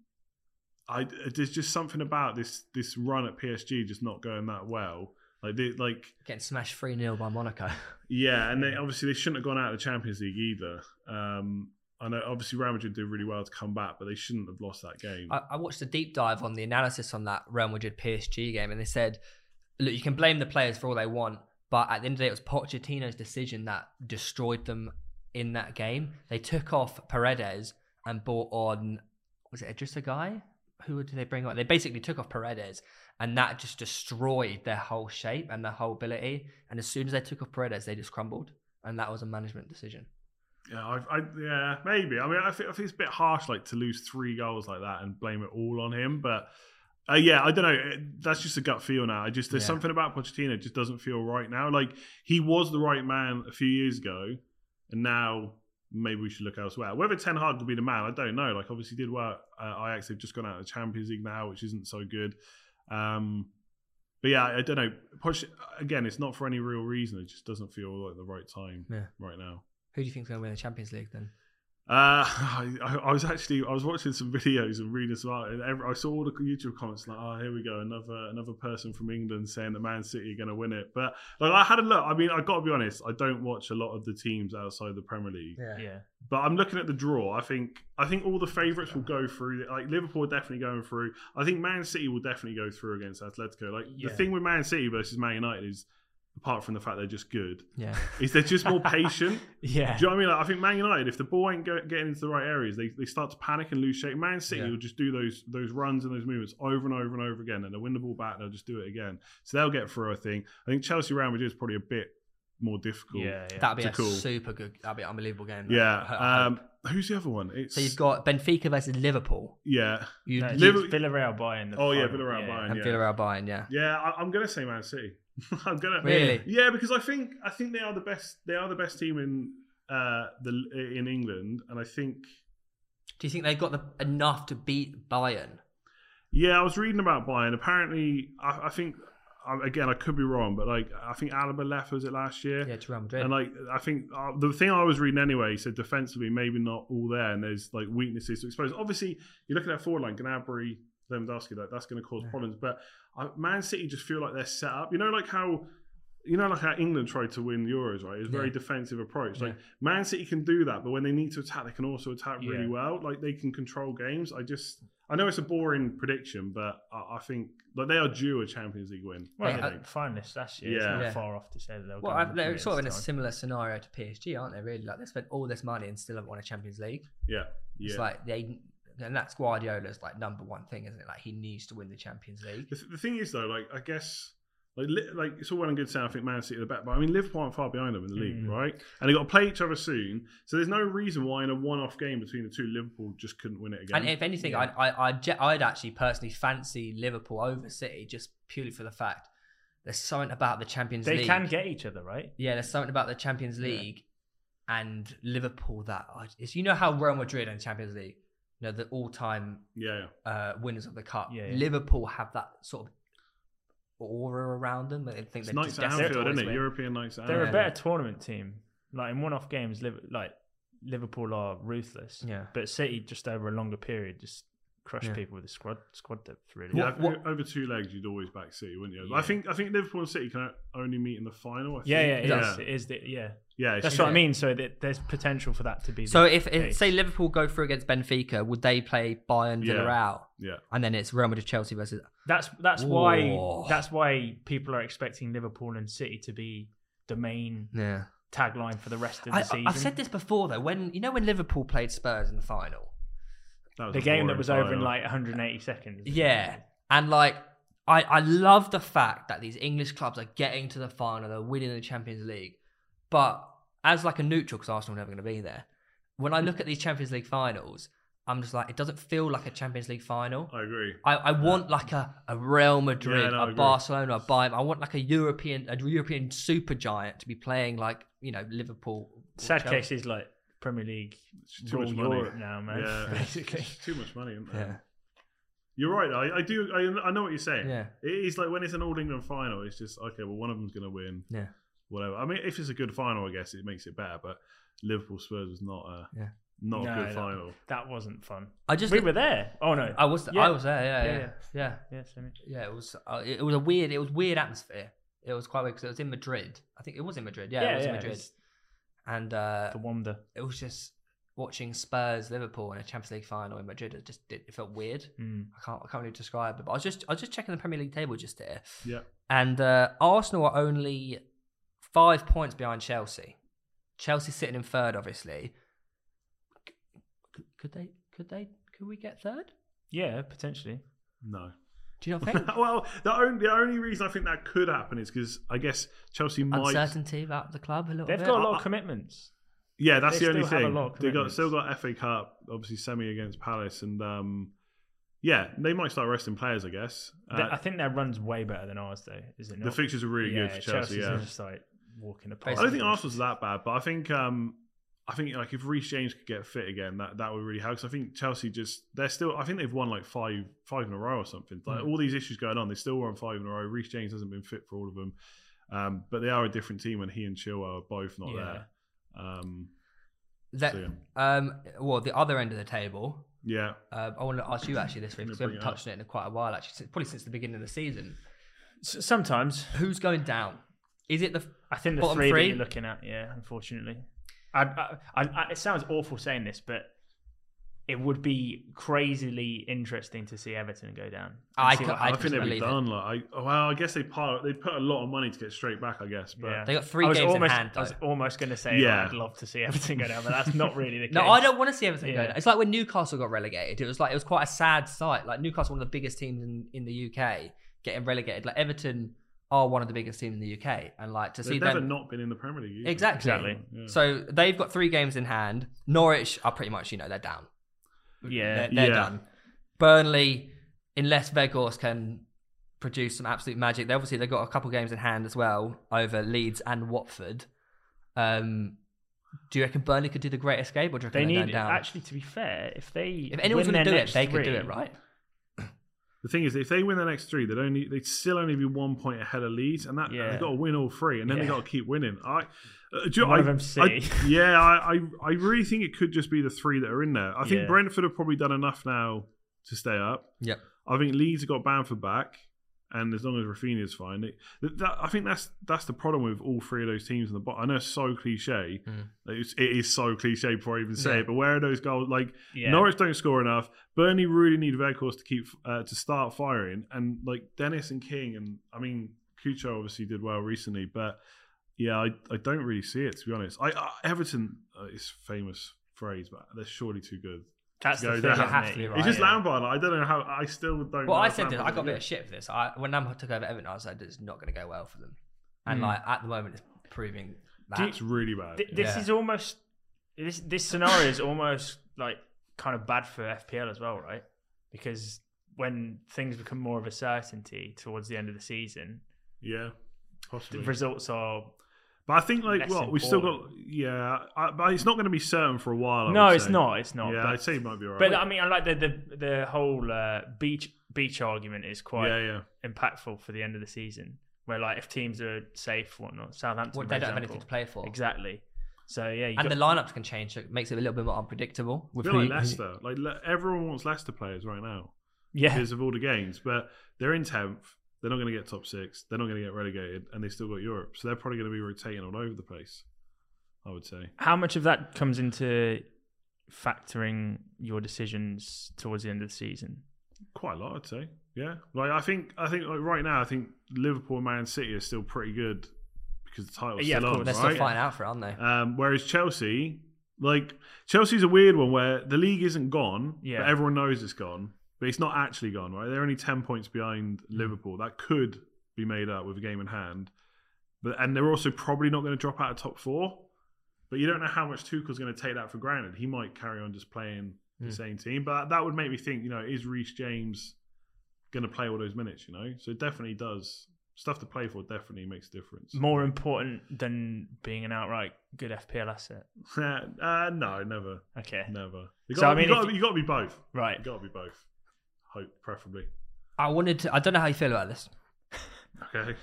Speaker 3: I there's just something about this this run at PSG just not going that well. Like they, like
Speaker 1: Getting smashed three 0 by Monaco.
Speaker 3: yeah, and they obviously they shouldn't have gone out of the Champions League either. Um, I know obviously Real Madrid did really well to come back, but they shouldn't have lost that game.
Speaker 1: I, I watched a deep dive on the analysis on that Real Madrid PSG game, and they said, look, you can blame the players for all they want, but at the end of the day, it was Pochettino's decision that destroyed them in that game. They took off Paredes and bought on, was it just a guy? Who did they bring on? They basically took off Paredes, and that just destroyed their whole shape and their whole ability. And as soon as they took off Paredes, they just crumbled, and that was a management decision.
Speaker 3: Yeah, I, I, yeah, maybe. I mean, I think, I think it's a bit harsh, like to lose three goals like that and blame it all on him. But uh, yeah, I don't know. That's just a gut feel now. I just there's
Speaker 1: Yeah.
Speaker 3: something about Pochettino that just doesn't feel right now. Like he was the right man a few years ago, and now maybe we should look elsewhere. Whether Ten Hag could be the man, I don't know. Like obviously he did well. At, uh, Ajax they've just gone out of the Champions League now, which isn't so good. Um, but yeah, I don't know. Poch, again, it's not for any real reason. It just doesn't feel like the right time
Speaker 1: Yeah.
Speaker 3: right now.
Speaker 1: Who do you think's going to win the Champions League then?
Speaker 3: Uh, I, I- I was actually I was watching some videos and reading some art, and every, I saw all the YouTube comments like, "Oh, here we go, another another person from England saying that Man City are going to win it." But like, I had a look. I mean, I got to be honest, I don't watch a lot of the teams outside the Premier League,
Speaker 2: Yeah.
Speaker 3: but I'm looking at the draw. I think I think all the favourites will go through. Like Liverpool are definitely going through. I think Man City will definitely go through against Atletico. Like
Speaker 2: Yeah.
Speaker 3: the thing with Man City versus Man United is, apart from the fact they're just good,
Speaker 1: Yeah.
Speaker 3: is they're just more patient.
Speaker 2: Yeah.
Speaker 3: Do you know what I mean? Like, I think Man United, if the ball ain't go- getting into the right areas, they, they start to panic and lose shape. Man City
Speaker 1: Yeah.
Speaker 3: will just do those those runs and those movements over and over and over again, and they'll win the ball back. They'll just do it again, so they'll get through. I think. I think Chelsea Real Madrid is probably a bit more difficult.
Speaker 2: Yeah, yeah.
Speaker 1: That'd be
Speaker 3: To
Speaker 1: a
Speaker 3: cool.
Speaker 1: super good. That'd be an unbelievable game. I- I-
Speaker 3: Yeah. Um, who's the other one? It's
Speaker 1: so you've got Benfica versus Liverpool.
Speaker 3: yeah.
Speaker 1: You,
Speaker 2: no, it's
Speaker 1: you-
Speaker 3: Liver-
Speaker 2: Villarreal buying the
Speaker 3: Oh yeah,
Speaker 2: final.
Speaker 3: Villarreal Bayern.
Speaker 1: and
Speaker 3: yeah.
Speaker 1: Villarreal Bayern. Yeah.
Speaker 3: Yeah, I, I'm gonna say Man City. I'm gonna
Speaker 1: Really?
Speaker 3: Yeah, because I think I think they are the best. They are the best team in uh the in England, and I think
Speaker 1: Do you think they've got the, enough to beat Bayern?
Speaker 3: yeah, I was reading about Bayern. Apparently, I, I think I- again I could be wrong, but like I think Alaba left was it last year?
Speaker 1: Yeah, to Real Madrid.
Speaker 3: And like I think uh, the thing I was reading anyway he said defensively maybe not all there, and there's like weaknesses to expose. Obviously, you're looking at forward line Gnabry, Lewandowski, that that's going to cause
Speaker 1: Yeah.
Speaker 3: problems. But uh, Man City just feel like they're set up. You know, like how. You know, like how England tried to win Euros, right? It's a very
Speaker 1: Yeah.
Speaker 3: defensive approach.
Speaker 1: Yeah.
Speaker 3: Like Man City can do that, but when they need to attack, they can also attack really
Speaker 2: Yeah.
Speaker 3: well. Like they can control games. I just, I know it's a boring prediction, but I, I think like they are due a Champions League win.
Speaker 2: Well,
Speaker 1: Yeah,
Speaker 2: yeah,
Speaker 3: I
Speaker 2: they
Speaker 3: think.
Speaker 2: finalists last year. It's
Speaker 3: Yeah.
Speaker 2: not
Speaker 1: Yeah.
Speaker 2: far off to say that they'll
Speaker 1: well,
Speaker 2: go
Speaker 1: I,
Speaker 2: and
Speaker 1: they're
Speaker 2: commit
Speaker 1: sort of in a
Speaker 2: this time.
Speaker 1: similar scenario to PSG, aren't they? Really, like they spent all this money and still haven't won a Champions League.
Speaker 3: yeah, yeah.
Speaker 1: It's like they, and that's Guardiola's like number one thing, isn't it? Like he needs to win the Champions League.
Speaker 3: The, th- the thing is, though, like I guess, like li- like it's all well and good saying I think Man City are the better, but I mean Liverpool aren't far behind them in the league,
Speaker 2: Mm.
Speaker 3: right? And they got to play each other soon, so there's no reason why in a one-off game between the two, Liverpool just couldn't win it again.
Speaker 1: And if anything,
Speaker 2: Yeah.
Speaker 1: I, I, I'd, je- I'd actually personally fancy Liverpool over City just purely for the fact there's something about the Champions
Speaker 2: They
Speaker 1: League.
Speaker 2: can get each other, right?
Speaker 1: yeah, there's something about the Champions
Speaker 2: Yeah.
Speaker 1: League and Liverpool that I, it's, you know how Real Madrid and Champions League, you know, the all-time
Speaker 3: yeah,
Speaker 1: uh, winners of the cup.
Speaker 2: Yeah, yeah.
Speaker 1: Liverpool have that sort of aura around them. that They think
Speaker 3: it's
Speaker 1: they're
Speaker 3: nights
Speaker 1: just
Speaker 3: at
Speaker 1: destined to
Speaker 3: Anfield,
Speaker 1: always
Speaker 3: isn't it?
Speaker 1: win.
Speaker 3: European nights at
Speaker 2: They're
Speaker 1: Oh, Yeah.
Speaker 2: a
Speaker 3: Anfield.
Speaker 2: better tournament team. Like in one-off games, Liv- like Liverpool are ruthless.
Speaker 1: Yeah.
Speaker 2: But City just over a longer period just crush
Speaker 1: Yeah.
Speaker 2: people with the squad squad depth really.
Speaker 3: Yeah,
Speaker 1: What- what-
Speaker 3: over two legs, you'd always back City, wouldn't you?
Speaker 2: Yeah.
Speaker 3: I think I think Liverpool and City can only meet in the final. I
Speaker 2: Yeah, yeah,
Speaker 3: think.
Speaker 2: it
Speaker 3: yeah,
Speaker 2: is. It is the, yeah.
Speaker 3: yeah. it's-
Speaker 2: That's what I mean. So that there's potential for that to be.
Speaker 1: So
Speaker 2: the
Speaker 1: if, if
Speaker 2: case.
Speaker 1: say Liverpool go through against Benfica, would they play Bayern
Speaker 3: Yeah.
Speaker 1: Villarreal?
Speaker 3: yeah.
Speaker 1: And then it's Real Madrid Chelsea versus
Speaker 2: that's that's
Speaker 1: Whoa.
Speaker 2: why that's why people are expecting Liverpool and City to be the main
Speaker 1: Yeah.
Speaker 2: tagline for the rest of the
Speaker 1: I,
Speaker 2: season.
Speaker 1: I've said this before though. When you know when Liverpool played Spurs in the final,
Speaker 3: That was
Speaker 2: the
Speaker 3: a
Speaker 2: game that
Speaker 3: boring
Speaker 2: was over in
Speaker 3: final.
Speaker 2: like 180 seconds.
Speaker 1: yeah, and like I, I love the fact that these English clubs are getting to the final, they're winning the Champions League, but as like a neutral, because Arsenal are never going to be there. When I look at these Champions League finals, I'm just like it doesn't feel like a Champions League final.
Speaker 3: I agree.
Speaker 1: I, I want like a, a Real Madrid,
Speaker 3: Yeah, no, I
Speaker 1: a
Speaker 3: agree.
Speaker 1: Barcelona, a Bayern. I want like a European a European super giant to be playing like you know Liverpool. or
Speaker 2: Sad
Speaker 1: Chelsea.
Speaker 2: case is like Premier League
Speaker 3: It's too
Speaker 2: rule
Speaker 3: much money.
Speaker 2: Europe now, man.
Speaker 3: Yeah.
Speaker 2: Basically,
Speaker 3: It's too much money. Isn't it?
Speaker 1: Yeah,
Speaker 3: You're right. I, I do. I, I know what you're saying.
Speaker 1: yeah,
Speaker 3: It is like when it's an All England final, it's just okay. Well, one of them's going to win.
Speaker 1: Yeah.
Speaker 3: Whatever. I mean, if it's a good final, I guess it makes it better. But Liverpool Spurs was not a
Speaker 1: Yeah.
Speaker 3: not
Speaker 2: No,
Speaker 3: a good
Speaker 2: no.
Speaker 3: final.
Speaker 2: that wasn't fun.
Speaker 1: I just
Speaker 2: we were there. Oh no.
Speaker 1: I was
Speaker 2: Yeah.
Speaker 1: I was there. Yeah,
Speaker 2: Yeah,
Speaker 1: yeah, yeah.
Speaker 2: yeah. yeah, semi.
Speaker 1: It was uh, it it was a weird it was weird atmosphere. It was quite weird because it was in Madrid. I think it was in Madrid. Yeah, it was in Madrid.
Speaker 2: it's
Speaker 1: and uh,
Speaker 2: The wonder.
Speaker 1: it was just watching Spurs Liverpool in a Champions League final in Madrid. It just did, it felt weird.
Speaker 2: Mm.
Speaker 1: I can't I can't really describe it. But I was just I was just checking the Premier League table just here.
Speaker 3: Yeah.
Speaker 1: And uh, Arsenal are only five points behind Chelsea. Chelsea sitting in third, obviously. C- c- Could they? Could they? Could we get third?
Speaker 2: Yeah, potentially.
Speaker 3: No.
Speaker 1: Do you not think?
Speaker 3: well, the only the only reason I think that could happen is because I guess Chelsea might.
Speaker 1: Uncertainty about the club a little
Speaker 2: They've
Speaker 1: bit.
Speaker 2: got a lot of commitments.
Speaker 3: Yeah, that's
Speaker 2: They
Speaker 3: the only
Speaker 2: still have a
Speaker 3: thing.
Speaker 2: lot of
Speaker 3: They got
Speaker 2: commitments.
Speaker 3: still got FA Cup, obviously semi against Palace, and um, yeah, they might start resting players. I guess
Speaker 2: Th-
Speaker 3: uh,
Speaker 2: I think their run's way better than ours, though, is it not?
Speaker 3: the fixtures are really
Speaker 2: yeah,
Speaker 3: good for
Speaker 2: Chelsea's
Speaker 3: Chelsea. Yeah.
Speaker 2: just like walking apart.
Speaker 3: I don't think Arsenal's that bad, but I think um, I think like if Reece James could get fit again, that that would really help. 'Cause I think Chelsea just they're still I think they've won like five five in a row or something. Like
Speaker 1: Mm.
Speaker 3: all these issues going on, they still won five in a row. Reece James hasn't been fit for all of them, um, but they are a different team, and he and Chilwell are both not
Speaker 2: Yeah.
Speaker 3: there. Um,
Speaker 1: That-
Speaker 3: so, yeah.
Speaker 1: um, well, the other end of the table.
Speaker 3: yeah,
Speaker 1: Uh, I want to ask you actually this week because we
Speaker 3: Bring
Speaker 1: haven't
Speaker 3: it up.
Speaker 1: touched on it in quite a while. Actually, since- probably since the beginning of the season.
Speaker 2: S- Sometimes
Speaker 1: Who's going down? Is it the
Speaker 2: I think the
Speaker 1: Bottom
Speaker 2: three,
Speaker 1: three?
Speaker 2: that you're looking at, yeah, unfortunately. I, I, I, I, it sounds awful saying this, but it would be crazily interesting to see Everton go down. and
Speaker 1: I
Speaker 2: see
Speaker 1: ca-
Speaker 2: what
Speaker 1: I
Speaker 3: I,
Speaker 2: happens.
Speaker 3: think they'd be
Speaker 1: believe it.
Speaker 3: done. Like, I, well, I guess they pile, they put a lot of money to get straight back. I guess, but
Speaker 2: Yeah.
Speaker 1: They got three
Speaker 2: I was
Speaker 1: games in
Speaker 2: almost,
Speaker 1: hand,
Speaker 2: I was almost going to say,
Speaker 3: Yeah.
Speaker 2: I'd love to see Everton go down, but that's not really the case.
Speaker 1: No, I don't want to see everything go
Speaker 2: Yeah.
Speaker 1: down. It's like when Newcastle got relegated. It was like it was quite a sad sight. Like Newcastle, one of the biggest teams in, in the UK, getting relegated. Like Everton are one of the biggest teams in the UK, and like to see
Speaker 3: They've never
Speaker 1: them
Speaker 3: not been in the Premier League. either.
Speaker 1: exactly.
Speaker 2: Exactly.
Speaker 3: Yeah.
Speaker 1: So they've got three games in hand. Norwich are pretty much you know they're down.
Speaker 2: Yeah.
Speaker 1: They're, they're
Speaker 3: Yeah.
Speaker 1: done. Burnley, unless Vegors can produce some absolute magic, they obviously they've got a couple games in hand as well over Leeds and Watford. Um, do you reckon Burnley could do the Great Escape, or do you reckon
Speaker 2: They
Speaker 1: are
Speaker 2: need
Speaker 1: down?
Speaker 2: actually to be fair, if they
Speaker 1: if anyone's
Speaker 2: win
Speaker 1: going to
Speaker 2: their
Speaker 1: do it,
Speaker 2: next
Speaker 1: they could do
Speaker 2: three-
Speaker 1: it, right?
Speaker 3: The thing is, if they win the next three, they'd only they'd still only be one point ahead of Leeds, and that
Speaker 2: Yeah.
Speaker 3: they've got to win all three, and then they
Speaker 2: Yeah.
Speaker 3: got to keep winning. I, uh, do you,
Speaker 2: One
Speaker 3: I,
Speaker 2: of them
Speaker 3: I-
Speaker 2: City.
Speaker 3: yeah, I, I I really think it could just be the three that are in there. I think
Speaker 2: Yeah.
Speaker 3: Brentford have probably done enough now to stay up.
Speaker 1: Yep.
Speaker 3: I think Leeds have got Bamford back, and as long as Rafinha's fine, it, that, that- I think that's that's the problem with all three of those teams in the bottom. I know it's so cliche,
Speaker 1: Mm.
Speaker 3: it's, it is so cliche before I even say
Speaker 1: Yeah.
Speaker 3: it. But where are those goals? Like
Speaker 2: Yeah.
Speaker 3: Norwich don't score enough. Burnley really need Veghorst to keep uh, to start firing, and like Dennis and King, and I mean Cucho obviously did well recently, but yeah, I, I don't really see it to be honest. I, I Everton uh, is famous phrase, but they're surely too good.
Speaker 2: That's
Speaker 3: go
Speaker 2: the thing.
Speaker 3: down.
Speaker 2: isn't
Speaker 1: Has to
Speaker 2: it?
Speaker 1: be right,
Speaker 3: it's just
Speaker 1: yeah.
Speaker 3: Lampard. I don't know how. I still
Speaker 1: Well,
Speaker 3: don't. know
Speaker 1: I
Speaker 3: if
Speaker 1: said this. I
Speaker 3: Lampard
Speaker 1: got a
Speaker 3: is
Speaker 1: bit
Speaker 3: good.
Speaker 1: of shit for this. I, when Lampard took over Everton, I said it's not going to go well for them, and
Speaker 2: Mm.
Speaker 3: Hmm.
Speaker 1: like at the moment, it's proving that.
Speaker 3: It's really bad.
Speaker 2: Th- this
Speaker 1: Yeah.
Speaker 2: is almost this this scenario is almost like kind of bad for FPL as well, right? Because when things become more of a certainty towards the end of the season,
Speaker 3: yeah,
Speaker 2: the
Speaker 3: possibly.
Speaker 2: results are
Speaker 3: but I think like
Speaker 2: less
Speaker 3: well, we still got
Speaker 2: important.
Speaker 3: yeah, I, but it's not going to be certain for a while. Oh, I
Speaker 2: no,
Speaker 3: would
Speaker 2: it's
Speaker 3: say.
Speaker 2: not, it's not.
Speaker 3: yeah,
Speaker 2: but,
Speaker 3: I'd say it might be alright.
Speaker 2: but I mean, I like the the the whole uh, beach beach argument is
Speaker 1: um,
Speaker 2: quite
Speaker 3: yeah, yeah.
Speaker 2: impactful for the end of the season, where like if teams are safe, whatnot, Southampton,
Speaker 1: Well,
Speaker 2: for
Speaker 1: they don't have
Speaker 2: example.
Speaker 1: anything to play for.
Speaker 2: exactly. So yeah, you
Speaker 1: And
Speaker 2: got,
Speaker 1: the lineups can change, so it makes it a little bit more unpredictable. With
Speaker 3: I
Speaker 1: who-
Speaker 3: feel like
Speaker 1: who-
Speaker 3: Leicester. Like Le- everyone wants Leicester players right now
Speaker 2: yeah,
Speaker 3: because of all the games, but they're in tenth. They're not going to get top six. They're not going to get relegated, and they still got Europe, so they're probably going to be rotating all over the place. I would say.
Speaker 2: How much of that comes into factoring your decisions towards the end of the season?
Speaker 3: Quite a lot, I'd say. Yeah, like I think I think like right now I think Liverpool and Man City are still pretty good because the title's
Speaker 2: Yeah,
Speaker 3: still
Speaker 2: of
Speaker 3: on,
Speaker 2: course.
Speaker 1: they're
Speaker 3: right?
Speaker 1: still fighting out for it, aren't they?
Speaker 3: Um, whereas Chelsea, like Chelsea's a weird one where the league isn't gone,
Speaker 2: Yeah.
Speaker 3: but everyone knows it's gone, but it's not actually gone, right? They're only ten points behind Liverpool. That could be made up with a game in hand, but and they're also probably not going to drop out of top four. But you don't know how much Tuchel's going to take that for granted. He might carry on just playing the
Speaker 1: Mm.
Speaker 3: same team, but that would make me think, you know, is Reece James going to play all those minutes? You know, so it definitely does stuff to play for. Definitely makes a difference.
Speaker 2: More important than being an outright good FPL asset.
Speaker 3: uh, no, never.
Speaker 2: Okay,
Speaker 3: Never. You
Speaker 2: So,
Speaker 3: got,
Speaker 2: I mean,
Speaker 3: you,
Speaker 2: if
Speaker 3: got, you got to be both.
Speaker 2: right.
Speaker 3: You got to be both. Hope, preferably.
Speaker 1: I wanted to. I don't know how you feel about this.
Speaker 3: Okay.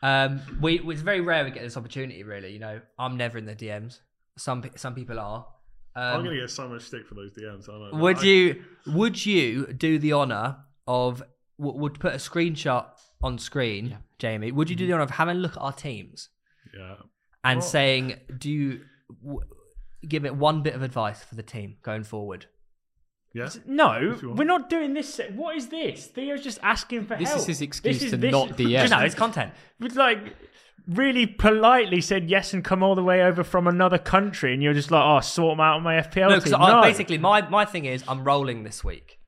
Speaker 1: Um, we it's very rare we get this opportunity. Really, you know, I'm never in the DMs. Some pe- some people are.
Speaker 3: I'm
Speaker 1: Um,
Speaker 3: gonna get so much stick for those DMs. I know.
Speaker 1: would
Speaker 3: I-
Speaker 1: you would you do the honor of w- would put a screenshot on screen, Jamie? Would you do the honor of having a look at our teams
Speaker 3: Yeah.
Speaker 1: and
Speaker 2: Well-
Speaker 1: saying, do you w- give it one bit of advice for the team going forward?
Speaker 3: Yeah.
Speaker 2: No,
Speaker 3: you want.
Speaker 2: we're not doing this. se- What is this? Theo's just asking for
Speaker 4: This is
Speaker 2: help.
Speaker 4: his excuse to
Speaker 2: this-
Speaker 4: not DM.
Speaker 1: No, it's content.
Speaker 2: It's like really politely said yes and come all the way over from another country, and you're just like, oh, sort them out on my FPL
Speaker 1: No,
Speaker 2: team.
Speaker 1: because I
Speaker 2: No.
Speaker 1: basically my my thing is I'm rolling this week.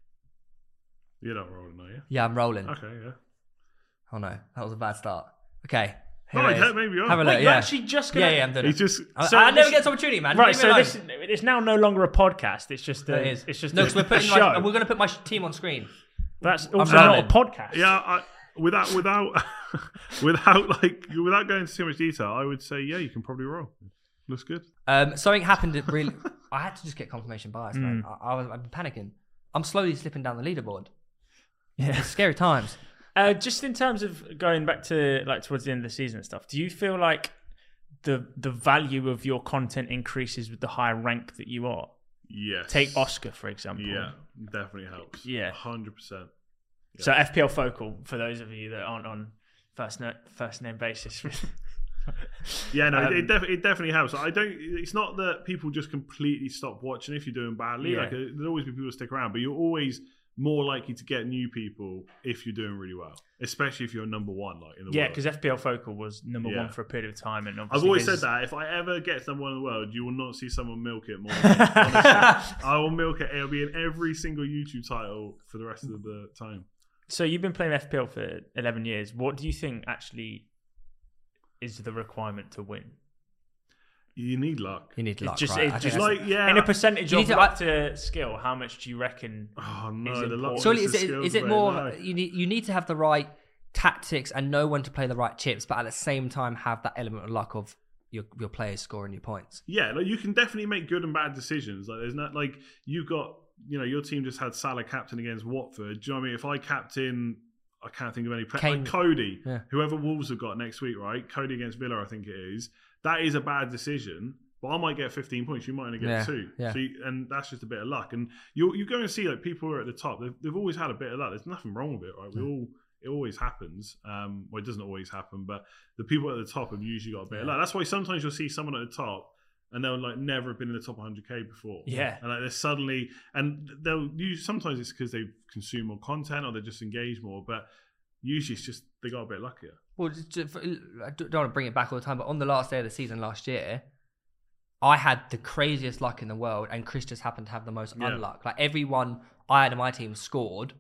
Speaker 3: You're not rolling, are you?
Speaker 1: Yeah, I'm rolling.
Speaker 3: Okay. Yeah.
Speaker 1: Oh no, that was a bad start. Okay. Here
Speaker 3: Oh,
Speaker 1: it
Speaker 3: yeah,
Speaker 1: is.
Speaker 3: maybe you are.
Speaker 1: Have a
Speaker 3: Wait,
Speaker 1: look.
Speaker 2: you're
Speaker 1: yeah.
Speaker 2: actually just gonna-
Speaker 1: Yeah, yeah, I'm doing
Speaker 3: He's
Speaker 1: it.
Speaker 3: just.
Speaker 1: I,
Speaker 2: so
Speaker 1: I never
Speaker 2: this-
Speaker 1: get this opportunity, man.
Speaker 2: Right,
Speaker 1: Leave me
Speaker 2: so
Speaker 1: alone.
Speaker 2: this it's now no longer a podcast. It's just a,
Speaker 1: It is.
Speaker 2: it's just
Speaker 1: no,
Speaker 2: a,
Speaker 1: 'cause we're putting
Speaker 2: a
Speaker 1: my-
Speaker 2: show.
Speaker 1: we're going to put my sh- team on screen.
Speaker 2: That's also
Speaker 1: I'm
Speaker 2: not a
Speaker 1: running.
Speaker 2: podcast.
Speaker 3: Yeah. I, without without without like without going into too much detail, I would say yeah, you can probably roll. Looks good.
Speaker 1: Um, something happened. That really, I had to just get confirmation bias,
Speaker 2: Hmm.
Speaker 1: man. I, I was, I've been panicking. I'm slowly slipping down the leaderboard.
Speaker 2: Yeah.
Speaker 1: It's scary times.
Speaker 2: Uh, just in terms of going back to like towards the end of the season and stuff, do you feel like the the value of your content increases with the higher rank that you are?
Speaker 3: Yes.
Speaker 2: Take Oscar for example.
Speaker 3: Yeah, definitely helps.
Speaker 2: Yeah.
Speaker 3: Hundred percent.
Speaker 2: So FPL focal for those of you that aren't on first no, first name basis.
Speaker 3: Yeah, no, it-
Speaker 2: Um,
Speaker 3: it, def- it definitely helps. I don't. It's not that people just completely stop watching if you're doing badly.
Speaker 2: Yeah.
Speaker 3: Like uh, there'll always be people who stick around, but you're always more likely to get new people if you're doing really well, especially if you're number one, like in the
Speaker 2: yeah,
Speaker 3: world.
Speaker 2: because FPL focal was number
Speaker 3: Yeah.
Speaker 2: one for a period of time, and
Speaker 3: I've
Speaker 2: obviously
Speaker 3: always
Speaker 2: his-
Speaker 3: said that if I ever get number one in the world, you will not see someone milk it more. than me, honestly. I will milk it. It'll be in every single YouTube title for the rest of the time.
Speaker 2: So you've been playing FPL for 11 years. What do you think actually is the requirement to win?
Speaker 3: You need luck.
Speaker 1: You need
Speaker 2: It's
Speaker 1: luck,
Speaker 2: just,
Speaker 1: right?
Speaker 2: it's
Speaker 1: I think
Speaker 2: just
Speaker 1: that's-
Speaker 3: like- yeah.
Speaker 2: in a percentage
Speaker 1: You
Speaker 2: of
Speaker 1: need to-
Speaker 2: luck to skill. How much do you reckon?
Speaker 3: Oh
Speaker 2: Is
Speaker 3: no,
Speaker 2: it
Speaker 3: the luck.
Speaker 2: important?
Speaker 1: Surely,
Speaker 3: versus
Speaker 1: is it
Speaker 3: skill's
Speaker 1: is it
Speaker 3: very
Speaker 1: more
Speaker 3: low.
Speaker 1: of- you need you need to have the right tactics and know when to play the right chips, but at the same time have that element of luck of your your players scoring your points.
Speaker 3: Yeah, like you can definitely make good and bad decisions. Like there's not like you got you know your team just had Salah captain against Watford. Do you know what I mean? If I captain, I can't think of any. Pre-
Speaker 1: Kane.
Speaker 3: Like Cody,
Speaker 1: Yeah.
Speaker 3: whoever Wolves have got next week, right? Cody against Villa, I think it is. That is a bad decision. But I might get 15 points. You might only get
Speaker 1: Yeah,
Speaker 3: two.
Speaker 1: yeah.
Speaker 3: So you, and that's just a bit of luck. And you you go and see like people who are at the top. They've, they've always had a bit of luck. There's nothing wrong with it, right? We
Speaker 1: Yeah.
Speaker 3: all it always happens. Um, well, it doesn't always happen, but the people at the top have usually got a bit of
Speaker 1: Yeah.
Speaker 3: luck. That's why sometimes you'll see someone at the top and they'll like never have been in the top 100k before.
Speaker 2: Yeah.
Speaker 3: and like they're suddenly and they'll use sometimes it's because they consume more content or they just engage more, but usually it's just they got a bit luckier.
Speaker 1: Well, just, just for- I don't want to bring it back all the time, but on the last day of the season last year, I had the craziest luck in the world, and Chris just happened to have the most
Speaker 3: Yeah.
Speaker 1: unluck. Like everyone I had in my team scored,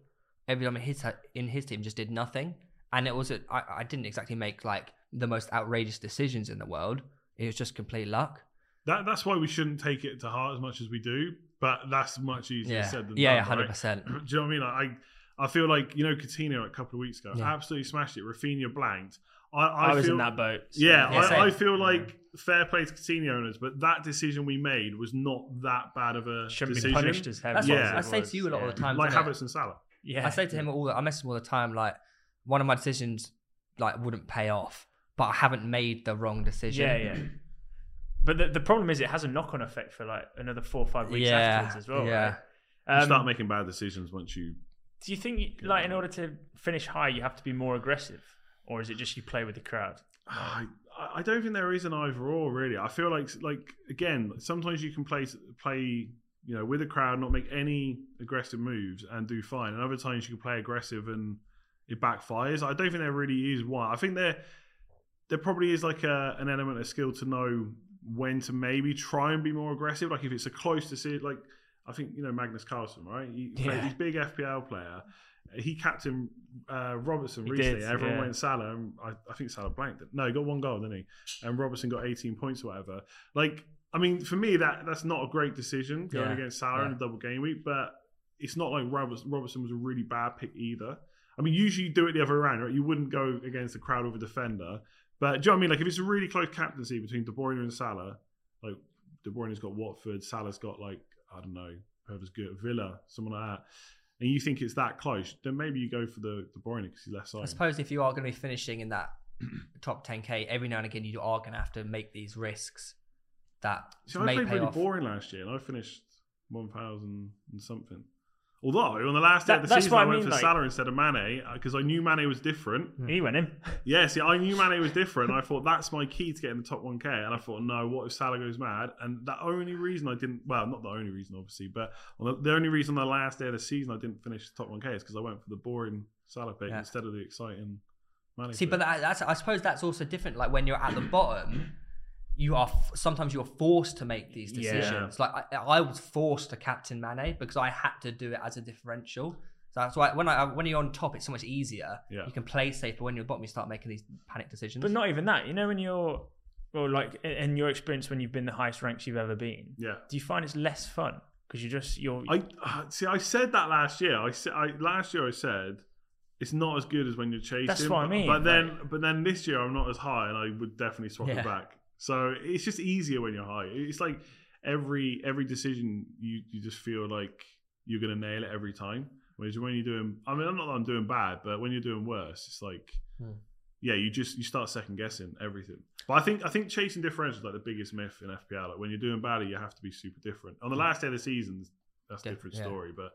Speaker 1: everyone in his in his team just did nothing, and it was a, I, I didn't exactly make like the most outrageous decisions in the world. It was just complete luck.
Speaker 3: That that's why we shouldn't take it to heart as much as we do, but that's much easier
Speaker 1: Yeah,
Speaker 3: said than
Speaker 1: yeah,
Speaker 3: done.
Speaker 1: hundred
Speaker 3: right?
Speaker 1: percent.
Speaker 3: Do you know what I mean? Like, I I feel like you know Coutinho a couple of weeks ago
Speaker 1: Yeah.
Speaker 3: absolutely smashed it. Rafinha blanked.
Speaker 2: I,
Speaker 3: I I,
Speaker 2: was
Speaker 3: feel,
Speaker 2: in that boat. so-
Speaker 3: Yeah,
Speaker 1: Yeah, same.
Speaker 3: I, I feel like fair play to Coutinho owners, but that decision we made was not that bad of a
Speaker 2: shouldn't
Speaker 3: decision.
Speaker 2: be punished as
Speaker 1: That's
Speaker 2: heavily.
Speaker 3: what
Speaker 2: as
Speaker 3: I
Speaker 2: it
Speaker 1: say to
Speaker 2: was,
Speaker 1: you a lot of
Speaker 2: yeah.
Speaker 1: the time.
Speaker 3: like
Speaker 1: isn't it?
Speaker 3: Havertz and Salah.
Speaker 2: Yeah,
Speaker 1: I say to him all the, I message him all the time, like one of my decisions like wouldn't pay off, but I haven't made the wrong decision.
Speaker 2: Yeah, yeah. But the, the problem is, it has a knock-on effect for like another four or five weeks
Speaker 1: Yeah,
Speaker 2: afterwards as well.
Speaker 1: yeah.
Speaker 2: Right?
Speaker 3: you
Speaker 2: Um,
Speaker 3: start making bad decisions once you.
Speaker 2: do you think, like, in order to finish high, you have to be more aggressive, or is it just you play with the crowd?
Speaker 3: I, I don't think there is an either or really. I feel like like again, sometimes you can play play you know with a crowd, not make any aggressive moves and do fine, and other times you can play aggressive and it backfires. I don't think there really is one. I think there there probably is like a, an element of skill to know when to maybe try and be more aggressive. Like if it's a close to see, like I think you know Magnus Carlsen, right? He,
Speaker 2: Yeah.
Speaker 3: He's a big FPL player. He captained uh, Robertson
Speaker 2: He
Speaker 3: recently.
Speaker 2: did,
Speaker 3: Everyone
Speaker 2: yeah.
Speaker 3: went Salah, and I, I think Salah blanked it. No, he got one goal, didn't he? And Robertson got 18 points or whatever. Like, I mean, for me, that that's not a great decision going
Speaker 1: Yeah,
Speaker 3: against Salah in a double game week, but it's not like Robertson, Robertson was a really bad pick either. I mean, usually you do it the other way around, right? You wouldn't go against a crowd with a defender. But do you know what I mean? Like, if it's a really close captaincy between De Bruyne and Salah, like, De Bruyne's got Watford, Salah's got, like, I don't know, whoever's good, Villa, someone like that, and you think it's that close, then maybe you go for the De Bruyne because he's less
Speaker 1: I
Speaker 3: side.
Speaker 1: suppose if you are going to be finishing in that top 10k, every now and again you are going to have to make these risks that
Speaker 3: See, I
Speaker 1: may
Speaker 3: played
Speaker 1: pay
Speaker 3: really
Speaker 1: off.
Speaker 3: boring last year, and I finished one thousand and something. Although on the last day
Speaker 2: That-
Speaker 3: of the
Speaker 2: that's
Speaker 3: season,
Speaker 2: what
Speaker 3: I,
Speaker 2: I
Speaker 3: went
Speaker 2: mean,
Speaker 3: for
Speaker 2: like-
Speaker 3: Salah instead of Mane because I knew Mane was different.
Speaker 1: Hmm.
Speaker 2: He went in.
Speaker 3: Yeah, see, I knew Mane was different. and I thought that's my key to getting the top 1K. And I thought, no, what if Salah goes mad? And the only reason I didn't, well, not the only reason, obviously, but on the, the only reason on the last day of the season I didn't finish the top 1K is because I went for the boring Salah pick
Speaker 1: Yeah.
Speaker 3: instead of the exciting Mane.
Speaker 1: See,
Speaker 3: pick.
Speaker 1: but that, that's I suppose that's also different. Like when you're at the bottom, you are f- sometimes you're forced to make these
Speaker 2: Yeah.
Speaker 1: decisions. Like I, I was forced to captain Mane because I had to do it as a differential. So that's why when I when you're on top, it's so much easier.
Speaker 3: Yeah.
Speaker 1: You can play safe, but when you're at the bottom, you start making these panic decisions.
Speaker 2: But not even that. You know, when you're, well, like in- in your experience, when you've been the highest ranks you've ever been,
Speaker 3: yeah.
Speaker 2: do you find it's less fun because you just you're
Speaker 3: I uh, see. I said that last year. I said I, last year. I said it's not as good as when you're chasing.
Speaker 2: That's what I
Speaker 3: but-
Speaker 2: mean,
Speaker 3: But then, but then this year I'm not as high, and I would definitely swap
Speaker 1: Yeah.
Speaker 3: it back. So it's just easier when you're high. It's like every every decision you you just feel like you're gonna nail it every time. Whereas when you're doing, I mean, I'm not that I'm doing bad, but when you're doing worse, it's like.
Speaker 1: Hmm.
Speaker 3: Yeah, you just you start second guessing everything. But I think I think chasing differentials is like the biggest myth in FPL. Like when you're doing badly, you have to be super different. On the
Speaker 1: Hmm.
Speaker 3: last day of the season, that's a
Speaker 1: Def-
Speaker 3: different
Speaker 1: yeah.
Speaker 3: story. But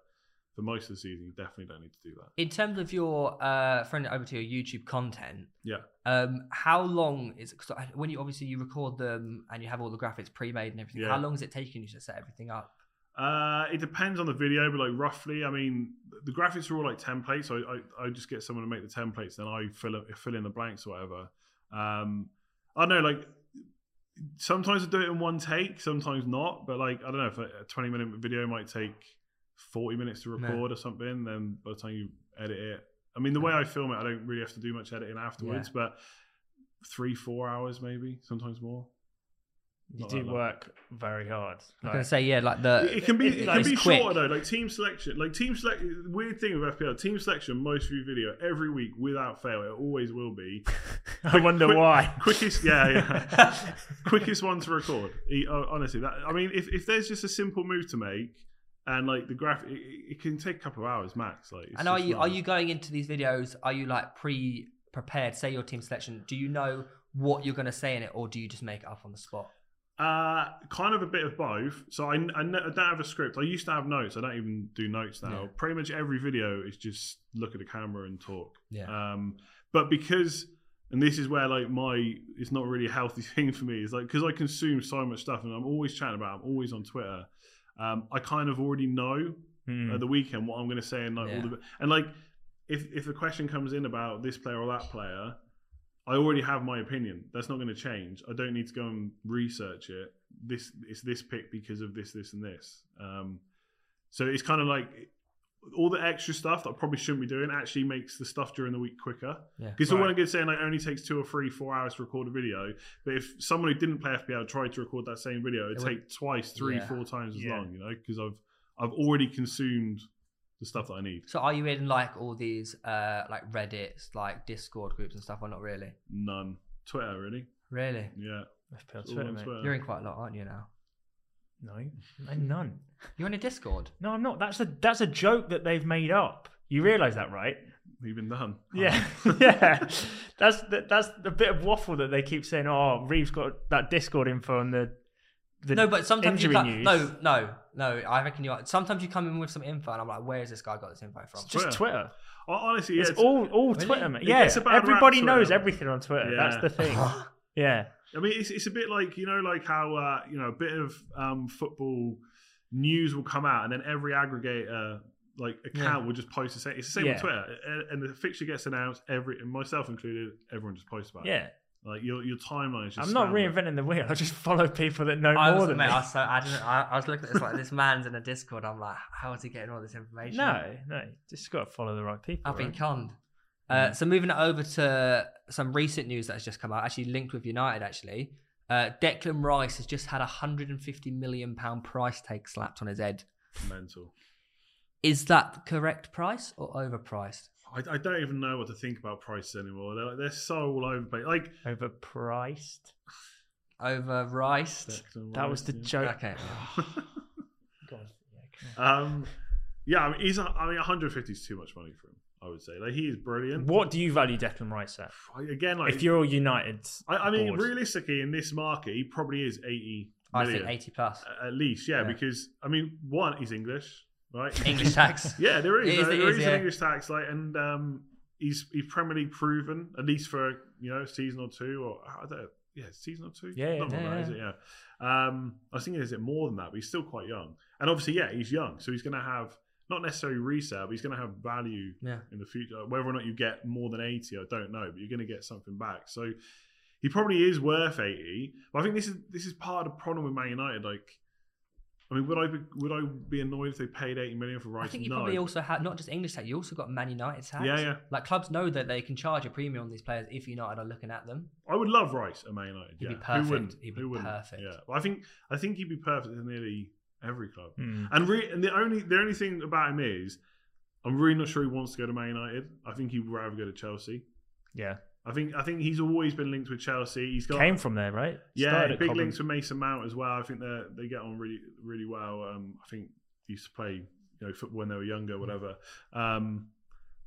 Speaker 3: for most of the season, you definitely don't need to do that.
Speaker 1: in terms of your uh, throwing it over to your YouTube content,
Speaker 3: Yeah,
Speaker 1: Um, how long is cause I- when you obviously you record them and you have all the graphics pre-made and everything?
Speaker 3: Yeah.
Speaker 1: How long is it taking you to set everything up?
Speaker 3: uh, it depends on the video, but like roughly, I mean, the graphics are all like templates. So I, I, I just get someone to make the templates, then I fill it- fill in the blanks or whatever. Um, I don't know, like sometimes I do it in one take, sometimes not. But like I don't know if a a twenty minute video might take forty minutes to
Speaker 1: No.
Speaker 3: record or something. Then by the time you edit it, I mean, the way I film it, I don't really have to do much editing afterwards, but three, four hours maybe, sometimes more.
Speaker 2: You
Speaker 3: Not
Speaker 2: do
Speaker 3: that long.
Speaker 2: work very hard.
Speaker 1: I'm
Speaker 2: Like,
Speaker 1: gonna say yeah, like the
Speaker 3: It can be it, can
Speaker 1: it's
Speaker 3: be
Speaker 1: Uh, quick.
Speaker 3: shorter though. Like team selection, like team selection. Weird thing with FPL, team selection, most view video every week without fail. It always will be
Speaker 2: I wonder
Speaker 3: quick-
Speaker 2: why.
Speaker 3: quickest. Yeah, yeah. quickest one to record. E- oh, Honestly, that I mean, if, if there's just a simple move to make and like the graph, it, it can take a couple of hours max. Like, it's
Speaker 1: And are
Speaker 3: just
Speaker 1: you
Speaker 3: not-
Speaker 1: are you going into these videos? Are you like pre prepared? Say your team selection. Do you know what you're going to say in it, or do you just make it up on the spot?
Speaker 3: Uh, kind of a bit of both. So I, I, kn- I don't have a script. I used to have notes. I don't even do notes now.
Speaker 1: Yeah.
Speaker 3: Pretty much every video is just look at the camera and talk.
Speaker 1: Yeah.
Speaker 3: Um, but because, and this is where like my, it's not really a healthy thing for me. Is like because I consume so much stuff and I'm always chatting about. it, I'm always on Twitter. Um, I kind of already know
Speaker 2: Hmm.
Speaker 3: at the weekend what I'm going to say and like
Speaker 1: Mm. Yeah.
Speaker 3: all the and like if if the question comes in about this player or that player, I already have my opinion. That's not going to change. I don't need to go and research it. This it's this pick because of this, this, and this. Um, so it's kind of like all the extra stuff that I probably shouldn't be doing actually makes the stuff during the week quicker.
Speaker 1: Yeah.
Speaker 3: Because the one
Speaker 2: Right.
Speaker 3: I'm good saying like it only takes two or three, four hours to record a video. But if someone who didn't play FPL tried to record that same video, it'd
Speaker 1: It would-
Speaker 3: take twice, three,
Speaker 1: Yeah.
Speaker 3: four times as
Speaker 2: Yeah.
Speaker 3: long. You know, because I've I've already consumed the stuff that I need.
Speaker 1: So are you in like all these uh like Reddit's like Discord groups and stuff, or not really?
Speaker 3: None. Twitter, really?
Speaker 1: Really,
Speaker 3: Yeah.
Speaker 2: FPL
Speaker 3: it's all
Speaker 2: Twitter,
Speaker 3: on
Speaker 2: mate.
Speaker 3: Twitter.
Speaker 1: you're in quite a lot, aren't you now?
Speaker 2: No, no, none.
Speaker 1: You're in a Discord.
Speaker 2: No, I'm not. That's a that's a joke that they've made up. You realise that, right?
Speaker 3: Oh. Even none.
Speaker 2: Yeah, yeah. That's the, that's the bit of waffle that they keep saying. Oh, Reeves got that Discord info on the. the
Speaker 1: No, but sometimes you
Speaker 2: injury
Speaker 1: come,
Speaker 2: news.
Speaker 1: no, no, no. I reckon you. Are, sometimes you come in with some info, and I'm like, where has this guy got this info from?
Speaker 2: It's just
Speaker 3: Twitter.
Speaker 2: Twitter.
Speaker 3: Ho- Honestly, yeah,
Speaker 2: it's,
Speaker 3: it's-
Speaker 2: all all
Speaker 1: Really?
Speaker 2: Twitter, mate.
Speaker 3: It
Speaker 2: Yeah,
Speaker 3: gets a bad rap,
Speaker 2: everybody knows
Speaker 3: Twitter.
Speaker 2: everything on Twitter.
Speaker 3: Yeah.
Speaker 2: That's the thing. yeah,
Speaker 3: I mean, it's, it's a bit like, you know, like how, uh, you know, a bit of um, football news will come out and then every aggregator, like, account will just post the same. It's the same
Speaker 2: Yeah.
Speaker 3: with Twitter. A- And the fixture gets announced, every, and myself included, everyone just posts about it.
Speaker 2: yeah.
Speaker 3: Like, your, your timeline is just.
Speaker 2: I'm not
Speaker 3: spammed.
Speaker 2: reinventing the wheel. I just follow people that know
Speaker 1: I
Speaker 2: more
Speaker 1: was,
Speaker 2: than
Speaker 1: mate,
Speaker 2: me.
Speaker 1: I was so adamant. I, I was looking at this like this man's in a Discord. I'm like, how is he getting all this information?
Speaker 2: No, no. Just got to follow the right people.
Speaker 1: I've been
Speaker 2: right? Mm.
Speaker 1: conned. Uh, so moving over to some recent news that has just come out, actually linked with United. Actually, uh, Declan Rice has just had a 150 million pound price tag slapped on his head.
Speaker 3: Mental.
Speaker 1: Is that the correct price or overpriced?
Speaker 3: I, I don't even know what to think about prices anymore. They're, like, they're so all over the place. Like,
Speaker 2: overpriced.
Speaker 1: Overpriced.
Speaker 2: That was the joke.
Speaker 1: Okay.
Speaker 2: God, yeah, come
Speaker 3: Um, yeah, I mean, he's. I mean, 150 is too much money for him. I would say, like, he is
Speaker 2: on.
Speaker 3: brilliant.
Speaker 2: What do you value Declan Rice at?
Speaker 3: I- Again, like,
Speaker 2: if you're United,
Speaker 3: I, I mean,
Speaker 2: board.
Speaker 3: realistically, in this market, he probably is 80
Speaker 1: I
Speaker 3: million
Speaker 1: think 80
Speaker 2: Uh,
Speaker 1: plus.
Speaker 3: a- at least. Yeah,
Speaker 1: Yeah.
Speaker 3: because I mean, one, he's English, right?
Speaker 1: English tax.
Speaker 3: yeah, there is.
Speaker 1: It is-
Speaker 3: uh,
Speaker 1: it
Speaker 3: there
Speaker 1: is,
Speaker 3: is, an
Speaker 1: yeah.
Speaker 3: English tax, like, and um, he's he's Premier League proven at least for you know a season or two, or I don't. Yeah, season or two.
Speaker 2: Yeah, yeah,
Speaker 3: Not more
Speaker 1: yeah,
Speaker 3: than that, is it? Yeah. Um, I was thinking, is it more than that? But he's still quite young, and obviously, yeah, he's young, so he's going to have not necessarily resale, but he's going to have value
Speaker 1: Yeah.
Speaker 3: in the future. Whether or not you get more than 80, I don't know, but you're going to get something back. So he probably is worth 80. But I think this is this is part of the problem with Man United. Like, I mean, would I be, would I be annoyed if they paid 80 million for
Speaker 1: I
Speaker 3: Rice?
Speaker 1: think you
Speaker 3: no.
Speaker 1: probably also had not just English tax. You also got Man United tax.
Speaker 3: yeah, yeah.
Speaker 1: Like clubs know that they can charge a premium on these players if United are looking at them.
Speaker 3: I would love Rice at Man United.
Speaker 1: He'd
Speaker 3: yeah.
Speaker 1: be
Speaker 3: Who
Speaker 1: perfect.
Speaker 3: wouldn't?
Speaker 1: He'd be
Speaker 3: Who wouldn't?
Speaker 1: perfect.
Speaker 3: Yeah. Well, I think I think he'd be perfect in nearly every club.
Speaker 2: Hmm.
Speaker 3: And, re- and the only the only thing about him is, I'm really not sure he wants to go to Man United. I think he would rather go to Chelsea.
Speaker 2: yeah,
Speaker 3: I think I think he's always been linked with Chelsea. He's got
Speaker 2: came from there, right?
Speaker 3: yeah
Speaker 2: Started at
Speaker 3: big
Speaker 2: Cobham.
Speaker 3: links with Mason Mount as well. I think they they get on really really well. Um, I think he used to play you know football when they were younger, whatever. Um,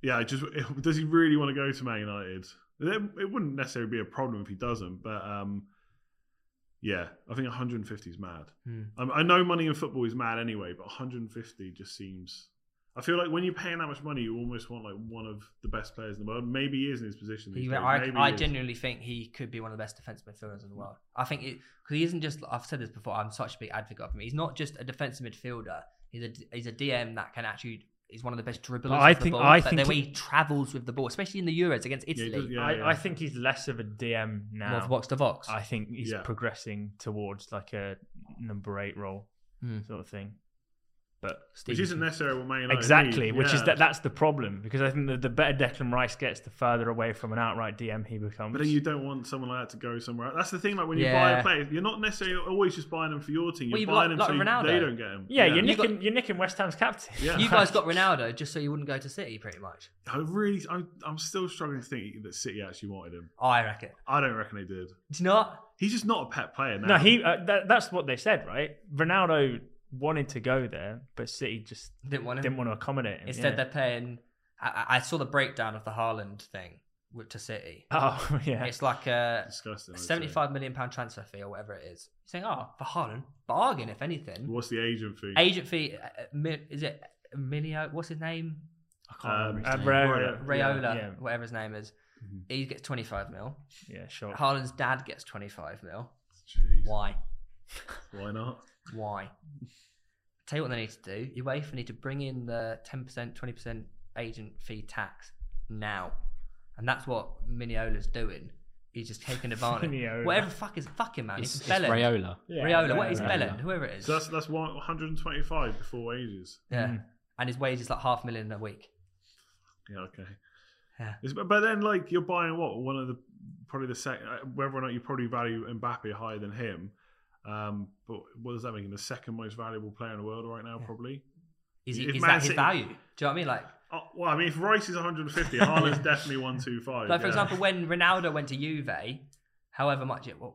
Speaker 3: yeah, it just does he really want to go to Man United? It, it wouldn't necessarily be a problem if he doesn't, but um, yeah, I think 150 is mad.
Speaker 1: Hmm.
Speaker 3: Um, I know money in football is mad anyway, but 150 just seems. I feel like when you're paying that much money, you almost want like one of the best players in the world. Maybe he is in his position. these
Speaker 1: He,
Speaker 3: days.
Speaker 1: I,
Speaker 3: Mm, Maybe
Speaker 1: I
Speaker 3: he is.
Speaker 1: genuinely think he could be one of the best defensive midfielders in the world. I think it because he isn't just. I've said this before. I'm such a big advocate of him. He's not just a defensive midfielder. He's a he's a DM that can actually. He's one of the best dribblers.
Speaker 2: I
Speaker 1: with the
Speaker 2: think-
Speaker 1: ball,
Speaker 2: I
Speaker 1: but
Speaker 2: think
Speaker 1: the way
Speaker 2: he-
Speaker 1: he travels with the ball, especially in the Euros against
Speaker 3: Yeah, he
Speaker 1: Italy,
Speaker 3: does- yeah,
Speaker 2: I,
Speaker 3: yeah.
Speaker 2: I think he's less of a DM now.
Speaker 1: more of box to box.
Speaker 2: I think he's
Speaker 3: Yeah.
Speaker 2: progressing towards like a number eight role
Speaker 1: Hmm.
Speaker 2: sort of thing. But
Speaker 3: which isn't necessarily what Man United
Speaker 2: exactly,
Speaker 3: need.
Speaker 2: which is
Speaker 3: Yeah.
Speaker 2: that that's the problem because I think that the better Declan Rice gets, the further away from an outright DM he becomes.
Speaker 3: But then you don't want someone like that to go somewhere. else. That's the thing. Like when you buy
Speaker 1: Yeah.
Speaker 3: a player, you're not necessarily always just buying them for your team. You're
Speaker 1: Well, you
Speaker 3: buying
Speaker 1: like-
Speaker 3: them
Speaker 1: like
Speaker 3: so
Speaker 1: Ronaldo.
Speaker 3: they don't get them.
Speaker 2: yeah, you're
Speaker 1: You got-
Speaker 2: nicking you're nicking West Ham's captain.
Speaker 3: Yeah.
Speaker 1: You guys got Ronaldo just so you wouldn't go to City, pretty much.
Speaker 3: I really, I'm, I'm still struggling to think that City actually wanted him.
Speaker 1: I reckon.
Speaker 3: I don't reckon they did.
Speaker 1: Do you not?
Speaker 3: He's just not a pet player now.
Speaker 2: No, he. Uh, that, that's what they said, right? Ronaldo wanted to go there, but City just
Speaker 1: Didn't want to.
Speaker 2: didn't want to accommodate him.
Speaker 1: Um, Instead,
Speaker 2: yeah.
Speaker 1: they're paying. I, I- I saw the breakdown of the Haaland thing with, to City.
Speaker 2: Oh yeah.
Speaker 1: It's like a
Speaker 3: disgusting. I'd say.
Speaker 1: seventy-five million pound transfer fee or whatever it is. You're saying, oh, for Haaland, bargain if anything.
Speaker 3: What's the agent fee?
Speaker 1: Agent fee, uh, uh, Mi- is it Emilio? What's his name? I can't
Speaker 3: Um,
Speaker 1: remember. His name.
Speaker 2: Abreu.
Speaker 1: Rayola,
Speaker 2: Yeah, Mm-hmm.
Speaker 1: whatever his name is.
Speaker 3: Mhm.
Speaker 1: He gets twenty-five mil.
Speaker 2: yeah, yeah, sure.
Speaker 1: Haaland's dad gets twenty-five mil.
Speaker 3: Jeez,
Speaker 1: Why?
Speaker 3: why not?
Speaker 1: Why? Tell you what they need to do. UEFA need to bring in the 10%, 20% agent fee tax now. And that's what Miniola's doing. He's just taking advantage.
Speaker 2: Mignola.
Speaker 1: Whatever the fuck is fucking man.
Speaker 4: It's,
Speaker 1: It's,
Speaker 4: it's
Speaker 1: Bellerin.
Speaker 4: Rayola.
Speaker 2: Yeah,
Speaker 1: Raiola, what is
Speaker 4: Raiola.
Speaker 1: Bellerin? Whoever it is.
Speaker 3: So that's that's one- 125 before wages.
Speaker 1: yeah.
Speaker 2: Mm.
Speaker 1: And his wage is like half a million a week.
Speaker 3: Yeah, okay.
Speaker 1: Yeah.
Speaker 3: It's- but- but then, like, you're buying what one of the probably the second, whether or not you probably value Mbappe higher than him. Um, but what does that mean? The second most valuable player in the world right now,
Speaker 1: Yeah.
Speaker 3: probably.
Speaker 1: Is, he,
Speaker 3: If
Speaker 1: is
Speaker 3: Man
Speaker 1: that his
Speaker 3: City-
Speaker 1: value? Do you know what I mean? Like,
Speaker 3: Oh, well, I mean, if Rice is 150, Haaland's definitely 125.
Speaker 1: like for
Speaker 3: yeah.
Speaker 1: example, when Ronaldo went to Juve, however much it was,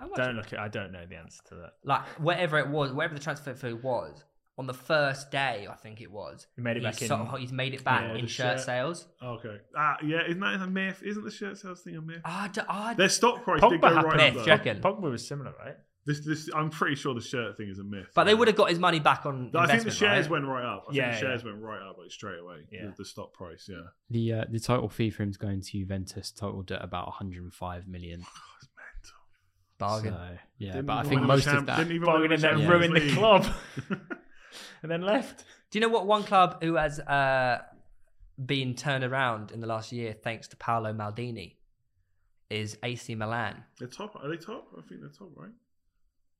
Speaker 1: how much
Speaker 2: Don't look. At, I don't know the answer to that.
Speaker 1: like whatever it was, whatever the transfer fee was, on the first day, I think it was,
Speaker 2: He made it
Speaker 1: he's
Speaker 2: back in.
Speaker 1: somehow- he's made it back
Speaker 3: Yeah,
Speaker 1: in
Speaker 3: the
Speaker 1: shirt,
Speaker 3: shirt.
Speaker 1: sales.
Speaker 3: Okay. Ah, yeah. Isn't that a myth? Isn't the shirt sales thing a myth?
Speaker 1: Ah, d- ah,
Speaker 3: Their stock price did
Speaker 2: Pogba
Speaker 3: go
Speaker 2: happened.
Speaker 3: right
Speaker 1: Myth,
Speaker 3: up.
Speaker 1: Jack.
Speaker 3: though.
Speaker 1: reckon?
Speaker 2: Pogba was similar, right?
Speaker 3: This, this, I'm pretty sure the shirt thing is a myth.
Speaker 1: but they would have got his money back on.
Speaker 3: I think the
Speaker 1: investment,
Speaker 3: shares
Speaker 1: right?
Speaker 3: went right up. I
Speaker 2: Yeah,
Speaker 3: think the shares went right up like straight away.
Speaker 2: Yeah.
Speaker 3: The, the stock price. Yeah.
Speaker 4: The uh, the total fee for him's going to Juventus totaled at about 105 million.
Speaker 1: bargain.
Speaker 4: So, yeah,
Speaker 3: Didn't
Speaker 4: but I
Speaker 3: even
Speaker 4: think
Speaker 3: win the
Speaker 4: most of
Speaker 3: champ-
Speaker 4: that.
Speaker 3: didn't even win
Speaker 2: Bargain and then
Speaker 4: Yeah.
Speaker 2: ruined the
Speaker 3: Champions
Speaker 2: club, and then left.
Speaker 1: Do you know what one club who has uh, been turned around in the last year thanks to Paolo Maldini is AC Milan?
Speaker 3: They're top. Are they top? I think they're top, right?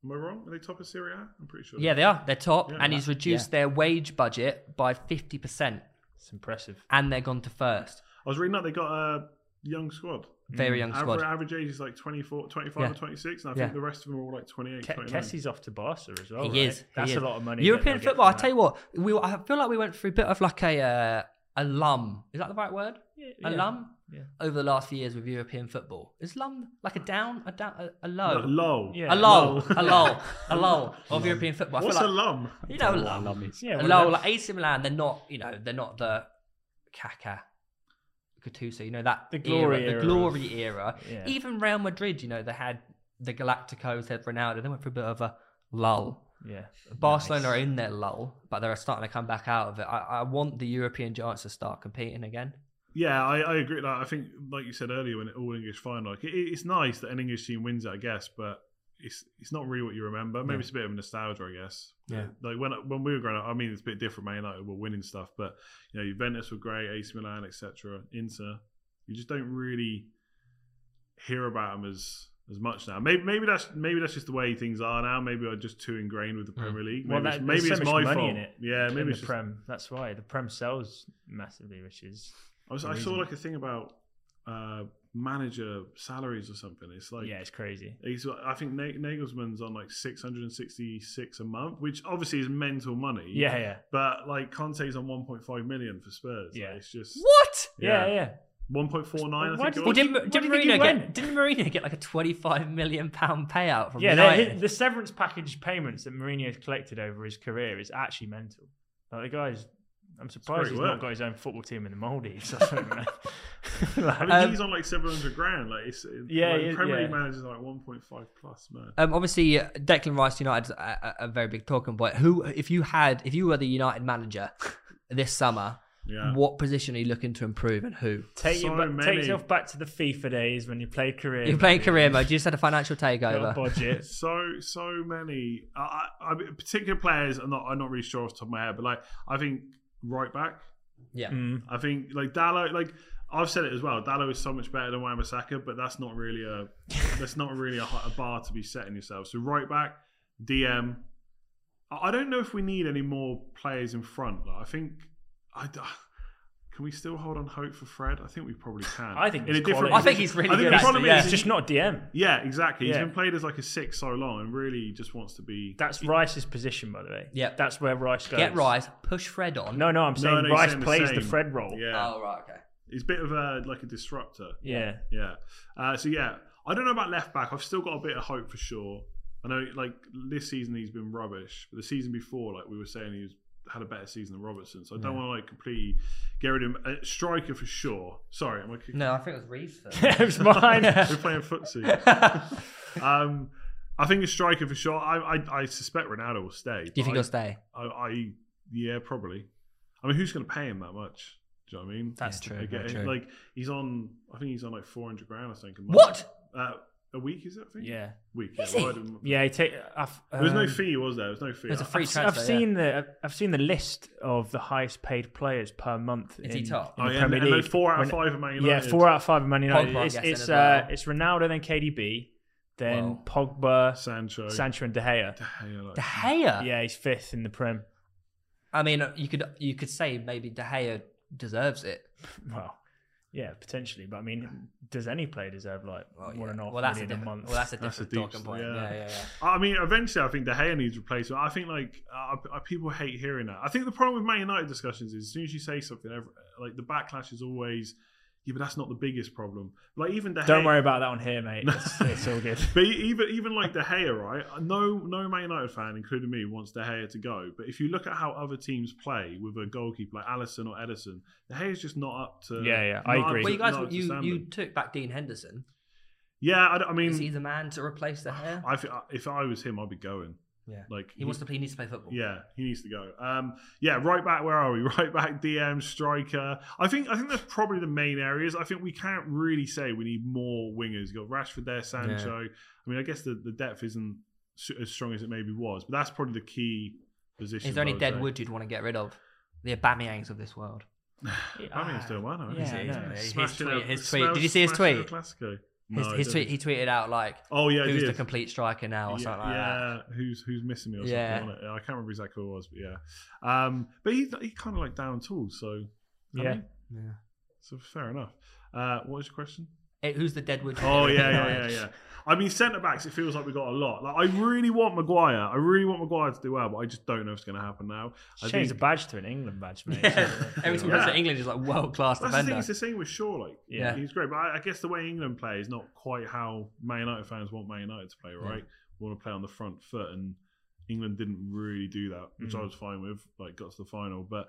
Speaker 3: Am I wrong? Are they top of Syria? I'm pretty sure.
Speaker 1: Yeah, they are. They're top,
Speaker 3: Yeah.
Speaker 1: and he's reduced their wage budget by fifty percent,
Speaker 2: It's impressive.
Speaker 1: and they're gone to first.
Speaker 3: I was reading that they got a young squad.
Speaker 1: Very young
Speaker 3: Aver-
Speaker 1: squad.
Speaker 3: Average, age is like 24, 25
Speaker 1: Yeah.
Speaker 3: or 26. And I
Speaker 1: Yeah.
Speaker 3: think the rest of them are all like 28,
Speaker 2: Ke-
Speaker 3: 29.
Speaker 2: Kessy's off to Barca as well.
Speaker 1: He
Speaker 2: right?
Speaker 1: is. he
Speaker 2: That's
Speaker 1: is.
Speaker 2: a lot of money.
Speaker 1: European football. I tell you what, we I feel like we went through a bit of like a uh, a lum. Is that the right word? A lum.
Speaker 2: Yeah. Mm.
Speaker 1: Over the last few years with European football, is lum like a down, a down, a, a
Speaker 3: No,
Speaker 1: low,
Speaker 3: lol.
Speaker 1: a
Speaker 2: Yeah.
Speaker 1: lull,
Speaker 2: lol.
Speaker 1: a lull, a lull of European football? I
Speaker 3: What's
Speaker 1: feel
Speaker 3: a
Speaker 1: like,
Speaker 3: lum?
Speaker 1: you know,
Speaker 4: I
Speaker 1: lum,
Speaker 4: love it.
Speaker 2: Yeah,
Speaker 1: a
Speaker 2: well,
Speaker 1: lull.
Speaker 2: that-
Speaker 1: Like AC Milan, they're not, you know, they're not the Kaká, Gattuso, you know that
Speaker 2: The glory
Speaker 1: era,
Speaker 2: era
Speaker 1: the glory era.
Speaker 2: Yeah.
Speaker 1: Even Real Madrid, you know, they had the Galacticos, they had Ronaldo, they went through a bit of a lull.
Speaker 2: Yeah.
Speaker 1: Barcelona
Speaker 2: Nice.
Speaker 1: are in their lull, but they're starting to come back out of it. I, I want the European giants to start competing again.
Speaker 3: Yeah, I, I agree. Like, I think, like you said earlier, when an all English final, like, it, it's nice that an English team wins it, I guess, but it's it's not really what you remember. Maybe
Speaker 1: Yeah.
Speaker 3: it's a bit of nostalgia, I guess.
Speaker 1: Yeah.
Speaker 3: Like when when we were growing up, I mean, it's a bit different. Man United were winning stuff, but you know, Juventus were great, AC Milan, etc. Inter, you just don't really hear about them as as much now. Maybe maybe that's maybe that's just the way things are now. Maybe I'm just too ingrained with the Premier League. Maybe
Speaker 2: Well,
Speaker 3: it's,
Speaker 2: that-
Speaker 3: maybe
Speaker 2: there's so
Speaker 3: it's
Speaker 2: much
Speaker 3: my
Speaker 2: money
Speaker 3: fault.
Speaker 2: in it,
Speaker 3: Yeah,
Speaker 2: in
Speaker 3: maybe
Speaker 2: the
Speaker 3: it's just
Speaker 2: prem. That's why the prem sells massively, which is
Speaker 3: I, was,
Speaker 2: the
Speaker 3: I saw
Speaker 2: reason.
Speaker 3: like a thing about uh, manager salaries or something. It's like
Speaker 2: yeah, it's crazy.
Speaker 3: he's I think Na- Nagelsmann's on like six hundred and sixty six a month, which obviously is mental money.
Speaker 2: Yeah, yeah,
Speaker 3: but like Conte's on one point five million for Spurs. Yeah,
Speaker 2: Yeah.
Speaker 3: it's just
Speaker 1: What?
Speaker 2: yeah,
Speaker 3: Yeah.
Speaker 2: yeah.
Speaker 3: one point four nine.
Speaker 2: Why
Speaker 3: I
Speaker 2: did
Speaker 3: think.
Speaker 2: they
Speaker 3: it
Speaker 1: Well,
Speaker 3: was.
Speaker 2: do-
Speaker 1: didn't, didn't,
Speaker 2: where did he
Speaker 1: Mourinho get,
Speaker 2: went?
Speaker 1: didn't Mourinho get like a £25 million payout from
Speaker 2: Yeah, the,
Speaker 1: United?
Speaker 2: the severance package payments that Mourinho's collected over his career is actually mental. Like the guy's, I'm surprised
Speaker 3: great
Speaker 2: he's
Speaker 3: work.
Speaker 2: not got his own football team in the Maldives. or something, man. Like,
Speaker 3: I mean,
Speaker 1: Um,
Speaker 3: he's on like seven hundred grand. Like, it's,
Speaker 2: Yeah,
Speaker 3: like,
Speaker 2: yeah,
Speaker 3: Premier League
Speaker 2: yeah.
Speaker 3: managers are like one point five plus, man.
Speaker 1: Um, obviously, uh, Declan Rice to United's a, a a very big talking point. Who, if you had, if you were the United manager this summer,
Speaker 3: Yeah,
Speaker 1: what position are you looking to improve and who?
Speaker 2: take,
Speaker 3: So
Speaker 2: your, ba-
Speaker 3: many.
Speaker 2: take yourself back to the FIFA days when you played career.
Speaker 1: You're playing
Speaker 2: mode.
Speaker 1: career mode. You just had a financial
Speaker 2: Got a
Speaker 1: takeover.
Speaker 2: budget.
Speaker 3: so so many. I, I, I mean, particular players. I'm not. I'm not really sure off the top of my head, but like I think right back.
Speaker 1: Yeah.
Speaker 2: Mm.
Speaker 3: I think like Dallo, like I've said it as well. Dallo is so much better than Wan-Bissaka, but that's not really a that's not really a, hi- a bar to be setting yourself. So right back, DM. I I don't know if we need any more players in front. Like, I think I d- can we still hold on hope for Fred. I think we probably can.
Speaker 2: I think
Speaker 3: in a
Speaker 2: he's
Speaker 3: different.
Speaker 2: quality.
Speaker 1: I think he's really
Speaker 3: I think
Speaker 1: good.
Speaker 3: the
Speaker 1: actually,
Speaker 3: problem
Speaker 1: yeah.
Speaker 3: is
Speaker 2: He's just not a DM.
Speaker 3: Yeah, exactly.
Speaker 2: Yeah.
Speaker 3: He's been played as like a six so long, and really just wants to be.
Speaker 2: That's Rice's position, by the way.
Speaker 1: Yep.
Speaker 2: That's where Rice goes.
Speaker 1: get Rice, push Fred on.
Speaker 2: No, no, I'm saying
Speaker 3: no, he's
Speaker 2: Rice
Speaker 3: saying the
Speaker 2: plays the,
Speaker 3: same.
Speaker 2: Fred role.
Speaker 3: Yeah,
Speaker 1: Oh right, okay.
Speaker 3: he's a bit of a like a disruptor.
Speaker 2: Yeah.
Speaker 3: Yeah. Uh, so yeah, I don't know about left back. I've still got a bit of hope for sure. I know like this season he's been rubbish, but the season before, like we were saying, he was, had a better season than Robertson. So I don't want to like completely get rid of him. Uh, striker for sure. Sorry, am I kicking?
Speaker 1: No, I think it was Reeves.
Speaker 2: it was mine.
Speaker 3: We're playing footsie. Um, I think a striker for sure. I I, I suspect Ronaldo will stay.
Speaker 1: Do you think
Speaker 3: I,
Speaker 1: he'll stay?
Speaker 3: I, I yeah, probably. I mean, who's going to pay him that much? Do you know what I mean?
Speaker 2: That's true.
Speaker 3: They get
Speaker 1: very
Speaker 3: him-
Speaker 1: true.
Speaker 3: Like he's on. I think he's on like four hundred grand. I think. a month.
Speaker 1: What?
Speaker 3: Uh, a week is it? I think?
Speaker 2: Yeah.
Speaker 3: Week.
Speaker 1: Is
Speaker 3: yeah,
Speaker 1: he?
Speaker 3: why didn't-
Speaker 2: Yeah. He take, I've,
Speaker 3: There was no
Speaker 2: um,
Speaker 3: fee, was there? There was no fee.
Speaker 1: There's a
Speaker 3: I-
Speaker 1: free
Speaker 2: I've,
Speaker 1: transfer.
Speaker 2: I've seen the I've seen the list of the highest paid players per month.
Speaker 1: Is
Speaker 2: in,
Speaker 1: he top?
Speaker 2: in
Speaker 3: Oh,
Speaker 2: the
Speaker 3: yeah, and,
Speaker 2: Premier
Speaker 3: and then
Speaker 2: League.
Speaker 3: four out
Speaker 2: When-
Speaker 3: of five of Man United.
Speaker 2: Yeah, four out of five of Man United.
Speaker 1: Pogba, I'm
Speaker 2: it's
Speaker 1: guessing,
Speaker 2: it's,
Speaker 1: as well.
Speaker 2: uh, it's Ronaldo, then KDB, then
Speaker 1: Wow.
Speaker 2: Pogba,
Speaker 3: Sancho.
Speaker 2: Sancho, and De Gea.
Speaker 3: Yeah, like-
Speaker 1: De Gea.
Speaker 2: Yeah, he's fifth in the Prem.
Speaker 1: I mean, you could you could say maybe De Gea deserves it.
Speaker 2: Well, yeah, potentially. But I mean, does any player deserve like
Speaker 1: Well,
Speaker 2: one
Speaker 1: Oh, yeah.
Speaker 2: and a half
Speaker 1: well, that's a
Speaker 2: million
Speaker 1: different.
Speaker 2: a month?
Speaker 1: Well, that's a
Speaker 3: That's a
Speaker 1: different
Speaker 3: deep-
Speaker 1: talking point.
Speaker 3: yeah.
Speaker 1: Yeah, yeah, yeah.
Speaker 3: I mean, eventually, I think De Gea needs replacement. I think like uh, uh, people hate hearing that. I think the problem with Man United discussions is as soon as you say something, every, like the backlash is always, yeah, but that's not the biggest problem. Like even De Gea,
Speaker 2: Don't worry about that on here, mate. It's, it's all good.
Speaker 3: But e- even even like De Gea, right? Uh, No, no Man United fan, including me, wants De Gea to go. But if you look at how other teams play with a goalkeeper like Allison or Edison, De Gea's just not up to.
Speaker 2: Yeah, yeah,
Speaker 3: not
Speaker 2: I
Speaker 3: up
Speaker 2: agree.
Speaker 3: to-
Speaker 1: Well, you
Speaker 3: not up
Speaker 1: guys,
Speaker 3: to
Speaker 1: you you
Speaker 3: standard.
Speaker 1: took back Dean Henderson.
Speaker 3: yeah. I, don't- I
Speaker 1: Is he
Speaker 3: mean,
Speaker 1: the man to replace De Gea?
Speaker 3: I, thi- if I was him, I'd be going.
Speaker 1: Yeah.
Speaker 3: like
Speaker 1: He wants to. Play, he needs to play football.
Speaker 3: Yeah, he needs to go. Um, yeah, right back. Where are we? Right back, DM, striker. I think I think that's probably the main areas. I think we can't really say we need more wingers. You got Rashford there, Sancho. I mean, I guess the, the depth isn't s- as strong as it maybe was, but that's probably the key position.
Speaker 1: Is there any dead wood you'd want to get rid of? The Abamyangs of this world.
Speaker 3: I mean, he's doing well. now, isn't
Speaker 2: Yeah,
Speaker 3: he?
Speaker 2: I know.
Speaker 1: His
Speaker 3: Smashing
Speaker 1: tweet-
Speaker 3: out-
Speaker 1: his tweet.
Speaker 3: smash-
Speaker 1: Did you see his
Speaker 3: smashing
Speaker 1: tweet?
Speaker 3: out Clasico.
Speaker 1: His,
Speaker 3: No, I
Speaker 1: his tweet,
Speaker 3: didn't.
Speaker 1: he tweeted out like,
Speaker 3: Oh yeah, I
Speaker 1: "Who's the
Speaker 3: did.
Speaker 1: complete striker now?" or
Speaker 3: yeah,
Speaker 1: something like that.
Speaker 3: yeah. who's who's missing me or
Speaker 1: Yeah.
Speaker 3: something? wasn't it? I can't remember exactly what it was, but yeah. Um, but he he kind of like down tools, so I
Speaker 2: Yeah.
Speaker 3: mean,
Speaker 1: Yeah.
Speaker 3: So fair enough. Uh, what was your question?
Speaker 1: Eh, who's the deadwood?
Speaker 3: Oh yeah, yeah, yeah, yeah. I mean, centre backs. It feels like we got a lot. Like I really want Maguire. I really want Maguire to do well, but I just don't know if it's going to happen now. I
Speaker 2: Change the
Speaker 3: think-
Speaker 2: badge to an England badge, mate.
Speaker 1: Every time he
Speaker 3: Yeah.
Speaker 1: goes to England, he's like world class
Speaker 3: That's the thing.
Speaker 1: defender.
Speaker 3: It's the same with Shaw. Like,
Speaker 1: Yeah.
Speaker 3: he's great, but I, I guess the way England play is not quite how Man United fans want Man United to play. Right, want to play on the front foot, and England didn't really do that, which I
Speaker 2: Mm.
Speaker 3: was fine with. Like, got to the final, but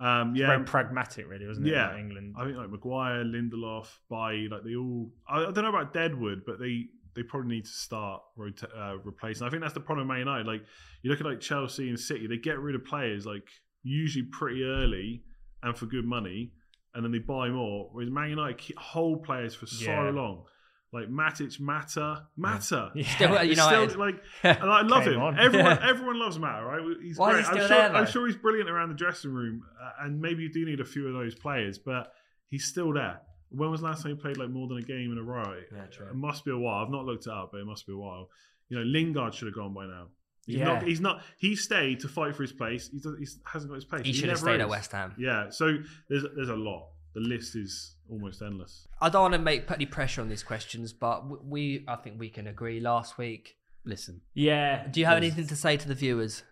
Speaker 3: um, yeah,
Speaker 2: Very pragmatic, really, wasn't it?
Speaker 3: Yeah.
Speaker 2: about England.
Speaker 3: I think like Maguire, Lindelof, Bay, like they all. I, I don't know about Deadwood, but they they probably need to start rota- uh, replacing. I think that's the problem. with Man United, like you look at like Chelsea and City, they get rid of players like usually pretty early and for good money, and then they buy more. Whereas Man United keep- hold players for so
Speaker 2: Yeah. long.
Speaker 3: long, like Matic, Mata, Mata.
Speaker 2: Yeah.
Speaker 1: Still at
Speaker 3: It's
Speaker 1: United.
Speaker 3: Still, like, and I love
Speaker 2: Came
Speaker 3: him.
Speaker 2: on.
Speaker 3: Everyone, everyone loves Matt, right? He's
Speaker 1: Why is he
Speaker 3: great.
Speaker 1: still
Speaker 3: I'm, sure,
Speaker 1: there, though?
Speaker 3: I'm sure he's brilliant around the dressing room, uh, and maybe you do need a few of those players, but he's still there. When was the last time he played like more than a game in a row?
Speaker 1: Yeah, true.
Speaker 3: It must be a while. I've not looked it up, but it must be a while. You know, Lingard should have gone by now. He's
Speaker 2: Yeah.
Speaker 3: not. He's not. He stayed to fight for his place. He, doesn't, he hasn't got his place.
Speaker 1: He should have
Speaker 3: never
Speaker 1: stayed at
Speaker 3: is.
Speaker 1: West Ham.
Speaker 3: Yeah. So there's there's a lot. The list is almost endless.
Speaker 1: I don't want to make put any pressure on these questions, but w- we, I think we can agree. Last week,
Speaker 4: Listen,
Speaker 2: yeah.
Speaker 1: do you have anything to say to the viewers?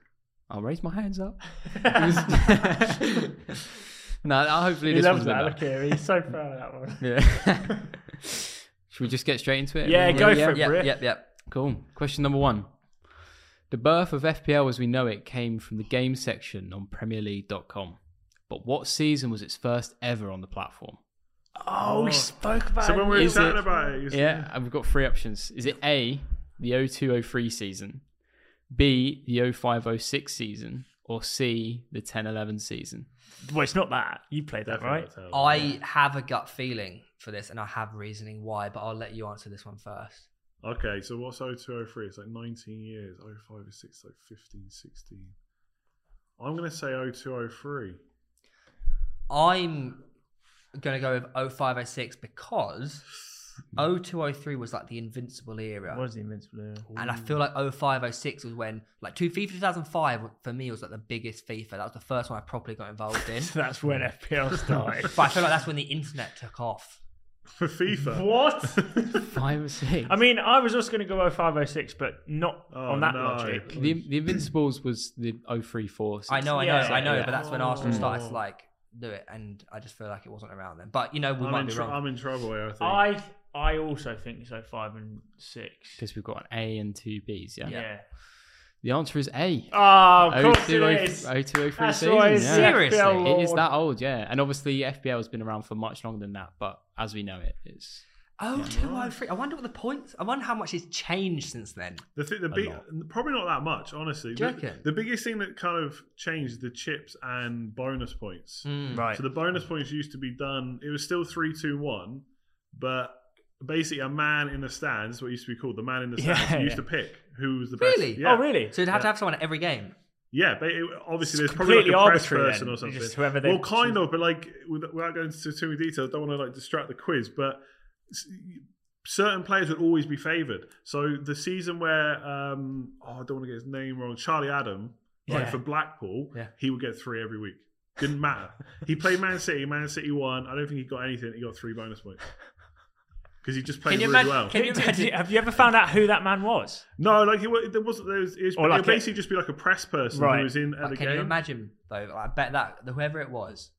Speaker 4: I'll raise my hands up. It was- no, I- hopefully
Speaker 2: He
Speaker 4: this
Speaker 2: loves
Speaker 4: one's
Speaker 2: that.
Speaker 4: better.
Speaker 2: Look here, he's so proud of that one.
Speaker 4: Yeah. Should we just get straight into it?
Speaker 2: Yeah, go for it.
Speaker 1: Yep,
Speaker 2: Brit.
Speaker 1: yep, yep.
Speaker 4: Cool. Question number one. The birth of FPL as we know it came from the game section on PremierLeague.com. But what season was its first ever on the platform?
Speaker 2: Oh, we spoke about
Speaker 3: So when we were
Speaker 4: Is
Speaker 3: chatting
Speaker 4: it-
Speaker 3: about it, it was-
Speaker 4: Yeah, and we've got three options. Is it A, the 0203 season, B, the 0506 season, or C, the 1011 season?
Speaker 2: Well, it's not that. You played that,
Speaker 3: Definitely
Speaker 2: right?
Speaker 3: not terrible.
Speaker 1: I have a gut feeling for this, and I have reasoning why, but I'll let you answer this one first.
Speaker 3: Okay, so what's 0203? It's like 19 years. 05 is 6, like 15, 16. I'm going to say 0203.
Speaker 1: I'm gonna go with 0506 because 0203 was like the invincible era.
Speaker 2: What is the Invincible era?
Speaker 1: And I feel like 0506 was when, like, two FIFA 2005 for me was like the biggest FIFA. That was the first one I properly got involved in.
Speaker 2: So that's when FPL started.
Speaker 1: but I feel like that's when the internet took off.
Speaker 3: for FIFA.
Speaker 2: what?
Speaker 4: Five or six.
Speaker 2: I mean, I was also going to go 0506, but not
Speaker 3: Oh,
Speaker 2: on that
Speaker 3: no.
Speaker 2: logic.
Speaker 4: the, the Invincibles was the 034.
Speaker 1: I know, I know,
Speaker 2: Yeah,
Speaker 1: I know,
Speaker 2: yeah.
Speaker 1: but that's when Arsenal
Speaker 2: Oh.
Speaker 1: started to, like, do it. And I just feel like it wasn't around then. But, you know, we might
Speaker 3: I'm in,
Speaker 1: be
Speaker 3: tr-
Speaker 1: wrong.
Speaker 3: I'm in trouble here, I think.
Speaker 2: I I also think so. Five and six.
Speaker 4: Because we've got an A and two Bs, yeah?
Speaker 2: Yeah.
Speaker 4: The answer is A.
Speaker 2: Oh, of course it
Speaker 4: 0203
Speaker 2: is.
Speaker 4: 0203
Speaker 2: That's
Speaker 4: season,
Speaker 2: why it's
Speaker 4: yeah.
Speaker 1: serious.
Speaker 2: seriously.
Speaker 1: Seriously,
Speaker 4: It is that old, yeah. And obviously, FPL has been around for much longer than that, but as we know it, it's.
Speaker 1: Oh, 0203. I wonder what the points, I wonder how much it's changed since then.
Speaker 3: The thing, the big, probably not that much, honestly.
Speaker 1: Do you
Speaker 3: the,
Speaker 1: reckon?
Speaker 3: the biggest thing that kind of changed is the chips and bonus points.
Speaker 1: Mm,
Speaker 2: Right.
Speaker 3: So the bonus points used to be done. It was still three, two, one, but basically a man in the stands, what used to be called the man in the
Speaker 2: Yeah,
Speaker 3: stands, used
Speaker 2: yeah.
Speaker 1: yeah.
Speaker 3: to pick who was the best.
Speaker 1: Really?
Speaker 3: Yeah.
Speaker 2: Oh, really?
Speaker 1: So you'd have to have someone at every game.
Speaker 3: Yeah, but it, obviously
Speaker 2: It's
Speaker 3: there's probably like
Speaker 2: completely
Speaker 3: a press
Speaker 2: arbitrary then.
Speaker 3: person or
Speaker 2: It's
Speaker 3: something.
Speaker 2: just whoever they
Speaker 3: well, kind
Speaker 2: choose.
Speaker 3: of, but like with- without going into too many details, don't want to like distract the quiz, but s- certain players would always be favoured. So the season where um, oh, I don't want to get his name wrong, Charlie Adam, like
Speaker 2: Yeah.
Speaker 3: for Blackpool,
Speaker 1: Yeah.
Speaker 3: he would get three every week. Didn't matter. he played Man City. Man City won. I don't think he got anything. He got three bonus points because he just played
Speaker 1: you
Speaker 3: really
Speaker 1: imagine-
Speaker 3: well.
Speaker 1: Can you
Speaker 2: Did- did-
Speaker 1: imagine-
Speaker 2: have you ever found out who that man was?
Speaker 3: No, like he wa- there wasn't. There was, it was,
Speaker 2: Or
Speaker 3: it
Speaker 2: like
Speaker 3: would
Speaker 2: a-
Speaker 3: basically just be like a press person
Speaker 2: Right.
Speaker 3: who was in at
Speaker 1: But
Speaker 3: the
Speaker 1: can
Speaker 3: game.
Speaker 1: you imagine though? like, I bet that the- whoever it was,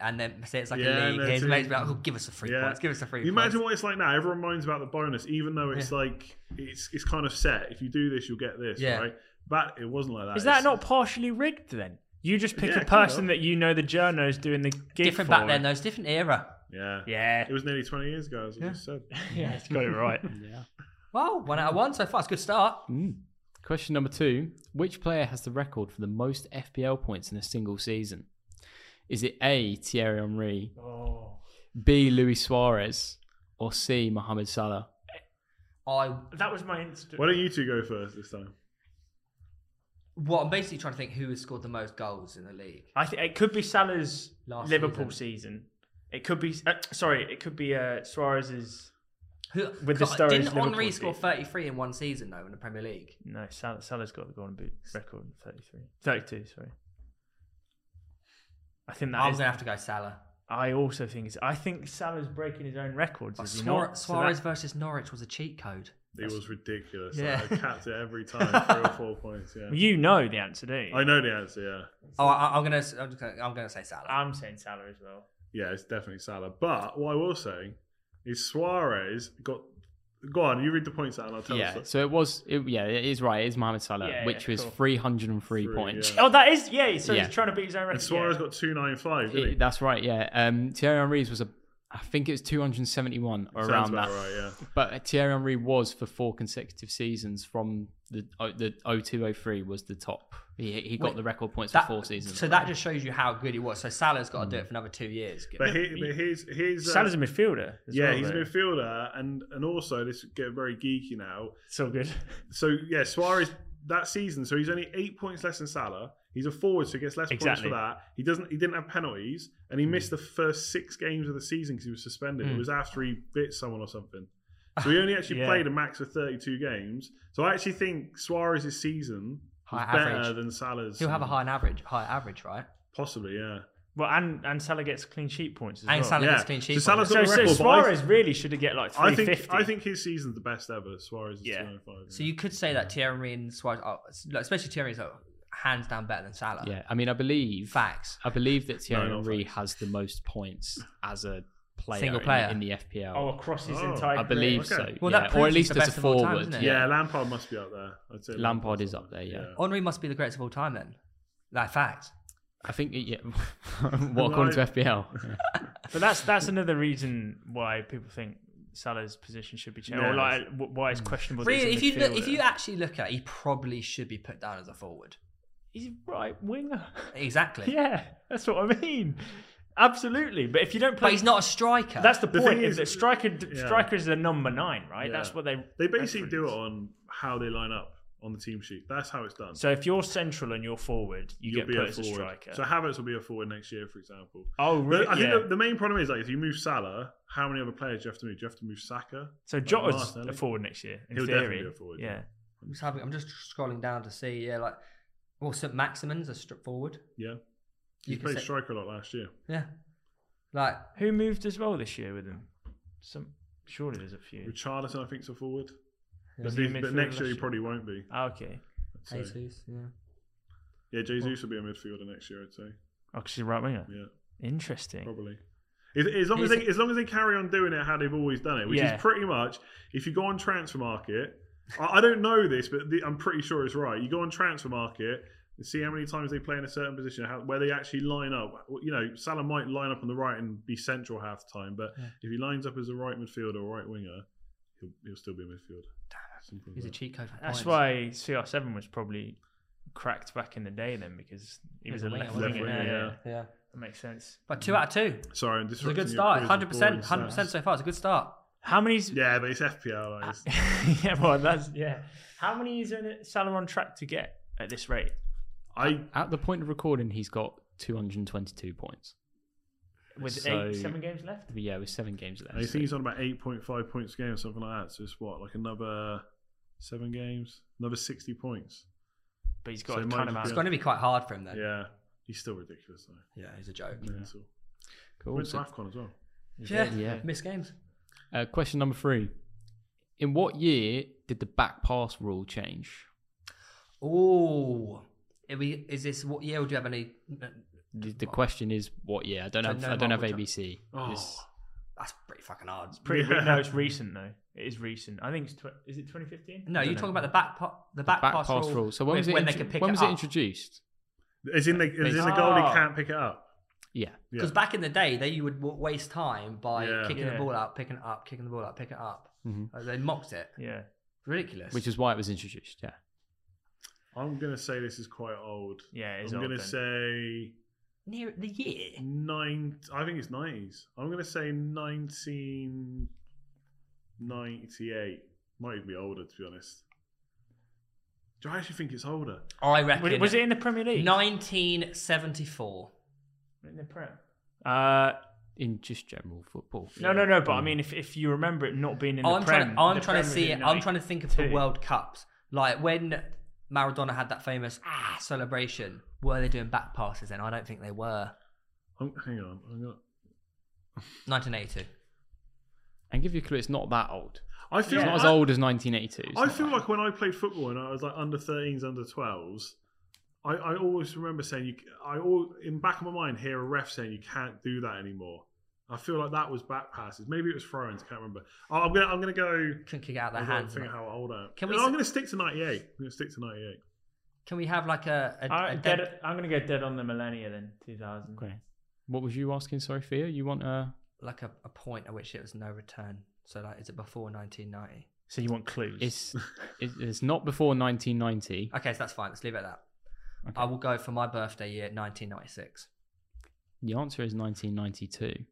Speaker 1: and then say it's like a
Speaker 3: Yeah,
Speaker 1: league.
Speaker 3: no,
Speaker 1: His
Speaker 3: it's-
Speaker 1: mates be like, "Oh, give us a free
Speaker 3: Yeah.
Speaker 1: points. Give us a free
Speaker 3: You
Speaker 1: points."
Speaker 3: imagine what it's like now. Everyone minds about the bonus, even though it's like it's it's kind of set. If you do this, you'll get this,
Speaker 1: Yeah.
Speaker 3: right? But it wasn't
Speaker 1: Oh,
Speaker 3: like that.
Speaker 2: Is that
Speaker 3: It's-
Speaker 2: not partially rigged then? You just pick a
Speaker 3: Yeah, kind
Speaker 2: person
Speaker 3: of.
Speaker 2: that you know the journo's doing the gig
Speaker 1: different
Speaker 2: for.
Speaker 1: back then. Though it's different era.
Speaker 3: Yeah.
Speaker 2: Yeah.
Speaker 3: It was nearly twenty years ago, as I just said.
Speaker 2: yeah, it's got it right.
Speaker 4: Yeah.
Speaker 1: Well, one out of one so far. It's a good start.
Speaker 4: Mm. Question number two Which player has the record for the most FPL points in a single season? Is it A, Thierry Henry,
Speaker 2: oh.
Speaker 4: B, Luis Suarez, or C, Mohamed Salah?
Speaker 1: I
Speaker 2: That was my instant.
Speaker 3: Why don't you two go first this time?
Speaker 1: well, I'm basically trying to think who has scored the most goals in the league.
Speaker 2: I think it could be Salah's
Speaker 1: Last
Speaker 2: Liverpool season. It could be. Uh, sorry, it could be uh, Suarez's.
Speaker 1: Who
Speaker 2: With
Speaker 1: God,
Speaker 2: the Stones
Speaker 1: didn't Henri
Speaker 2: Liverpool
Speaker 1: score
Speaker 2: season.
Speaker 1: 33 in one season though in the Premier League?
Speaker 2: No, Salah, Salah's got the golden boot record, 33. 32, sorry. I think that
Speaker 1: I'm
Speaker 2: is-
Speaker 1: gonna have to go Salah.
Speaker 2: I also think it's. I think Salah's breaking his own records.
Speaker 1: But
Speaker 2: Is he
Speaker 1: Suarez,
Speaker 2: not? So
Speaker 1: Oh, Suarez
Speaker 2: that-
Speaker 1: versus Norwich was a cheat code.
Speaker 3: It was ridiculous.
Speaker 1: Yeah.
Speaker 3: Like, I capped it every time, three or four points. Yeah.
Speaker 2: you know the answer, do you?
Speaker 3: I know the answer. Yeah.
Speaker 1: Oh, I, I'm gonna, I'm, just gonna, I'm gonna say Salah.
Speaker 2: I'm saying Salah as well.
Speaker 3: Yeah, it's definitely Salah. But what I will say is Suarez got. Go on, you read the points out, and I'll tell
Speaker 4: yeah,
Speaker 3: you.
Speaker 4: so it was, it, yeah, it is right. It is Mohamed Salah,
Speaker 2: Yeah,
Speaker 4: which
Speaker 2: yeah,
Speaker 4: was
Speaker 2: cool.
Speaker 4: 303
Speaker 3: Three,
Speaker 4: points.
Speaker 3: yeah.
Speaker 2: Oh, that is. Yeah, so
Speaker 4: Yeah.
Speaker 2: he's trying to beat his own record.
Speaker 3: And Suarez
Speaker 2: yeah.
Speaker 3: got two nine five.
Speaker 4: It-
Speaker 3: Didn't he?
Speaker 4: that's right, yeah. Um, Thierry Henry's was a, I think it was 271 or
Speaker 3: Sounds
Speaker 4: around
Speaker 3: about
Speaker 4: that.
Speaker 3: right. Yeah.
Speaker 4: But Thierry Henry was for four consecutive seasons from the oh, the 0203 was the top. He, he got
Speaker 1: Wait,
Speaker 4: the record points
Speaker 1: That-
Speaker 4: for four seasons.
Speaker 1: So that just shows you how good he was. So Salah's got to do it for another two years.
Speaker 3: But, he, but here's here's uh,
Speaker 2: Salah's a midfielder. as
Speaker 3: yeah,
Speaker 2: well,
Speaker 3: he's a
Speaker 2: though.
Speaker 3: midfielder, and and also this get very geeky now.
Speaker 2: So good.
Speaker 3: So yeah, Suarez that season, so he's only eight points less than Salah. He's a forward, so he gets less
Speaker 2: Exactly.
Speaker 3: points for that. He doesn't. He didn't have penalties, and he missed the first six games of the season because he was suspended. It was after he bit someone or something. So he only actually
Speaker 2: Yeah.
Speaker 3: played a max of thirty-two games. So I actually think Suarez's season was
Speaker 1: High
Speaker 3: better
Speaker 1: average.
Speaker 3: than Salah's.
Speaker 1: He'll have a high an average, high average, right?
Speaker 3: possibly, yeah.
Speaker 2: Well, and, and Salah gets clean sheet points as
Speaker 1: And
Speaker 2: well.
Speaker 1: Salah
Speaker 3: Yeah.
Speaker 1: gets clean
Speaker 3: So
Speaker 1: sheet.
Speaker 3: Salah's
Speaker 1: points.
Speaker 2: So,
Speaker 3: got-
Speaker 2: so
Speaker 3: record, but I-
Speaker 2: Suarez really should have get like
Speaker 3: I
Speaker 2: 350.
Speaker 3: think I think his season's the best ever. Suarez is
Speaker 2: Yeah.
Speaker 3: two hundred five.
Speaker 1: So you could say that Thierry Henry and Suarez, are, like, especially Thierry, is like, hands down better than Salah.
Speaker 4: yeah, I mean, I believe
Speaker 1: Facts.
Speaker 4: I believe that Thierry
Speaker 3: No, not
Speaker 4: Henry
Speaker 3: facts.
Speaker 4: has the most points as a player,
Speaker 1: Single
Speaker 4: in-
Speaker 1: player.
Speaker 4: In, the FPL.
Speaker 2: Oh, across his
Speaker 3: Oh.
Speaker 2: entire
Speaker 4: I believe
Speaker 3: okay.
Speaker 4: so.
Speaker 1: Well,
Speaker 4: yeah.
Speaker 1: that
Speaker 4: or
Speaker 1: proves
Speaker 4: at
Speaker 1: he's
Speaker 4: least
Speaker 1: the
Speaker 4: as a
Speaker 1: best of all time,
Speaker 4: forward.
Speaker 1: isn't it?
Speaker 4: yeah.
Speaker 3: yeah, Lampard must be up there. I'd say
Speaker 4: Lampard is
Speaker 3: Lampard's
Speaker 4: up there, yeah.
Speaker 1: Henry must be the greatest of all time then. That fact.
Speaker 4: I think yeah. what according to FPL?
Speaker 2: But that's that's another reason why people think Salah's position should be changed, or
Speaker 3: Yeah.
Speaker 2: like wh- why it's questionable. that
Speaker 1: Really, Hmm. if
Speaker 2: he's
Speaker 1: you
Speaker 2: a
Speaker 1: look, if
Speaker 2: midfielder.
Speaker 1: you actually look at, it, he probably should be put down as a forward.
Speaker 2: he's a right winger.
Speaker 1: Exactly.
Speaker 2: yeah, that's what I mean. Absolutely, but if you don't play,
Speaker 1: But he's not a striker.
Speaker 2: That's the,
Speaker 3: The
Speaker 2: point.
Speaker 3: thing
Speaker 2: Is,
Speaker 3: is-
Speaker 2: that striker
Speaker 3: yeah.
Speaker 2: striker is the number nine, right?
Speaker 3: Yeah.
Speaker 2: That's what they
Speaker 3: They basically do it
Speaker 2: reference.
Speaker 3: on how they line up on the team sheet. That's how it's done.
Speaker 2: So if you're central and you're forward, you
Speaker 3: You'll
Speaker 2: get put
Speaker 3: a
Speaker 2: as a
Speaker 3: forward.
Speaker 2: striker.
Speaker 3: So Havertz will be a forward next year, for example.
Speaker 2: oh, really?
Speaker 3: But I think
Speaker 2: yeah.
Speaker 3: the, the main problem is like if you move Salah, how many other players do you have to move? Do you have to move Saka?
Speaker 2: so Jota's
Speaker 3: Martinelli.
Speaker 2: a forward next year. In
Speaker 3: He'll
Speaker 2: theory.
Speaker 3: definitely be a forward,
Speaker 2: Yeah.
Speaker 1: I'm just having. I'm just scrolling down to see. Yeah, like well, St. Maximin's a strip forward.
Speaker 3: Yeah,
Speaker 1: You
Speaker 3: he
Speaker 1: can
Speaker 3: played
Speaker 1: say-
Speaker 3: striker a lot last year.
Speaker 1: Yeah, like
Speaker 2: Who moved as well this year with him? Some surely there's a few.
Speaker 3: Richarlison, I think, is a forward.
Speaker 1: Yeah.
Speaker 3: But,
Speaker 2: Was he a
Speaker 3: he's- but
Speaker 2: midfielder
Speaker 3: next year
Speaker 2: last
Speaker 3: he probably won't be.
Speaker 2: Ah, okay.
Speaker 3: I'd say.
Speaker 1: Jesus. Yeah.
Speaker 3: Yeah, Jesus will be a midfielder next year, I'd say.
Speaker 2: Oh, 'cause he's a right winger.
Speaker 3: Yeah,
Speaker 2: Interesting.
Speaker 3: probably. As- As long as,
Speaker 1: He's-
Speaker 3: they, as long as they carry on doing it how they've always done it, which
Speaker 2: Yeah.
Speaker 3: is pretty much if you go on transfer market, I, I don't know this, but the, I'm pretty sure it's right. You go on transfer market and see how many times they play in a certain position, how, where they actually line up. You know, Salah might line up on the right and be central half the time, but
Speaker 1: Yeah.
Speaker 3: if he lines up as a right midfielder or right winger, he'll, he'll still be a midfielder. Simple as
Speaker 1: He's a
Speaker 3: that.
Speaker 1: cheat code. For
Speaker 2: That's
Speaker 1: points.
Speaker 2: why CR7 was probably cracked back in the day then because he
Speaker 1: He
Speaker 2: was
Speaker 1: was
Speaker 2: a
Speaker 1: a
Speaker 2: left
Speaker 1: winger,
Speaker 2: winger.
Speaker 1: wasn't
Speaker 3: he?
Speaker 2: Yeah,
Speaker 3: Yeah.
Speaker 2: yeah.
Speaker 1: Yeah,
Speaker 2: That makes sense.
Speaker 1: but two out of two.
Speaker 3: Sorry, I'm
Speaker 1: It's a good
Speaker 3: disrupting your
Speaker 1: start.
Speaker 3: quiz with
Speaker 1: Hundred percent.
Speaker 3: boring
Speaker 1: Hundred percent
Speaker 3: stats.
Speaker 1: so Uh, far. It's a good start.
Speaker 2: How many's
Speaker 3: Yeah, but it's FPL. Like, it's-
Speaker 2: yeah, well, that's yeah. How many is in it- Salah on track to get at this rate?
Speaker 3: I
Speaker 4: At the point of recording, he's got 222 points.
Speaker 2: With
Speaker 4: So-
Speaker 2: eight, seven games left.
Speaker 4: But yeah, with seven games left.
Speaker 3: I think he's on about eight point five points a game or something like that. So it's what, like another seven games, another sixty points.
Speaker 2: But he's got
Speaker 3: So
Speaker 2: a
Speaker 3: it
Speaker 2: ton
Speaker 3: might
Speaker 2: of
Speaker 3: just
Speaker 1: It's
Speaker 2: hours.
Speaker 3: be
Speaker 1: going to be quite hard for him then.
Speaker 3: Yeah, he's still ridiculous though.
Speaker 1: Yeah, he's a joke.
Speaker 3: Mental.
Speaker 4: cool.
Speaker 3: Went to
Speaker 4: So,
Speaker 3: Afcon as well.
Speaker 1: Yeah,
Speaker 4: Yeah.
Speaker 1: Miss games.
Speaker 4: uh, question number three: In what year did the back pass rule change?
Speaker 1: Oh, we is this what year? Or do you have any?
Speaker 4: The, the question is what year? I don't
Speaker 1: So
Speaker 4: have.
Speaker 1: no
Speaker 4: I don't have
Speaker 1: multiple
Speaker 4: ABC.
Speaker 3: Oh,
Speaker 4: This-
Speaker 1: That's pretty fucking hard.
Speaker 2: Pretty re-
Speaker 3: Yeah.
Speaker 2: no, it's recent though. It is recent. I think it's tw- is it 2015?
Speaker 1: No, you're talking about the back po- the back,
Speaker 4: back
Speaker 1: pass, rule.
Speaker 4: So when
Speaker 1: with-
Speaker 4: was it?
Speaker 1: when they
Speaker 4: intro-
Speaker 1: could pick
Speaker 4: when
Speaker 1: it
Speaker 4: was
Speaker 1: up.
Speaker 4: it introduced?
Speaker 3: it's in the it's in the
Speaker 2: Basically.
Speaker 3: goal.
Speaker 2: Ah.
Speaker 3: He can't pick it up.
Speaker 4: Yeah.
Speaker 3: Yeah.
Speaker 1: Because back in the day, they you would w- waste time by
Speaker 3: Yeah.
Speaker 1: kicking
Speaker 2: Yeah.
Speaker 1: the ball out, picking it up, kicking the ball out, picking it up.
Speaker 4: Mhm.
Speaker 1: Uh, They mocked it.
Speaker 2: Yeah,
Speaker 1: Ridiculous.
Speaker 4: Which is why it was introduced. Yeah.
Speaker 3: I'm gonna say this is quite old.
Speaker 2: yeah. It's
Speaker 3: I'm
Speaker 2: old
Speaker 3: gonna
Speaker 2: then.
Speaker 3: say
Speaker 1: near the year.
Speaker 2: Mm.
Speaker 3: nine. I think it's nineties. I'm gonna say nineteen ninety-eight. Might even be older, to be honest. Do I actually think it's older?
Speaker 1: I reckon.
Speaker 2: Was it, was it in the Premier League?
Speaker 1: 1974?
Speaker 2: in the Prem. Uh,
Speaker 4: In just general football.
Speaker 2: no, no, no. But I mean, if, if you remember it not being in the
Speaker 1: I'm
Speaker 2: Prem,
Speaker 1: trying. To, I'm
Speaker 2: the
Speaker 1: trying
Speaker 2: Prem
Speaker 1: to
Speaker 2: was
Speaker 1: see
Speaker 2: in
Speaker 1: it. I'm trying to think of the
Speaker 2: 92.
Speaker 1: World Cups, like when Maradona had that famous ah celebration. Were they doing back passes then? I don't think they were.
Speaker 3: I'm, hang on, I'm gonna.
Speaker 1: 1982.
Speaker 4: And give you a clue, it's not that old.
Speaker 3: I feel
Speaker 4: It's
Speaker 2: Yeah.
Speaker 4: not as
Speaker 3: I-
Speaker 4: old as 1982. It's
Speaker 3: I
Speaker 4: not
Speaker 3: feel
Speaker 4: that-
Speaker 3: like when I played football and I was like under 13s, under 12s, I, I always remember saying, you, I all in back of my mind hear a ref saying you can't do that anymore. I feel like that was back passes. Maybe it was throw-ins. I can't remember. Oh, I'm gonna I'm gonna go.
Speaker 1: Couldn't kick it out of
Speaker 3: I'm
Speaker 1: their
Speaker 3: trying to
Speaker 1: hands.
Speaker 3: think how old I am.
Speaker 1: Can
Speaker 3: Can
Speaker 1: we
Speaker 3: we I'm
Speaker 1: s-
Speaker 3: gonna stick to 98. I'm gonna stick to 98.
Speaker 1: Can we have like a, a,
Speaker 2: I,
Speaker 1: a
Speaker 2: dead,
Speaker 1: dead-
Speaker 2: I'm gonna go dead on the millennia then. 2000.
Speaker 4: Okay. What was you asking? Sorry, Theo. You want uh
Speaker 1: like a, a point at which it was no return? So like, is it before 1990?
Speaker 2: So you want clues?
Speaker 4: It's it, it's not before 1990.
Speaker 1: Okay, so that's fine. Let's leave it at that. I will go for my birthday year, 1996.
Speaker 4: The answer is 1992,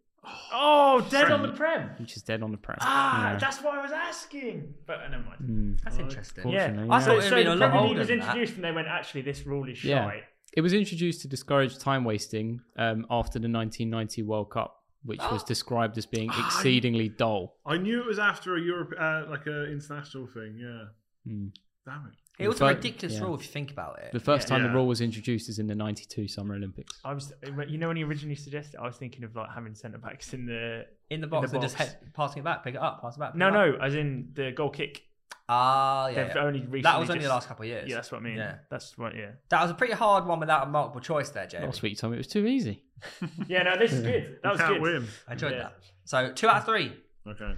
Speaker 2: oh, dead on the Prem.
Speaker 4: which is dead on the press.
Speaker 2: Ah,
Speaker 4: Yeah.
Speaker 2: that's what I was asking. But uh, never mind.
Speaker 4: Mm,
Speaker 1: That's
Speaker 3: Right.
Speaker 1: interesting.
Speaker 2: Yeah.
Speaker 4: unfortunately,
Speaker 1: I thought
Speaker 4: yeah.
Speaker 2: So,
Speaker 1: it would've
Speaker 2: so
Speaker 1: been a
Speaker 2: the
Speaker 1: lot
Speaker 2: Premier League
Speaker 1: older
Speaker 2: was
Speaker 1: than that.
Speaker 2: introduced and they went, actually, this rule is
Speaker 4: Yeah.
Speaker 2: shite.
Speaker 4: it was introduced to discourage time wasting um, after the 1990 World Cup, which was described as being exceedingly dull.
Speaker 3: I knew it was after a Europe, uh, like a international thing. Yeah.
Speaker 2: Hmm.
Speaker 4: Mm.
Speaker 3: Damn it.
Speaker 1: It was a
Speaker 4: The fir-
Speaker 1: ridiculous
Speaker 4: yeah.
Speaker 1: rule if you think about it.
Speaker 4: The first time
Speaker 3: Yeah.
Speaker 4: the rule was introduced is in the 92 Summer Olympics.
Speaker 2: I was, you know, when he originally suggested, I was thinking of like having centre backs in the
Speaker 1: in the box
Speaker 2: the
Speaker 1: and just
Speaker 2: box.
Speaker 1: head, passing it back, pick it up, pass it back. pick
Speaker 2: no,
Speaker 1: it up.
Speaker 2: no, as in the goal kick.
Speaker 1: Ah, yeah.
Speaker 2: They've
Speaker 1: yeah.
Speaker 2: only recently
Speaker 1: That was only
Speaker 2: just-
Speaker 1: the last couple of years.
Speaker 2: Yeah, that's what I mean.
Speaker 1: Yeah.
Speaker 2: That's what. Yeah.
Speaker 1: That was a pretty hard one without a multiple choice there, Jamie.
Speaker 4: Last week, Tom, it was too easy.
Speaker 2: Yeah. No, this is good. That
Speaker 3: You
Speaker 2: was
Speaker 3: can't
Speaker 2: good.
Speaker 3: win.
Speaker 1: I enjoyed
Speaker 2: Yeah.
Speaker 1: that. So two out of three.
Speaker 3: Okay.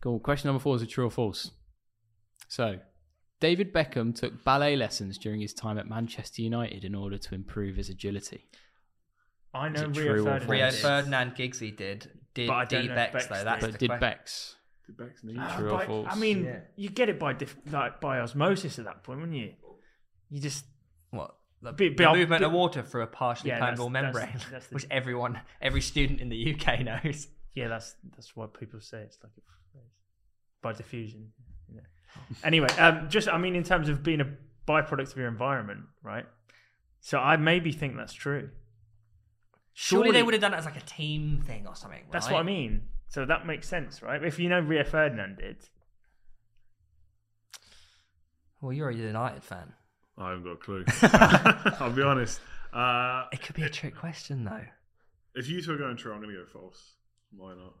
Speaker 4: Cool. Question number four is a true or false. So, David Beckham took ballet lessons during his time at Manchester United in order to improve his agility.
Speaker 2: I know
Speaker 4: Is it
Speaker 2: Rio
Speaker 4: true or
Speaker 2: Ferdinand.
Speaker 1: Rio
Speaker 4: Yes.
Speaker 2: did.
Speaker 1: Ferdinand Giggsy did. Did
Speaker 2: But I don't
Speaker 1: D
Speaker 2: know if
Speaker 1: Bex
Speaker 2: Bex
Speaker 1: though?
Speaker 2: did.
Speaker 1: That's
Speaker 2: But
Speaker 1: the
Speaker 4: But did
Speaker 1: question.
Speaker 4: Bex?
Speaker 3: Did Bex need?
Speaker 2: Ah,
Speaker 4: True or
Speaker 2: by- I
Speaker 4: false?
Speaker 2: mean,
Speaker 1: Yeah.
Speaker 2: you get it by diff- like by osmosis at that point, wouldn't you? You just
Speaker 1: What? The,
Speaker 2: Be-
Speaker 1: the
Speaker 2: be- I'll-
Speaker 1: movement
Speaker 2: be-
Speaker 1: of water through a partially
Speaker 2: Yeah, that's-
Speaker 1: permeable
Speaker 2: that's-
Speaker 1: membrane,
Speaker 2: that's the-
Speaker 1: which everyone, every student in the UK knows.
Speaker 2: yeah, that's that's why people say it's like a phrase. by diffusion. You know. anyway, um, just I mean, in terms of being a byproduct of your environment, right? So I maybe think that's true.
Speaker 1: Surely, they would have done it as like a team thing or something.
Speaker 2: That's
Speaker 1: right?
Speaker 2: what I mean. So that makes sense, right? If you know Rio Ferdinand did,
Speaker 1: Well, you're a United fan.
Speaker 3: I haven't got a clue. I'll be honest. Uh,
Speaker 1: It could be a trick question though.
Speaker 3: if you two are going true, I'm going to go false. Why not?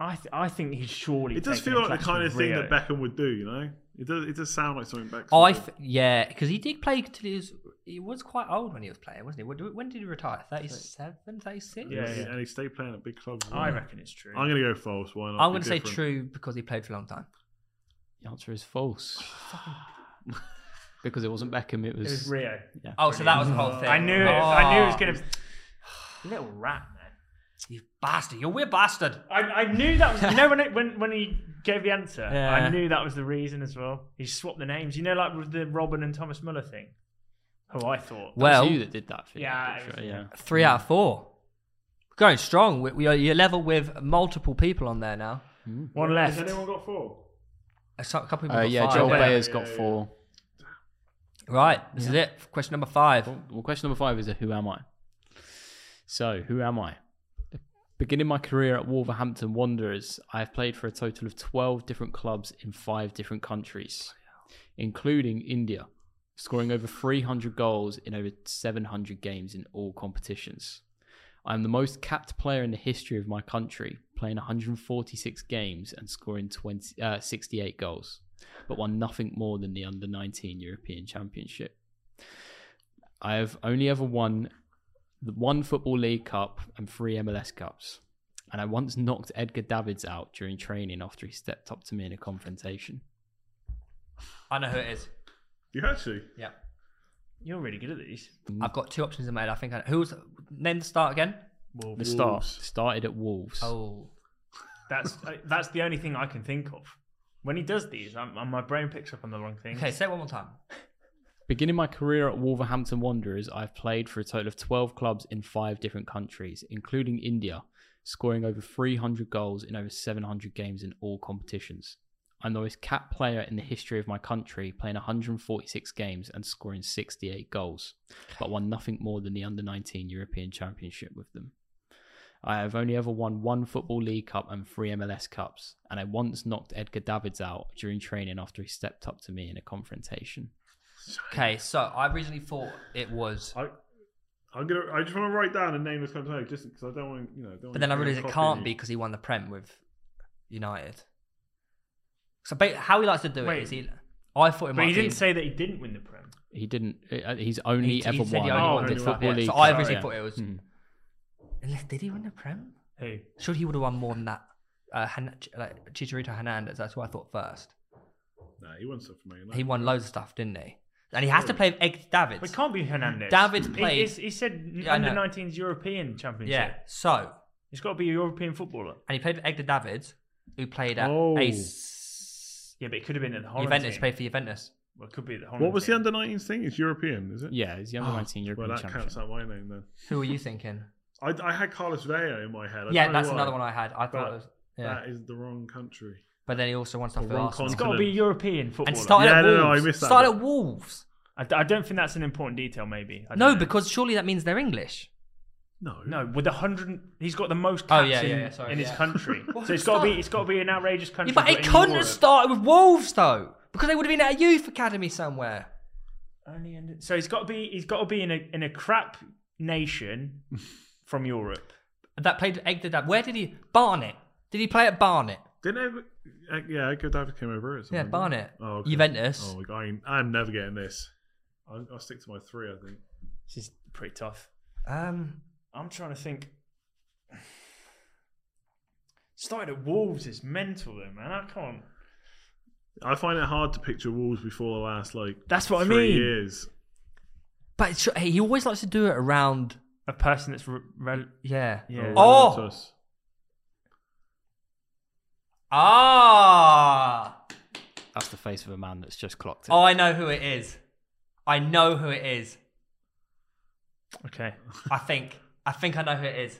Speaker 2: I th- I think he's surely.
Speaker 3: It does
Speaker 2: taken
Speaker 3: feel
Speaker 2: a
Speaker 3: like the
Speaker 2: clash
Speaker 3: kind
Speaker 2: with
Speaker 3: of thing
Speaker 2: Rio.
Speaker 3: that Beckham would do, you know? It does. It does sound like something Beckham.
Speaker 1: Oh, I
Speaker 3: would do.
Speaker 1: th- yeah, because he did play till he was he was quite old when he was playing, wasn't he? When- When did he retire? 37, 36?
Speaker 2: Yeah, yeah.
Speaker 3: and he stayed playing at big clubs. as
Speaker 2: I
Speaker 3: well.
Speaker 2: reckon it's true.
Speaker 3: I'm going to go false. Why not?
Speaker 1: I'm
Speaker 3: Be
Speaker 1: going to say
Speaker 3: different.
Speaker 1: true because he played for a long time.
Speaker 4: The answer is false. because it wasn't Beckham, it
Speaker 2: it
Speaker 4: was.
Speaker 2: was Rio.
Speaker 4: yeah.
Speaker 1: Oh, so that was the whole thing.
Speaker 2: Mm.
Speaker 1: Oh,
Speaker 2: I knew it. I knew it was gonna. Little rat man.
Speaker 1: You bastard! You're a weird bastard.
Speaker 2: I, I knew that was you know when it, when when he gave the answer,
Speaker 1: Yeah.
Speaker 2: I knew that was the reason as well. He swapped the names, you know, like with the Robin and Thomas Muller thing. Who I thought,
Speaker 4: That was
Speaker 1: Well,
Speaker 4: you that did that. Phil,
Speaker 2: Yeah,
Speaker 4: I'm
Speaker 2: it was
Speaker 4: pretty
Speaker 2: me.
Speaker 4: sure,
Speaker 1: three out of four. Going strong. We, we are you're level with multiple people on there now.
Speaker 2: one
Speaker 3: Has
Speaker 2: left.
Speaker 3: anyone got four?
Speaker 1: A so- a couple
Speaker 4: yeah.
Speaker 1: people.
Speaker 4: Uh,
Speaker 1: got
Speaker 4: yeah,
Speaker 1: five.
Speaker 4: Joel
Speaker 2: yeah,
Speaker 4: Bayer's
Speaker 3: yeah,
Speaker 4: got
Speaker 3: yeah.
Speaker 4: four.
Speaker 1: Right. This is it. Question number five.
Speaker 4: Well, question number five is a who am I? So, who am I? Beginning my career at Wolverhampton Wanderers, I have played for a total of 12 different clubs in five different countries, including India, scoring over 300 goals in over 700 games in all competitions. I am the most capped player in the history of my country, playing 146 games and scoring 20, uh, 68 goals, but won nothing more than the under 19 European Championship. I have only ever won the one Football League Cup and three MLS Cups. And I once knocked Edgar Davids out during training after he stepped up to me in a confrontation.
Speaker 1: I know who it is.
Speaker 3: You actually?
Speaker 1: Yeah.
Speaker 2: You're really good at these.
Speaker 1: I've got two options in my head. I think. I, who's name the start again?
Speaker 4: The
Speaker 2: Wolves.
Speaker 4: start
Speaker 3: Wolves.
Speaker 4: started at Wolves.
Speaker 1: Oh.
Speaker 2: That's I- that's the only thing I can think of. When he does these, I'm, i my brain picks up on the wrong thing.
Speaker 1: Okay. Say it one more time.
Speaker 4: Beginning my career at Wolverhampton Wanderers, I've played for a total of 12 clubs in five different countries, including India, scoring over 300 goals in over 700 games in all competitions. I'm the most capped player in the history of my country, playing 146 games and scoring 68 goals, but won nothing more than the under 19 European Championship with them. I have only ever won one Football League Cup and three MLS Cups, and I once knocked Edgar Davids out during training after he stepped up to me in a confrontation.
Speaker 1: Okay. So I originally thought it was,
Speaker 3: I, I'm gonna. I just want to write down a nameless company just because I don't want to, you know. Don't
Speaker 1: but then I
Speaker 3: wanna
Speaker 1: realised it
Speaker 3: copy
Speaker 1: can't
Speaker 3: you.
Speaker 1: be because he won the Prem with United. So ba- how he likes to do it
Speaker 2: Wait.
Speaker 1: is he. I thought it might
Speaker 2: But he
Speaker 1: be-
Speaker 2: didn't say that he didn't win the Prem.
Speaker 4: He didn't. uh, He's only
Speaker 1: He- he
Speaker 4: ever
Speaker 1: said he
Speaker 4: won.
Speaker 1: only
Speaker 2: Oh, won
Speaker 4: the
Speaker 2: only one.
Speaker 4: football
Speaker 2: Yeah,
Speaker 4: league.
Speaker 1: so I
Speaker 4: Cup.
Speaker 1: originally
Speaker 4: Yeah.
Speaker 1: thought it was.
Speaker 4: Hmm.
Speaker 1: Unless did he win the Prem?
Speaker 2: Who?
Speaker 1: Sure, he would have won more than that. Uh, Han- Ch- like Chicharito Hernandez. That's what I thought first.
Speaker 3: Nah, he wants something. Man,
Speaker 1: He won loads of stuff, didn't he? And he has to play with Egg Davids.
Speaker 2: But it can't be Hernandez.
Speaker 1: Davids
Speaker 2: He-
Speaker 1: played-
Speaker 2: he's- He, said
Speaker 1: Yeah, I
Speaker 2: under
Speaker 1: know.
Speaker 2: 19s European Championship.
Speaker 1: Yeah. So,
Speaker 2: It's got to be a European footballer.
Speaker 1: and he played with Egg Davids, who played at
Speaker 3: Oh.
Speaker 1: Ace.
Speaker 2: Yeah, but it could have been at the Holland.
Speaker 1: Juventus
Speaker 2: team.
Speaker 1: played for Juventus.
Speaker 2: Well, it could be at the Holland.
Speaker 3: What was the
Speaker 2: team.
Speaker 3: under 19s thing? It's European, is it?
Speaker 4: Yeah, he's the under 19
Speaker 3: Ah, Well,
Speaker 4: European
Speaker 3: that
Speaker 4: champion.
Speaker 3: counts out my name then.
Speaker 1: Who were you thinking?
Speaker 3: I, I had Carlos Vela in my head. I
Speaker 1: yeah,
Speaker 3: don't know
Speaker 1: that's
Speaker 3: why.
Speaker 1: another one I had. I thought
Speaker 3: But
Speaker 1: it was. Yeah.
Speaker 3: That is the wrong country.
Speaker 1: but then he also won stuff for
Speaker 3: wrong
Speaker 1: Arsenal.
Speaker 2: It's got to be a European footballer.
Speaker 1: And started
Speaker 3: Yeah,
Speaker 1: at
Speaker 3: no,
Speaker 1: Wolves.
Speaker 3: no, no, I missed that
Speaker 1: started
Speaker 3: bit.
Speaker 1: at Wolves.
Speaker 2: I, d- I don't think that's an important detail. Maybe I don't
Speaker 1: No,
Speaker 2: know.
Speaker 1: because surely that means they're English.
Speaker 3: No.
Speaker 2: no, with a hundred, he's got the most
Speaker 1: Oh,
Speaker 2: caps
Speaker 1: yeah, yeah,
Speaker 2: in,
Speaker 1: yeah, sorry,
Speaker 2: in his
Speaker 1: yeah.
Speaker 2: country.
Speaker 1: Well,
Speaker 2: so it's got to be
Speaker 1: stop.
Speaker 2: it's got to be an outrageous country.
Speaker 1: Yeah, but it
Speaker 2: in
Speaker 1: couldn't have
Speaker 2: Europe.
Speaker 1: started with Wolves though, because they would have been at a youth academy somewhere.
Speaker 2: Only under- so he's got to be he's got to be in a in a crap nation from Europe.
Speaker 1: That played Egg the Dab. Where did he? Barnet. Did he play at Barnet?
Speaker 3: Didn't I, uh, yeah, Edgar David came over at some
Speaker 1: Yeah,
Speaker 3: point.
Speaker 1: Barnet.
Speaker 3: Oh, okay.
Speaker 1: Juventus.
Speaker 3: Oh, my God, I ain't- I'm never getting this. I'll, I'll stick to my three, I think.
Speaker 2: This is pretty tough.
Speaker 1: Um,
Speaker 2: I'm trying to think. Started at Wolves is mental though, man. I can't.
Speaker 3: I find it hard to picture Wolves before the last, like,
Speaker 2: That's what I
Speaker 3: three
Speaker 2: mean.
Speaker 3: years.
Speaker 1: but it's, hey, he always likes to do it around.
Speaker 2: A person that's re- rel
Speaker 1: Yeah.
Speaker 2: yeah.
Speaker 1: Oh!
Speaker 3: that's us.
Speaker 1: Ah.
Speaker 4: That's the face of a man that's just clocked it.
Speaker 1: Oh, I know who it is. I know who it is.
Speaker 2: Okay.
Speaker 1: I think. I think I know who it is.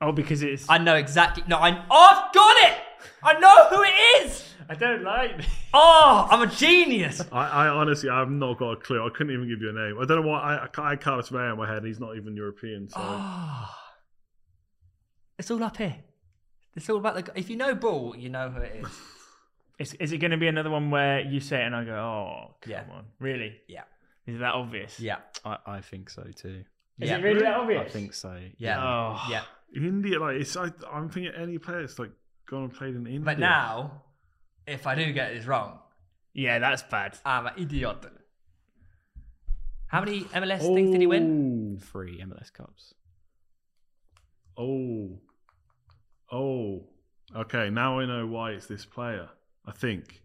Speaker 2: Oh, because it's
Speaker 1: I know exactly. No, I. Oh, I've got it. I know who it is.
Speaker 2: I don't like this.
Speaker 1: Oh, I'm a genius.
Speaker 3: I, I honestly, I've not got a clue. I couldn't even give you a name. I don't know why. I, I, ca- I Carlos Vela in my head. and He's not even European. So
Speaker 1: Ah. it's all up here. It's all about the. g- If you know ball, you know who it is.
Speaker 2: Is, is it going to be another one where you say it and I go, oh, come
Speaker 1: Yeah.
Speaker 2: on. Really?
Speaker 1: Yeah.
Speaker 2: Is it that obvious?
Speaker 1: Yeah.
Speaker 4: I, I think so too.
Speaker 2: Is
Speaker 1: yeah.
Speaker 2: it really that
Speaker 4: I
Speaker 2: obvious?
Speaker 4: think so.
Speaker 1: Yeah.
Speaker 2: Oh.
Speaker 1: Yeah.
Speaker 3: India, like it's. I, I'm thinking any player that's like gone and played in India.
Speaker 1: But now, if I do get this wrong,
Speaker 2: Yeah, that's bad.
Speaker 1: I'm an idiot. How many MLS things did he win?
Speaker 4: Three MLS Cups.
Speaker 3: Oh, oh. Okay, now I know why it's this player. I think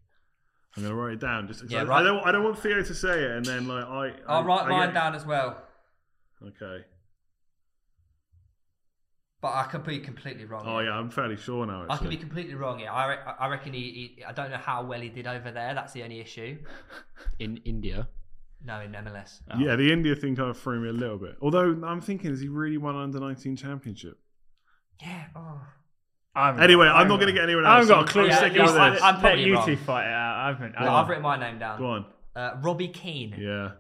Speaker 3: I'm gonna write it down. Just 'cause
Speaker 1: Yeah,
Speaker 3: I,
Speaker 1: right.
Speaker 3: I don't. I don't want Theo to say it, and then like I.
Speaker 1: I'll
Speaker 3: I-
Speaker 1: write
Speaker 3: Oh. I
Speaker 1: mine
Speaker 3: get-
Speaker 1: down as well,
Speaker 3: Okay.
Speaker 1: but I could be completely wrong.
Speaker 3: Oh yeah, I'm fairly sure
Speaker 1: I
Speaker 3: now.
Speaker 1: could
Speaker 3: Actually.
Speaker 1: be completely wrong. Yeah, I, re- I reckon he, he. I don't know how well he did over there. That's the only issue.
Speaker 4: In India.
Speaker 1: No, in MLS.
Speaker 4: Oh.
Speaker 3: Yeah, the India thing kind of threw me a little bit. Although I'm thinking, has he really won an under 19 championship?
Speaker 1: Yeah. Oh.
Speaker 2: I'm
Speaker 3: Anyway, I'm not going to get anyone
Speaker 2: I
Speaker 3: else.
Speaker 2: haven't got a clue.
Speaker 3: I'm, I'm
Speaker 1: Yeah,
Speaker 3: sticking
Speaker 1: you-
Speaker 3: with
Speaker 1: I-
Speaker 3: this.
Speaker 1: I'm
Speaker 2: Let
Speaker 1: probably
Speaker 2: you
Speaker 1: wrong.
Speaker 2: two fight it out. I haven't. I
Speaker 1: Well, I've
Speaker 2: haven't.
Speaker 1: written my name down.
Speaker 3: Go on.
Speaker 1: Uh, Robbie Keane.
Speaker 3: Yeah.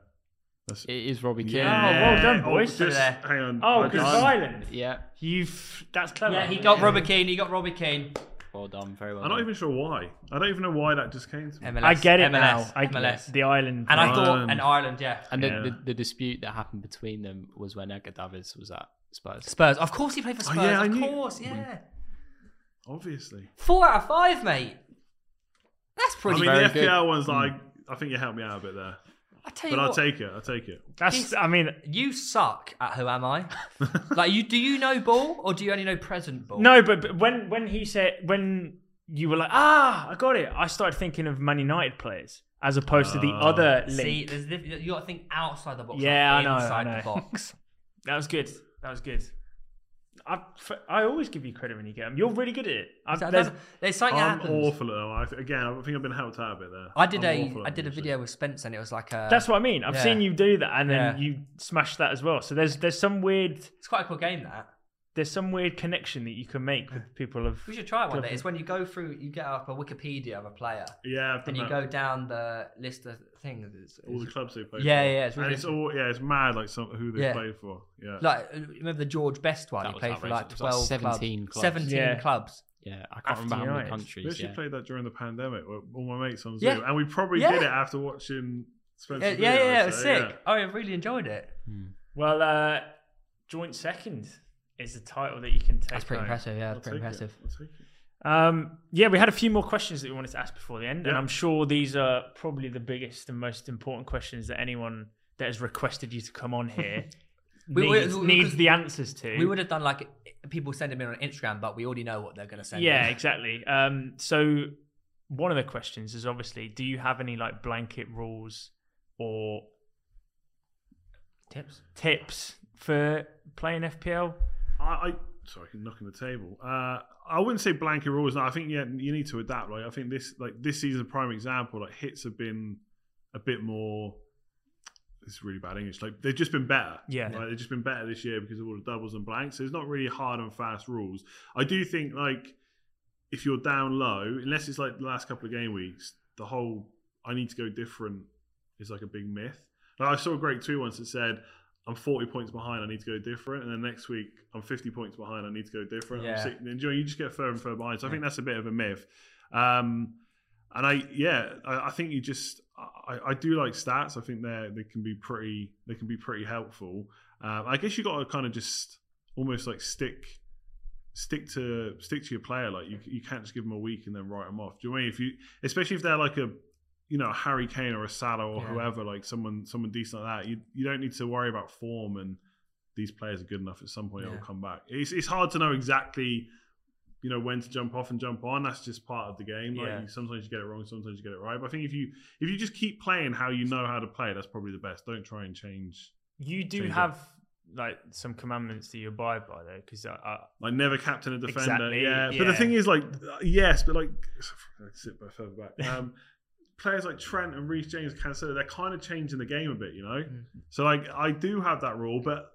Speaker 4: It is Robbie Keane.
Speaker 2: Yeah. well done, boys.
Speaker 3: Oh, just,
Speaker 1: Yeah.
Speaker 3: hang on.
Speaker 2: Oh,
Speaker 3: I
Speaker 2: because
Speaker 3: just-
Speaker 2: Ireland.
Speaker 4: Yeah.
Speaker 2: You've. That's clever.
Speaker 1: Yeah, he got Robbie Keane. He got Robbie Keane.
Speaker 4: Well done. Very well.
Speaker 3: I'm not
Speaker 4: done.
Speaker 3: even sure why. I don't even know why that just came to me.
Speaker 1: MLS.
Speaker 2: I get
Speaker 1: MLS,
Speaker 2: it now. I get
Speaker 1: MLS.
Speaker 2: The Ireland.
Speaker 1: And I thought
Speaker 3: Ireland.
Speaker 1: and Ireland, yeah.
Speaker 4: And the,
Speaker 3: Yeah.
Speaker 4: the, the dispute that happened between them was when Edgar Davids was at Spurs.
Speaker 1: Spurs. Of course he played for
Speaker 3: Oh,
Speaker 1: Spurs.
Speaker 3: yeah, I
Speaker 1: of
Speaker 3: knew-
Speaker 1: course, yeah.
Speaker 3: Obviously.
Speaker 1: Four out of five, mate. That's
Speaker 3: I
Speaker 1: pretty.
Speaker 3: mean,
Speaker 1: I,
Speaker 3: the
Speaker 4: very
Speaker 3: FPL
Speaker 4: good.
Speaker 3: one's like, I think you helped me out a bit there.
Speaker 1: tell you
Speaker 3: But I'll
Speaker 1: what,
Speaker 3: take it. I'll take it.
Speaker 2: That's. I mean,
Speaker 1: you suck at who am I? like you, do you know ball or do you only know present ball?
Speaker 2: no, but, but when when he said when you were like, ah, I got it. I started thinking of Man United players as opposed to the
Speaker 3: Oh.
Speaker 2: other
Speaker 1: See,
Speaker 2: link.
Speaker 1: there's diff- you got to think outside the box.
Speaker 2: Yeah,
Speaker 1: not
Speaker 2: I know, I
Speaker 1: Inside
Speaker 2: know.
Speaker 1: the box.
Speaker 2: That was good. That was good. I f- I always give you credit when you get them. You're really good at it. I,
Speaker 1: So
Speaker 2: there's-
Speaker 1: there's, there's something that
Speaker 3: I'm
Speaker 1: happens.
Speaker 3: awful at that. I th- Again, I think I've been helped out a bit there.
Speaker 1: I did
Speaker 3: I'm
Speaker 1: a
Speaker 3: awful at
Speaker 1: I did a
Speaker 3: music.
Speaker 1: video with Spence and it was like a.
Speaker 2: that's what I mean. I've
Speaker 1: Yeah.
Speaker 2: seen you do that, and then
Speaker 1: Yeah.
Speaker 2: you smash that as well. So there's there's some weird
Speaker 1: it's quite a cool game that.
Speaker 2: there's some weird connection that you can make with people of.
Speaker 1: We should try it one
Speaker 2: Club-
Speaker 1: day. It's when you go through, you get up a Wikipedia of a player,
Speaker 3: Yeah, I've done
Speaker 1: and you
Speaker 3: that.
Speaker 1: go down the list of things. It's,
Speaker 3: all the
Speaker 1: it's-
Speaker 3: clubs they play
Speaker 1: yeah,
Speaker 3: for.
Speaker 1: yeah, it's really
Speaker 3: and it's all yeah, it's mad like some who they
Speaker 1: Yeah.
Speaker 3: play for. Yeah,
Speaker 1: like remember the George Best one?
Speaker 4: That
Speaker 1: he
Speaker 4: was
Speaker 1: played for like
Speaker 4: outrageous. It was
Speaker 1: twelve,
Speaker 4: like 17 clubs.
Speaker 1: seventeen
Speaker 2: Yeah.
Speaker 1: clubs.
Speaker 4: Yeah, I can't remember how
Speaker 2: FDI.
Speaker 4: many
Speaker 3: we
Speaker 4: countries.
Speaker 3: actually
Speaker 4: Yeah.
Speaker 3: played that during the pandemic. with All my mates on Zoom,
Speaker 1: Yeah.
Speaker 3: and we probably
Speaker 1: Yeah.
Speaker 3: did it after watching Spencer.
Speaker 1: Yeah, yeah, yeah,
Speaker 3: video,
Speaker 1: it was
Speaker 3: so,
Speaker 1: sick. Oh,
Speaker 3: yeah.
Speaker 1: I really enjoyed it.
Speaker 2: Well, uh, joint second is the title that you can take.
Speaker 1: That's pretty
Speaker 2: home.
Speaker 1: impressive. Yeah,
Speaker 3: I'll
Speaker 1: that's pretty
Speaker 3: take it.
Speaker 1: impressive.
Speaker 3: I'll take it.
Speaker 2: Um, yeah, we had a few more questions that we wanted to ask before the end, and
Speaker 3: Yeah.
Speaker 2: I'm sure these are probably the biggest and most important questions that anyone that has requested you to come on here
Speaker 1: We- we-
Speaker 2: needs,
Speaker 1: we-
Speaker 2: needs
Speaker 1: because
Speaker 2: the answers to.
Speaker 1: We would have done like people sending me on Instagram, but we already know what they're going to send.
Speaker 2: yeah,
Speaker 1: in.
Speaker 2: exactly. Um, so one of the questions is obviously, do you have any like blanket rules or
Speaker 1: tips.
Speaker 2: tips for playing FPL?
Speaker 3: I, I sorry, knocking the table. Uh, I wouldn't say blanket rules. No, I think yeah, you need to adapt. Like I think this like this season's a prime example. Like hits have been a bit more. It's really bad English. Like they've just been better.
Speaker 2: Yeah.
Speaker 3: Like, they've just been better this year because of all the doubles and blanks. So it's not really hard and fast rules. I do think like if you're down low, unless it's like the last couple of game weeks, the whole I need to go different is like a big myth. Like I saw a great tweet once that said, I'm 40 points behind, I need to go different. And then next week, I'm 50 points behind, I need to go different. I'm
Speaker 1: Yeah.
Speaker 3: sick- and you, know, you just get further and further behind. So I think that's a bit of a myth. Um, and I, yeah, I, I think you just, I, I do like stats. I think they they can be pretty, they can be pretty helpful. Um, I guess you got to kind of just almost like stick, stick to stick to your player. Like you, you can't just give them a week and then write them off. Do you know what I mean if you, especially if they're like a, you know, a Harry Kane or a Salah or
Speaker 1: Yeah.
Speaker 3: whoever, like someone someone decent like that. You you don't need to worry about form and these players are good enough. At some point,
Speaker 1: Yeah.
Speaker 3: it'll come back. It's it's hard to know exactly. You know when to jump off and jump on. That's just part of the game. Like
Speaker 2: Yeah.
Speaker 3: you, sometimes you get it wrong, sometimes you get it right. But I think if you if you just keep playing how you know how to play, that's probably the best. Don't try and change.
Speaker 2: You do
Speaker 3: Change it.
Speaker 2: have like some commandments that you abide by though, uh, because I, I,
Speaker 3: Like never captain a defender.
Speaker 2: Exactly,
Speaker 3: Yeah. But the
Speaker 2: yeah.
Speaker 3: thing is, like, uh, yes, but like, I sit back further back. Um, players like Trent and Reece James, Cancelo, they're kind of changing the game a bit, you know.
Speaker 1: Mm.
Speaker 3: So like, I do have that rule, but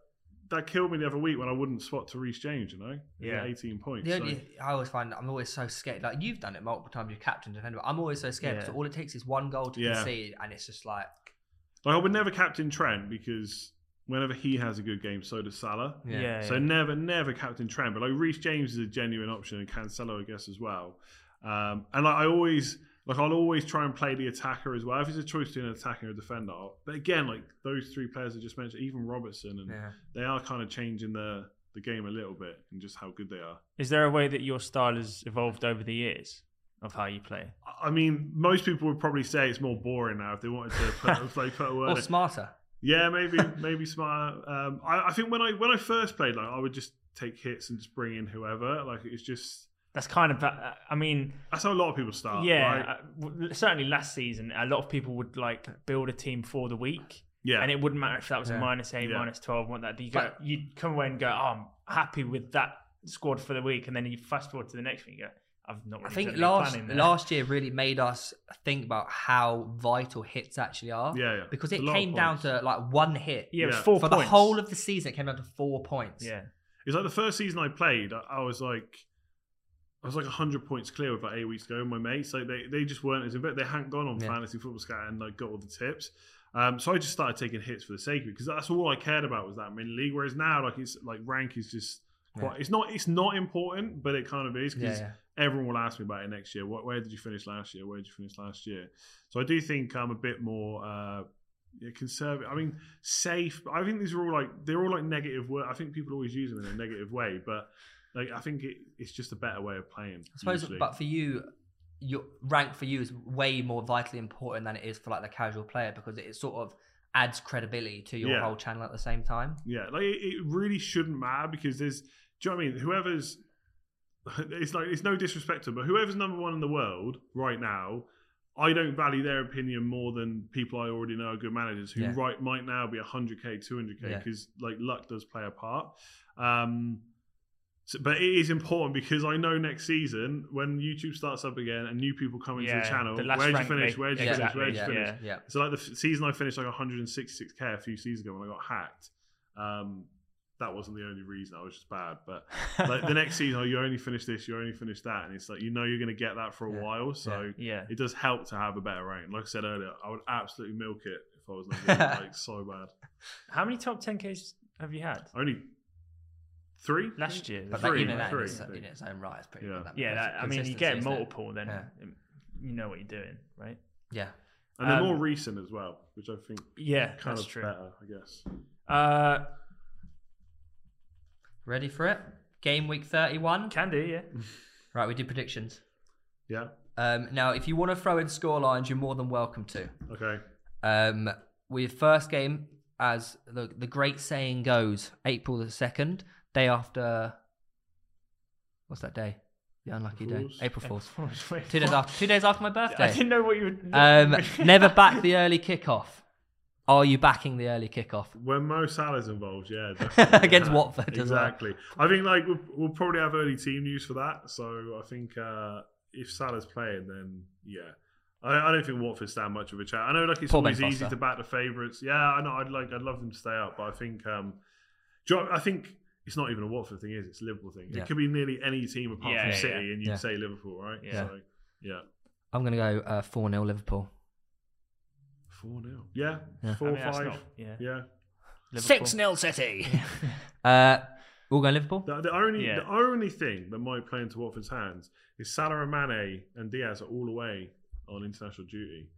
Speaker 3: that killed me the other week when I wouldn't swap to Reece James. You know, He had
Speaker 2: Yeah.
Speaker 3: eighteen points.
Speaker 1: The
Speaker 3: so-
Speaker 1: only, I always find I'm always so scared. Like you've done it multiple times, you've captained defender. but I'm always so scared because
Speaker 2: Yeah.
Speaker 1: all it takes is one goal to
Speaker 3: Yeah.
Speaker 1: concede, and it's just like
Speaker 3: Like I would never captain Trent because whenever he has a good game, so does Salah.
Speaker 2: Yeah. yeah.
Speaker 3: So never, never captain Trent. But like Reece James is a genuine option, and Cancelo, I guess, as well. Um, and like I always, like I'll always try and play the attacker as well. If it's a choice between an attacker and a defender, I'll- but again, like those three players I just mentioned, even Robertson, and
Speaker 1: yeah.
Speaker 3: they are kind of changing the the game a little bit and just how good they are.
Speaker 2: Is there a way that your style has evolved over the years of how you play?
Speaker 3: I- I mean, most people would probably say it's more boring now if they wanted to put, like, put a word.
Speaker 1: or
Speaker 3: in.
Speaker 1: smarter.
Speaker 3: Yeah, maybe maybe smart. Um, I, I think when I when I first played, like I would just take hits and just bring in whoever. Like it's just
Speaker 2: That's kind of, uh, I mean,
Speaker 3: that's how a lot of people start.
Speaker 2: yeah,
Speaker 3: right?
Speaker 2: uh, w- certainly last season, a lot of people would like build a team for the week.
Speaker 3: yeah,
Speaker 2: And it wouldn't matter if that was
Speaker 1: Yeah.
Speaker 2: a minus eight,
Speaker 3: Yeah.
Speaker 2: minus 12, what that. You go, you'd come away and go, oh, I'm happy with that squad for the week. And then you fast forward to the next week, you go, I've not
Speaker 1: I
Speaker 2: really
Speaker 1: think
Speaker 2: done any
Speaker 1: last
Speaker 2: planning there.
Speaker 1: last year really made us think about how vital hits actually are.
Speaker 3: yeah, yeah.
Speaker 1: Because
Speaker 3: It's
Speaker 1: it
Speaker 3: a lot of
Speaker 1: came down
Speaker 3: points.
Speaker 1: to like one hit.
Speaker 2: yeah, it was
Speaker 3: yeah.
Speaker 2: four
Speaker 1: For
Speaker 2: points.
Speaker 1: the whole of the season, it came down to four points.
Speaker 2: Yeah.
Speaker 3: It's like the first season I played, I, I was like, I was like hundred points clear with like eight weeks ago. And my mates, like they, they just weren't as invested. They hadn't gone on
Speaker 1: Yeah.
Speaker 3: fantasy football scout and like got all the tips. Um, so I just started taking hits for the sake of it because that's all I cared about was that mini league. Whereas now, like it's like rank is just quite. It's not. It's not important, but it kind of is
Speaker 1: Yeah,
Speaker 3: because
Speaker 1: yeah.
Speaker 3: everyone will ask me about it next year. What, where did you finish last year? Where did you finish last year? So I do think I'm a bit more uh, yeah, conservative. I mean, safe. I think these are all like they're all like negative words. I think people always use them in a negative way, but like I think it, it's just a better way of playing.
Speaker 1: I suppose,
Speaker 3: usually.
Speaker 1: but for you, your rank for you is way more vitally important than it is for like the casual player because it sort of adds credibility to your
Speaker 3: Yeah.
Speaker 1: whole channel at the same time.
Speaker 3: yeah, like it, it really shouldn't matter because there's. Do you know what I mean? Whoever's it's like it's no disrespect to them, but whoever's number one in the world right now, I don't value their opinion more than people I already know are good managers who
Speaker 1: Yeah.
Speaker 3: right might now be 100k, 200k
Speaker 1: Yeah.
Speaker 3: because like luck does play a part. Um, so- but it is important because I know next season when YouTube starts up again and new people come into the
Speaker 2: Yeah,
Speaker 3: channel,
Speaker 2: the last
Speaker 3: where'd you
Speaker 2: rank
Speaker 3: finish?
Speaker 2: they-
Speaker 3: Where'd you finish?
Speaker 1: Exactly,
Speaker 3: Where'd you
Speaker 1: yeah.
Speaker 3: finish?
Speaker 2: Yeah.
Speaker 1: Yeah.
Speaker 3: So like the f- season I finished like 166k a few seasons ago when I got hacked. Um, that wasn't the only reason. I was just bad, but like the next season, oh, you only finish this, you only finish that, and it's like you know you're going to get that for a
Speaker 1: Yeah.
Speaker 3: while. So
Speaker 2: yeah.
Speaker 3: it does help to have a better rank. Like I said earlier, I would absolutely milk it if I was number one, like so bad.
Speaker 2: How many top 10Ks have you had?
Speaker 3: Only three
Speaker 2: Last year.
Speaker 1: But
Speaker 3: Three,
Speaker 1: that, even that
Speaker 3: three,
Speaker 1: in, its,
Speaker 3: I think.
Speaker 1: in its own right is pretty
Speaker 3: Yeah.
Speaker 1: good. that
Speaker 2: yeah,
Speaker 1: much
Speaker 2: that, I mean, you
Speaker 1: consistency,
Speaker 2: get
Speaker 1: isn't it?
Speaker 2: multiple, then you know what you're doing, right?
Speaker 1: Yeah.
Speaker 3: and they're
Speaker 2: Um,
Speaker 3: more recent as well, which I think
Speaker 2: Yeah,
Speaker 3: kind
Speaker 2: that's
Speaker 3: of
Speaker 2: true.
Speaker 3: better, I guess.
Speaker 2: Uh,
Speaker 1: Ready for it? Game week 31.
Speaker 2: can do, yeah.
Speaker 1: Right, we do predictions.
Speaker 3: Yeah.
Speaker 1: Um, now, if you want to throw in score lines, you're more than welcome to.
Speaker 3: Okay.
Speaker 1: Um, we first game, as the, the great saying goes, April the 2nd, day after. What's that day? The unlucky day.
Speaker 3: Fools.
Speaker 1: April Fool's.
Speaker 2: Wait,
Speaker 1: Two days
Speaker 2: what?
Speaker 1: after, two days after my
Speaker 2: I
Speaker 1: birthday.
Speaker 2: didn't know what you were.
Speaker 1: Um, never back the early kickoff. Are you backing the early kickoff?
Speaker 3: When Mo Salah's involved, yeah, definitely,
Speaker 1: Against
Speaker 3: yeah.
Speaker 1: Watford as well.
Speaker 3: Exactly. I think like we'll, we'll probably have early team news for that. So I think uh, if Salah's playing, then yeah, I, I don't think Watford stand much of a chance. I know like it's
Speaker 1: Poor Ben
Speaker 3: always easy
Speaker 1: Foster.
Speaker 3: to back the favourites. Yeah, I know. I'd like, I'd love them to stay up, but I think, um, do you know- I think it's not even a Watford thing, is it? it's a Liverpool thing.
Speaker 1: Yeah.
Speaker 3: It could be nearly any team apart
Speaker 2: Yeah,
Speaker 3: from
Speaker 2: yeah,
Speaker 3: City,
Speaker 2: yeah.
Speaker 3: and you'd
Speaker 1: Yeah.
Speaker 3: say Liverpool, right?
Speaker 2: Yeah.
Speaker 3: So, yeah.
Speaker 1: I'm going to go 4 nil 0 Liverpool.
Speaker 3: Four 0 Yeah.
Speaker 1: Yeah.
Speaker 3: Four
Speaker 2: I mean, that's
Speaker 3: five.
Speaker 2: not- yeah.
Speaker 3: yeah.
Speaker 1: 6 0 City. uh, all going Liverpool?
Speaker 3: The, the only
Speaker 2: Yeah.
Speaker 3: the only thing that might play into Watford's hands is Salah and Mane and Diaz are all away on international duty.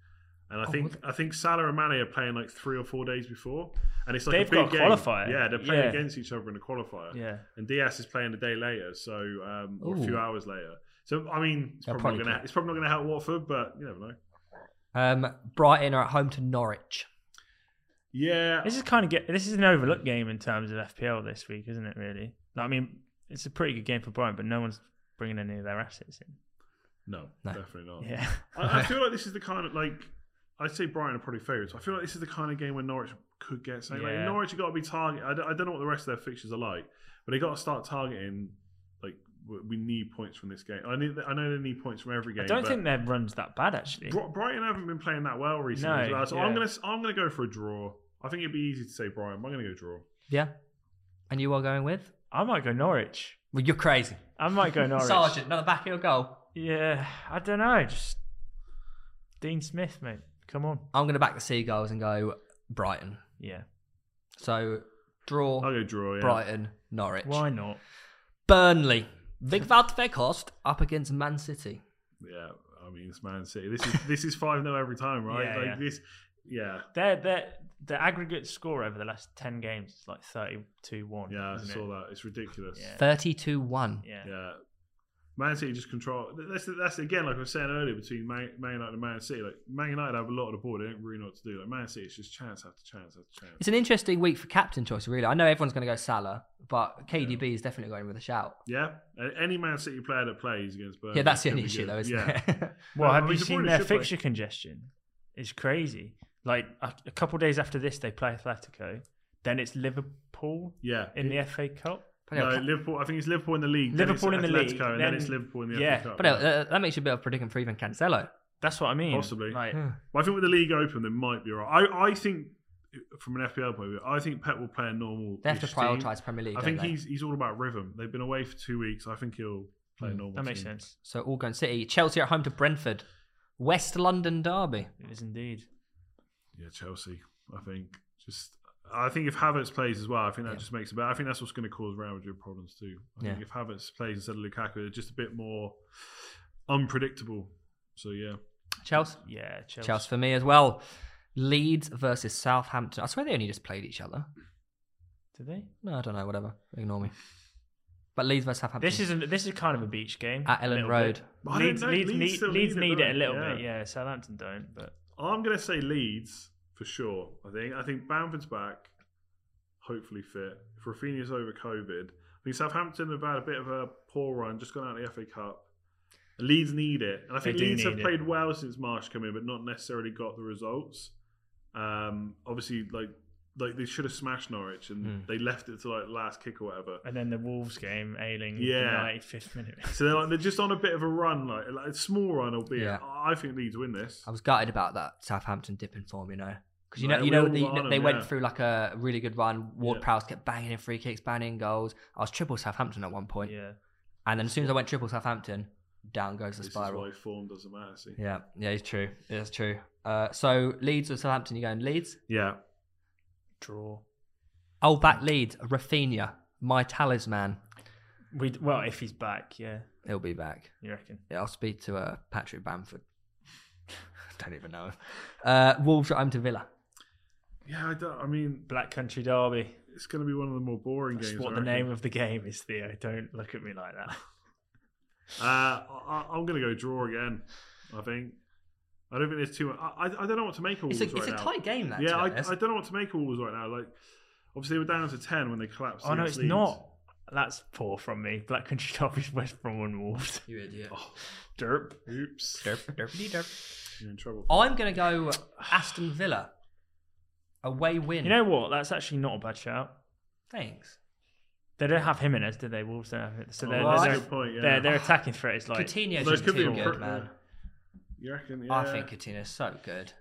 Speaker 3: And I
Speaker 1: Oh,
Speaker 3: think
Speaker 1: would-
Speaker 3: I think Salah and Mane are playing like three or four days before, and it's like
Speaker 2: They've
Speaker 3: a big
Speaker 2: got a
Speaker 3: game.
Speaker 2: qualifier.
Speaker 3: Yeah, they're playing
Speaker 2: Yeah.
Speaker 3: against each other in a qualifier,
Speaker 2: Yeah.
Speaker 3: and Diaz is playing a day later, so um, or a
Speaker 1: Ooh.
Speaker 3: few hours later. So I mean, it's
Speaker 1: They'll probably
Speaker 3: probably, not gonna
Speaker 1: play.
Speaker 3: it's probably not gonna help Watford, but you never know.
Speaker 1: Um, Brighton are at home to Norwich.
Speaker 3: Yeah,
Speaker 2: This is kind of get. This is an overlooked game in terms of FPL this week, isn't it? Really. Like, I mean, it's a pretty good game for Brighton, but no one's bringing any of their assets in.
Speaker 3: no,
Speaker 1: No.
Speaker 3: definitely not.
Speaker 2: Yeah.
Speaker 3: I, I feel like this is the kind of like I'd say Brighton are probably favourites. I feel like this is the kind of game where Norwich could get something. Like
Speaker 2: Yeah.
Speaker 3: Norwich have got to be targeting. I don't, I don't know what the rest of their fixtures are like, but they got to start targeting. Like we- we need points from this game. I need. I know they need points from every game.
Speaker 2: I don't
Speaker 3: but
Speaker 2: think their run's that bad actually.
Speaker 3: Bri- Brighton haven't been playing that well recently.
Speaker 2: No,
Speaker 3: as well. So
Speaker 2: yeah.
Speaker 3: I'm gonna. s- I'm gonna go for a draw. I think it'd be easy to say Brighton. but I'm gonna go draw.
Speaker 1: Yeah. And you are going with?
Speaker 2: I might go Norwich.
Speaker 1: Well, you're crazy.
Speaker 2: I might go Norwich.
Speaker 1: Sergeant, another back heel goal.
Speaker 2: Yeah, I don't know. Just Dean Smith, mate. Come on.
Speaker 1: I'm going to back the Seagulls and go Brighton.
Speaker 2: Yeah.
Speaker 1: So draw,
Speaker 3: I'll go draw. Yeah.
Speaker 1: Brighton, Norwich.
Speaker 2: Why not?
Speaker 1: Burnley. Vigvald Veghorst up against Man City.
Speaker 3: Yeah. I mean, it's Man City. This is this is five 0 every time, right?
Speaker 2: Yeah,
Speaker 3: like
Speaker 2: yeah.
Speaker 3: this. Yeah.
Speaker 2: Their their the aggregate score over the last ten games is like thirty-two one.
Speaker 3: Yeah. I
Speaker 2: isn't
Speaker 3: saw
Speaker 2: it?
Speaker 3: that. It's ridiculous.
Speaker 2: Yeah.
Speaker 1: 32 1.
Speaker 2: Yeah.
Speaker 3: Yeah. Man City just control. That's that's again like I was saying earlier between Man, Man United and Man City. Like Man United have a lot of the ball. They don't really know what to do. Like Man City, it's just chance after chance after chance.
Speaker 1: It's an interesting week for captain choice, really. I know everyone's going to go Salah, but KDB is definitely going with a shout.
Speaker 3: Yeah. A- Any Man City player that plays against Burnley.
Speaker 1: Yeah, that's the
Speaker 3: is gonna
Speaker 1: only
Speaker 3: Uh, be
Speaker 1: issue, though,
Speaker 3: good.
Speaker 1: isn't
Speaker 3: yeah.
Speaker 1: it?
Speaker 2: Well,
Speaker 3: No,
Speaker 2: have
Speaker 3: I mean,
Speaker 2: you
Speaker 3: De Bruyne
Speaker 2: seen their
Speaker 3: should play.
Speaker 2: fixture congestion? It's crazy. Like a, a couple days after this, they play Atletico. Then it's Liverpool
Speaker 3: Yeah.
Speaker 2: in the FA Cup.
Speaker 3: No, Liverpool. I think it's Liverpool in the league. then
Speaker 2: Liverpool
Speaker 3: it's
Speaker 2: in the league,
Speaker 3: Atletico, and then,
Speaker 2: then-
Speaker 3: it's Liverpool in the
Speaker 2: yeah,
Speaker 3: FA Cup.
Speaker 1: But uh, uh, that makes you a bit of a predicament for even Cancelo.
Speaker 2: That's what I mean.
Speaker 3: Possibly. Hmm.
Speaker 2: Like,
Speaker 3: Well, I think with the league open, they might be all right. I, I think, from an FPL point of view, I think Pep will play a normal.
Speaker 1: They have to prioritise Premier League.
Speaker 3: I
Speaker 1: don't
Speaker 3: think
Speaker 1: they?
Speaker 3: he's he's all about rhythm. They've been away for two weeks. I think he'll play a
Speaker 1: Hmm.
Speaker 3: normal.
Speaker 2: that makes
Speaker 3: team.
Speaker 2: sense.
Speaker 1: So all going City. Chelsea at home to Brentford. West London derby.
Speaker 2: It is indeed.
Speaker 3: Yeah, Chelsea. I think just. I think if Havertz plays as well, I think that
Speaker 1: Yeah.
Speaker 3: just makes it better. I think that's what's going to cause Real Madrid problems too. I think
Speaker 1: Yeah.
Speaker 3: if Havertz plays instead of Lukaku, they're just a bit more unpredictable. So yeah,
Speaker 1: Chelsea.
Speaker 2: Yeah, Chelsea.
Speaker 1: Chelsea for me as well. Leeds versus Southampton. I swear they only just played each other.
Speaker 2: Do they?
Speaker 1: No, I don't know. Whatever. Ignore me. But Leeds versus Southampton.
Speaker 2: This is a, this is kind of a beach game
Speaker 1: at
Speaker 2: a
Speaker 1: Ellen
Speaker 2: little
Speaker 1: Road.
Speaker 2: bit.
Speaker 3: But I don't
Speaker 2: Leeds,
Speaker 3: know,
Speaker 2: Leeds,
Speaker 3: Leeds
Speaker 2: need,
Speaker 3: still
Speaker 2: Leeds need it a
Speaker 3: don't
Speaker 2: little
Speaker 3: they?
Speaker 2: bit. Yeah, Southampton don't. But
Speaker 3: I'm going to say Leeds for sure. I think I think Bamford's back, hopefully fit. If Rafinha's over COVID, I think Southampton have had a bit of a poor run, just gone out of the FA Cup. Leeds need it, and I
Speaker 2: They
Speaker 3: think
Speaker 2: do
Speaker 3: Leeds have
Speaker 2: need it.
Speaker 3: played well since Marsh came in, but not necessarily got the results. Um, obviously, like like they should have smashed Norwich, and
Speaker 1: Mm.
Speaker 3: they left it to like last kick or whatever.
Speaker 2: and then the Wolves game, Ailing,
Speaker 3: Yeah.
Speaker 2: ninety fifth minute.
Speaker 3: So they're like they're just on a bit of a run, like, like a small run, albeit.
Speaker 1: Yeah.
Speaker 3: I think Leeds win this.
Speaker 1: I was gutted about that Southampton dipping form, you know, because you
Speaker 3: Right,
Speaker 1: know, you
Speaker 3: we
Speaker 1: know,
Speaker 3: all
Speaker 1: the,
Speaker 3: were on
Speaker 1: they
Speaker 3: 'em,
Speaker 1: went
Speaker 3: yeah.
Speaker 1: through like a really good run. Ward
Speaker 3: Yeah.
Speaker 1: Prowse kept banging in free kicks, banging in goals. I was triple Southampton at one point,
Speaker 2: yeah,
Speaker 1: and then as soon as I went triple Southampton, down goes the
Speaker 3: This is
Speaker 1: spiral.
Speaker 3: why form doesn't matter. See.
Speaker 1: Yeah, yeah, it's true. It's true. Uh, so Leeds or Southampton? You going Leeds?
Speaker 3: yeah.
Speaker 2: draw.
Speaker 1: Oh, back Leeds. Rafinha, my talisman.
Speaker 2: We well, if he's back, yeah,
Speaker 1: He'll be back.
Speaker 2: you reckon?
Speaker 1: Yeah, I'll speak to uh, Patrick Bamford. Don't even know him. Uh, Wolves at home to Villa.
Speaker 3: Yeah, I don't. I mean,
Speaker 2: Black Country Derby.
Speaker 3: it's going to be one of the more boring
Speaker 2: That's
Speaker 3: games.
Speaker 2: what
Speaker 3: I
Speaker 2: the
Speaker 3: reckon.
Speaker 2: name of the game is, Theo. Don't look at me like that.
Speaker 3: Uh, I, I- I'm going to go draw again. I think. I don't think there's too much. I, I I don't know what to make of Wolves
Speaker 1: It's a, it's
Speaker 3: right
Speaker 1: a
Speaker 3: now.
Speaker 1: tight game, that.
Speaker 3: yeah,
Speaker 1: to
Speaker 3: I,
Speaker 1: be honest.
Speaker 3: I don't know what to make of Wolves right now. Like, obviously they were down to ten when they collapsed.
Speaker 2: Oh no, it's
Speaker 3: against Leeds.
Speaker 2: not. That's poor from me. Black Country Derby's West Brom and Wolves.
Speaker 1: you idiot.
Speaker 2: Derp.
Speaker 3: Oh,
Speaker 2: Oh,
Speaker 3: Oops,
Speaker 1: Derp, derpity derp.
Speaker 3: you're in trouble.
Speaker 1: I'm going to go Aston Villa. Away win.
Speaker 2: You know what? That's actually not a bad shout.
Speaker 1: thanks.
Speaker 2: They don't have Jimenez, do they? Wolves don't have Jimenez. So
Speaker 3: Oh,
Speaker 2: they're,
Speaker 3: that's a
Speaker 2: they're,
Speaker 3: good point. Yeah,
Speaker 2: their, their attacking threat is like
Speaker 1: Coutinho's
Speaker 3: Although it
Speaker 1: just
Speaker 3: could be
Speaker 1: too
Speaker 3: improved,
Speaker 1: good,
Speaker 3: yeah.
Speaker 1: man.
Speaker 3: You reckon? Yeah.
Speaker 1: I think Coutinho's so good.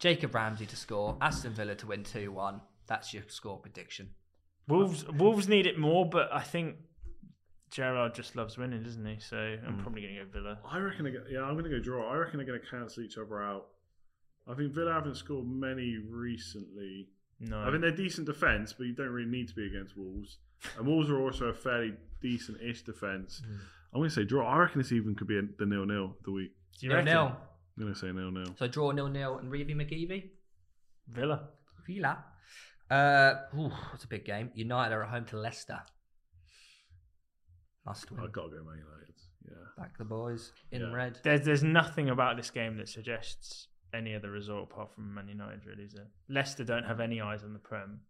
Speaker 1: Jacob Ramsey to score. Aston Villa to win 2 1. That's your score prediction.
Speaker 2: Wolves. Wolves need it more, but I think Gerard just loves winning, doesn't he? So
Speaker 3: Hmm.
Speaker 2: I'm probably going to go Villa.
Speaker 3: I reckon. They're, gonna- yeah, I'm going to go draw. I reckon they're going to cancel each other out. I think Villa haven't scored many recently.
Speaker 2: No,
Speaker 3: I mean, they're decent defence, but you don't really need to be against Wolves. And Wolves are also a fairly decent-ish defence. I'm going to say draw. I reckon this even could be a, the nil-nil of the week.
Speaker 2: Do you
Speaker 1: Nil
Speaker 2: reckon?
Speaker 1: nil.
Speaker 3: I'm going to say nil-nil.
Speaker 1: So draw nil nil and Reevy McGeevy.
Speaker 2: Villa.
Speaker 1: Villa. Uh, ooh, it's a big game. United are at home to Leicester. Must win.
Speaker 3: I've got to go Man United. Yeah.
Speaker 1: Back the boys in
Speaker 3: Yeah.
Speaker 1: red.
Speaker 2: There's there's nothing about this game that suggests any other result apart from Man United, really, is it? Leicester don't have any eyes on the Prem.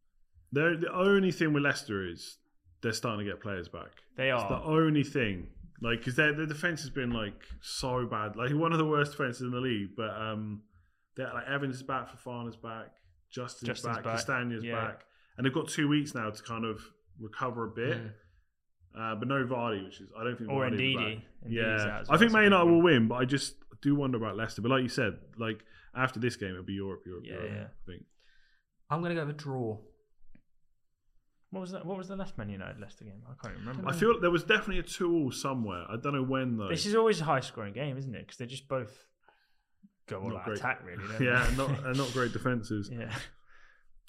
Speaker 3: They're, the only thing with Leicester is they're starting to get players back.
Speaker 2: They
Speaker 3: It's the
Speaker 2: are.
Speaker 3: only thing. Like, because their, their defence has been, like, so bad. Like, one of the worst defences in the league. But, um, they're, like, Evans is back, Fafana's back, Justin's,
Speaker 2: Justin's
Speaker 3: back,
Speaker 2: back,
Speaker 3: Castagna's
Speaker 2: yeah.
Speaker 3: back. And they've got two weeks now to kind of recover a bit.
Speaker 1: Mm.
Speaker 3: Uh, but no Vardy, which is, I don't think
Speaker 2: Or
Speaker 3: Vardy'll be
Speaker 2: Ndidi.
Speaker 3: back.
Speaker 2: Ndidi's out
Speaker 3: Yeah,
Speaker 2: as
Speaker 3: I
Speaker 2: well,
Speaker 3: think
Speaker 2: so
Speaker 3: Man
Speaker 2: they
Speaker 3: United
Speaker 2: can-
Speaker 3: will win, but I just do wonder about Leicester. But like you said, like after this game, it'll be Europe, Europe,
Speaker 2: Yeah,
Speaker 3: Europe.
Speaker 2: yeah.
Speaker 3: I think.
Speaker 1: I'm going to go with draw.
Speaker 2: What was that? What was the last Man United Leicester game? I can't remember.
Speaker 3: I feel there was definitely a two all somewhere. I don't know when though.
Speaker 2: This is always a high scoring game, isn't it? Because they just both go all
Speaker 3: Not
Speaker 2: out
Speaker 3: great.
Speaker 2: attack, really. Don't
Speaker 3: yeah, not uh, not great defenses.
Speaker 2: They? Yeah.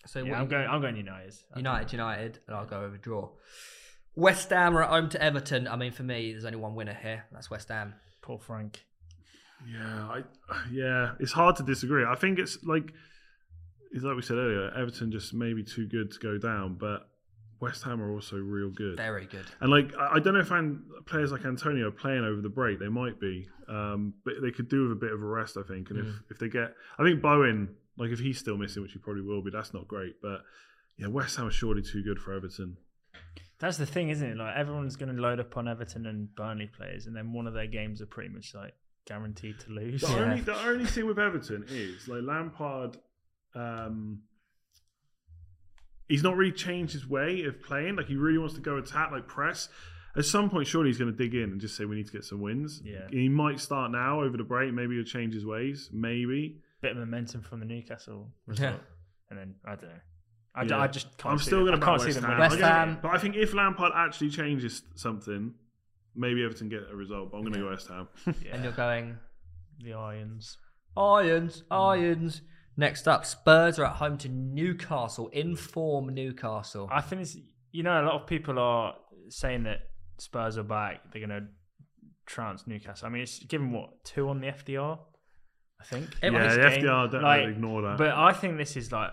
Speaker 1: So
Speaker 2: Yeah,
Speaker 1: what
Speaker 2: I'm going. I'm going United.
Speaker 1: United, United, and I'll go over draw. West Ham are at home to Everton. I mean, for me, there's only one winner here. That's West Ham.
Speaker 2: Paul Frank.
Speaker 3: Yeah, I, yeah, it's hard to disagree. I think it's like it's like we said earlier. Everton just maybe too good to go down, but West Ham are also real good.
Speaker 1: Very good.
Speaker 3: And like I I don't know if an, players like Antonio are playing over the break. They might be, um, but they could do with a bit of a rest, I think. And if, if they get, I think Bowen, like if he's still missing, which he probably will be, that's not great. But yeah, West Ham are surely too good for Everton.
Speaker 2: That's the thing, isn't it? Like everyone's going to load up on Everton and Burnley players, and then one of their games are pretty much like guaranteed to lose.
Speaker 3: The only the only thing with Everton is like Lampard, um, he's not really changed his way of playing. Like he really wants to go attack, like press. At some point, surely he's going to dig in and just say we need to get some wins.
Speaker 2: Yeah.
Speaker 3: he might start now over the break. Maybe he'll change his ways. Maybe.
Speaker 2: Bit of momentum from the Newcastle result,
Speaker 1: Yeah.
Speaker 2: and then I don't know. I, d-
Speaker 3: Yeah.
Speaker 2: I just can't.
Speaker 3: I'm
Speaker 2: see
Speaker 3: still
Speaker 2: them.
Speaker 3: going
Speaker 2: I
Speaker 3: to
Speaker 2: can't
Speaker 3: back
Speaker 2: see
Speaker 3: West
Speaker 2: them.
Speaker 3: Ham.
Speaker 2: winning.
Speaker 1: West
Speaker 3: I don't-
Speaker 1: Ham.
Speaker 3: but I think if Lampard actually changes something, maybe Everton get a result. But I'm going to go West Ham.
Speaker 1: And you're going
Speaker 2: The Irons.
Speaker 1: Irons, Irons. Next up, Spurs are at home to Newcastle. Inform Newcastle.
Speaker 2: I think it's you know a lot of people are saying that Spurs are back. They're going to trounce Newcastle. I mean, it's given what two on the FDR, I think.
Speaker 1: It
Speaker 3: yeah,
Speaker 1: was
Speaker 3: the
Speaker 2: game,
Speaker 3: FDR don't
Speaker 2: like,
Speaker 3: ignore that.
Speaker 2: But I think this is like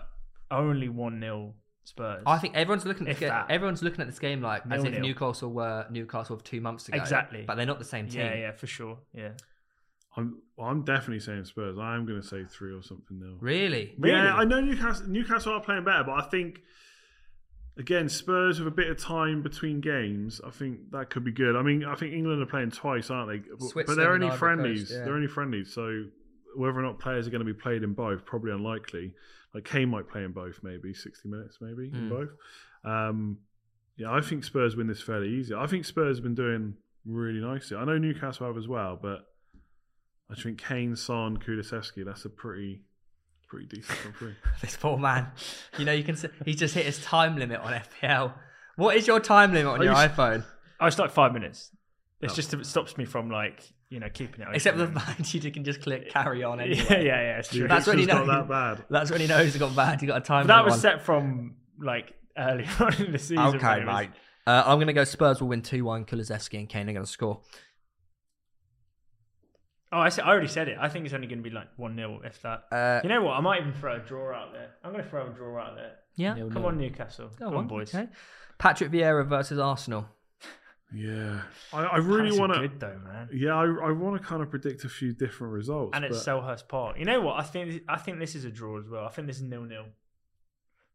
Speaker 2: only one 0 Spurs.
Speaker 1: I think everyone's looking at
Speaker 2: If
Speaker 1: this game,
Speaker 2: that.
Speaker 1: everyone's looking at this game like as if
Speaker 2: Nil-nil.
Speaker 1: Newcastle were Newcastle of two months ago.
Speaker 2: Exactly.
Speaker 1: But they're not the same team.
Speaker 2: yeah, yeah, for sure. Yeah,
Speaker 3: I'm, well, I'm definitely saying Spurs. I'm going to say three or something nil.
Speaker 1: Really?
Speaker 2: Really?
Speaker 3: Yeah, I know Newcastle. Newcastle are playing better, but I think again Spurs with a bit of time between games, I think that could be good. I mean, I think England are playing twice, aren't they? But- but
Speaker 1: Switzerland
Speaker 3: they're
Speaker 1: and
Speaker 3: only
Speaker 1: Ivory
Speaker 3: friendlies.
Speaker 1: Coast, yeah.
Speaker 3: They're only friendlies. So whether or not players are going to be played in both, probably unlikely. Like Kane might play in both, maybe sixty minutes, maybe
Speaker 1: Mm.
Speaker 3: in both. Um, yeah, I think Spurs win this fairly easy. I think Spurs have been doing really nicely. I know Newcastle have as well, but I think Kane, Son, Kudasevsky, that's a pretty, pretty decent front three.
Speaker 1: This poor man. You know, you can. See, he's just hit his time limit on FPL. What is your time limit on
Speaker 3: Are
Speaker 1: your
Speaker 3: you s-
Speaker 1: iPhone?
Speaker 2: oh, it's like five minutes. It's
Speaker 3: Oh.
Speaker 2: just it stops me from like you know keeping it.
Speaker 1: Except for
Speaker 2: open
Speaker 1: the fact you can just click carry on
Speaker 2: and-
Speaker 1: anyway.
Speaker 2: yeah, yeah, yeah. It's true.
Speaker 1: That's
Speaker 3: That's
Speaker 1: when you know-
Speaker 3: not that bad.
Speaker 1: That's when he knows he got bad. He got a time.
Speaker 2: But that
Speaker 1: limit
Speaker 2: was
Speaker 1: on.
Speaker 2: set from like early on in the season. when
Speaker 1: Okay,
Speaker 2: it was-
Speaker 1: mate. Uh, I'm going to go Spurs will win 2 1. Kulizevsky and Kane are going to score.
Speaker 2: Oh, I, said, I already said it. I think it's only going to be like one 0 if that.
Speaker 1: Uh,
Speaker 2: You know what? I might even throw a draw out there. I'm going to throw a draw out there.
Speaker 1: yeah.
Speaker 4: Nil-nil.
Speaker 2: Come on, Newcastle.
Speaker 1: Go
Speaker 2: Come on, boys.
Speaker 1: Okay. Patrick Vieira versus Arsenal.
Speaker 3: Yeah, I, I really
Speaker 2: Palace are
Speaker 3: want to.
Speaker 2: Good though, man.
Speaker 3: Yeah, I, I want to kind of predict a few different results.
Speaker 2: And it's
Speaker 3: but
Speaker 2: Selhurst Park. You know what? I think I think this is a draw as well. I think this is nil nil.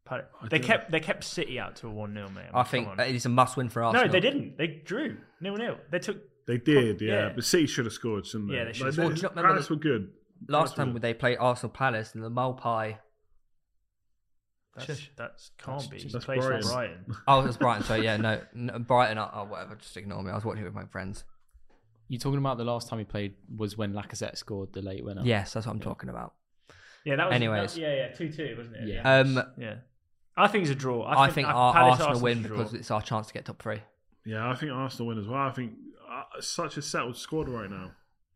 Speaker 3: I
Speaker 2: They
Speaker 3: don't-
Speaker 2: kept they kept City out to a one 0 mate. I, mean,
Speaker 1: I
Speaker 2: come
Speaker 1: think
Speaker 2: on.
Speaker 1: it's a must win for
Speaker 2: no,
Speaker 1: Arsenal.
Speaker 2: they didn't. They drew nil nil. They took.
Speaker 3: they did. Yeah,
Speaker 2: yeah.
Speaker 3: but City should have scored, shouldn't they?
Speaker 2: Yeah, they should have
Speaker 3: Like,
Speaker 1: scored. Do you not remember
Speaker 3: Palace
Speaker 1: the-
Speaker 3: were good.
Speaker 1: Last
Speaker 3: Palace
Speaker 1: time
Speaker 3: were-
Speaker 1: they played Arsenal Palace and the Mulpie.
Speaker 2: That's
Speaker 1: Shush.
Speaker 2: that's can't be. He
Speaker 3: that's
Speaker 2: plays for
Speaker 3: Brighton.
Speaker 2: Brighton.
Speaker 1: Oh, it was Brighton. So, yeah, no. no Brighton, oh, oh, whatever. Just ignore me. I was watching it with my friends.
Speaker 4: You talking about the last time he played was when Lacazette scored the late winner?
Speaker 1: Yes, that's what I'm talking about.
Speaker 2: Yeah, that was.
Speaker 1: Anyways.
Speaker 2: that- yeah, yeah, two two, wasn't it?
Speaker 4: Yeah.
Speaker 1: Um,
Speaker 2: yeah. I think it's a draw.
Speaker 1: I think our
Speaker 2: Palace
Speaker 1: Arsenal win
Speaker 2: should draw.
Speaker 1: because it's our chance to get top three.
Speaker 3: Yeah, I think Arsenal win as well. I think uh, such a settled squad right now.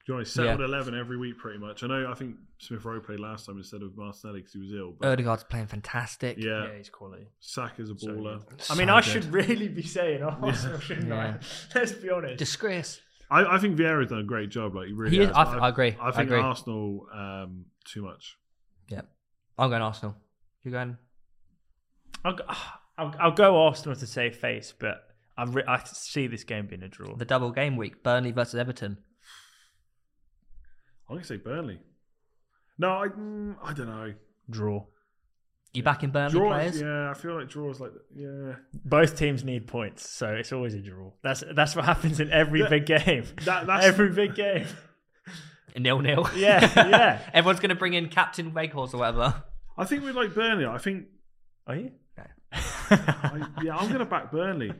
Speaker 3: Do you know, settled eleven every week pretty much. I know. I think Smith Rowe played last time instead of Martinelli because he was ill. But
Speaker 1: Erdegaard's playing fantastic.
Speaker 3: yeah,
Speaker 2: yeah, he's quality.
Speaker 3: Saka's a
Speaker 2: So
Speaker 3: baller.
Speaker 2: I mean,
Speaker 1: So
Speaker 2: I
Speaker 1: good.
Speaker 2: should really be saying Arsenal, shouldn't
Speaker 1: Yeah.
Speaker 2: I? Let's be honest.
Speaker 1: Disgrace.
Speaker 3: I, I think Vieira's done a great job. Like he really.
Speaker 1: He is-
Speaker 3: has,
Speaker 1: I
Speaker 3: but
Speaker 1: th- I agree,
Speaker 3: I
Speaker 1: I
Speaker 3: think
Speaker 1: agree.
Speaker 3: Arsenal um, too much.
Speaker 1: I'm going Arsenal. You're going?
Speaker 2: I'll, go- I'll, I'll go Arsenal to save face, but I, re- I see this game being a draw.
Speaker 1: The double game week, Burnley versus Everton.
Speaker 3: I'm gonna say Burnley. No, I mm, I don't know.
Speaker 2: draw.
Speaker 1: You backing Burnley
Speaker 3: Draws,
Speaker 1: players?
Speaker 3: yeah, I feel like draws like yeah.
Speaker 2: Both teams need points, so it's always a draw. That's that's what happens in every
Speaker 3: That-
Speaker 2: big game.
Speaker 3: that- that's-
Speaker 2: every big game.
Speaker 1: Nil nil.
Speaker 2: Yeah, yeah.
Speaker 1: Everyone's going to bring in Captain Weghorst or whatever.
Speaker 3: I think we like Burnley. I think
Speaker 2: Are you?
Speaker 1: No.
Speaker 3: I, yeah, I'm gonna back Burnley.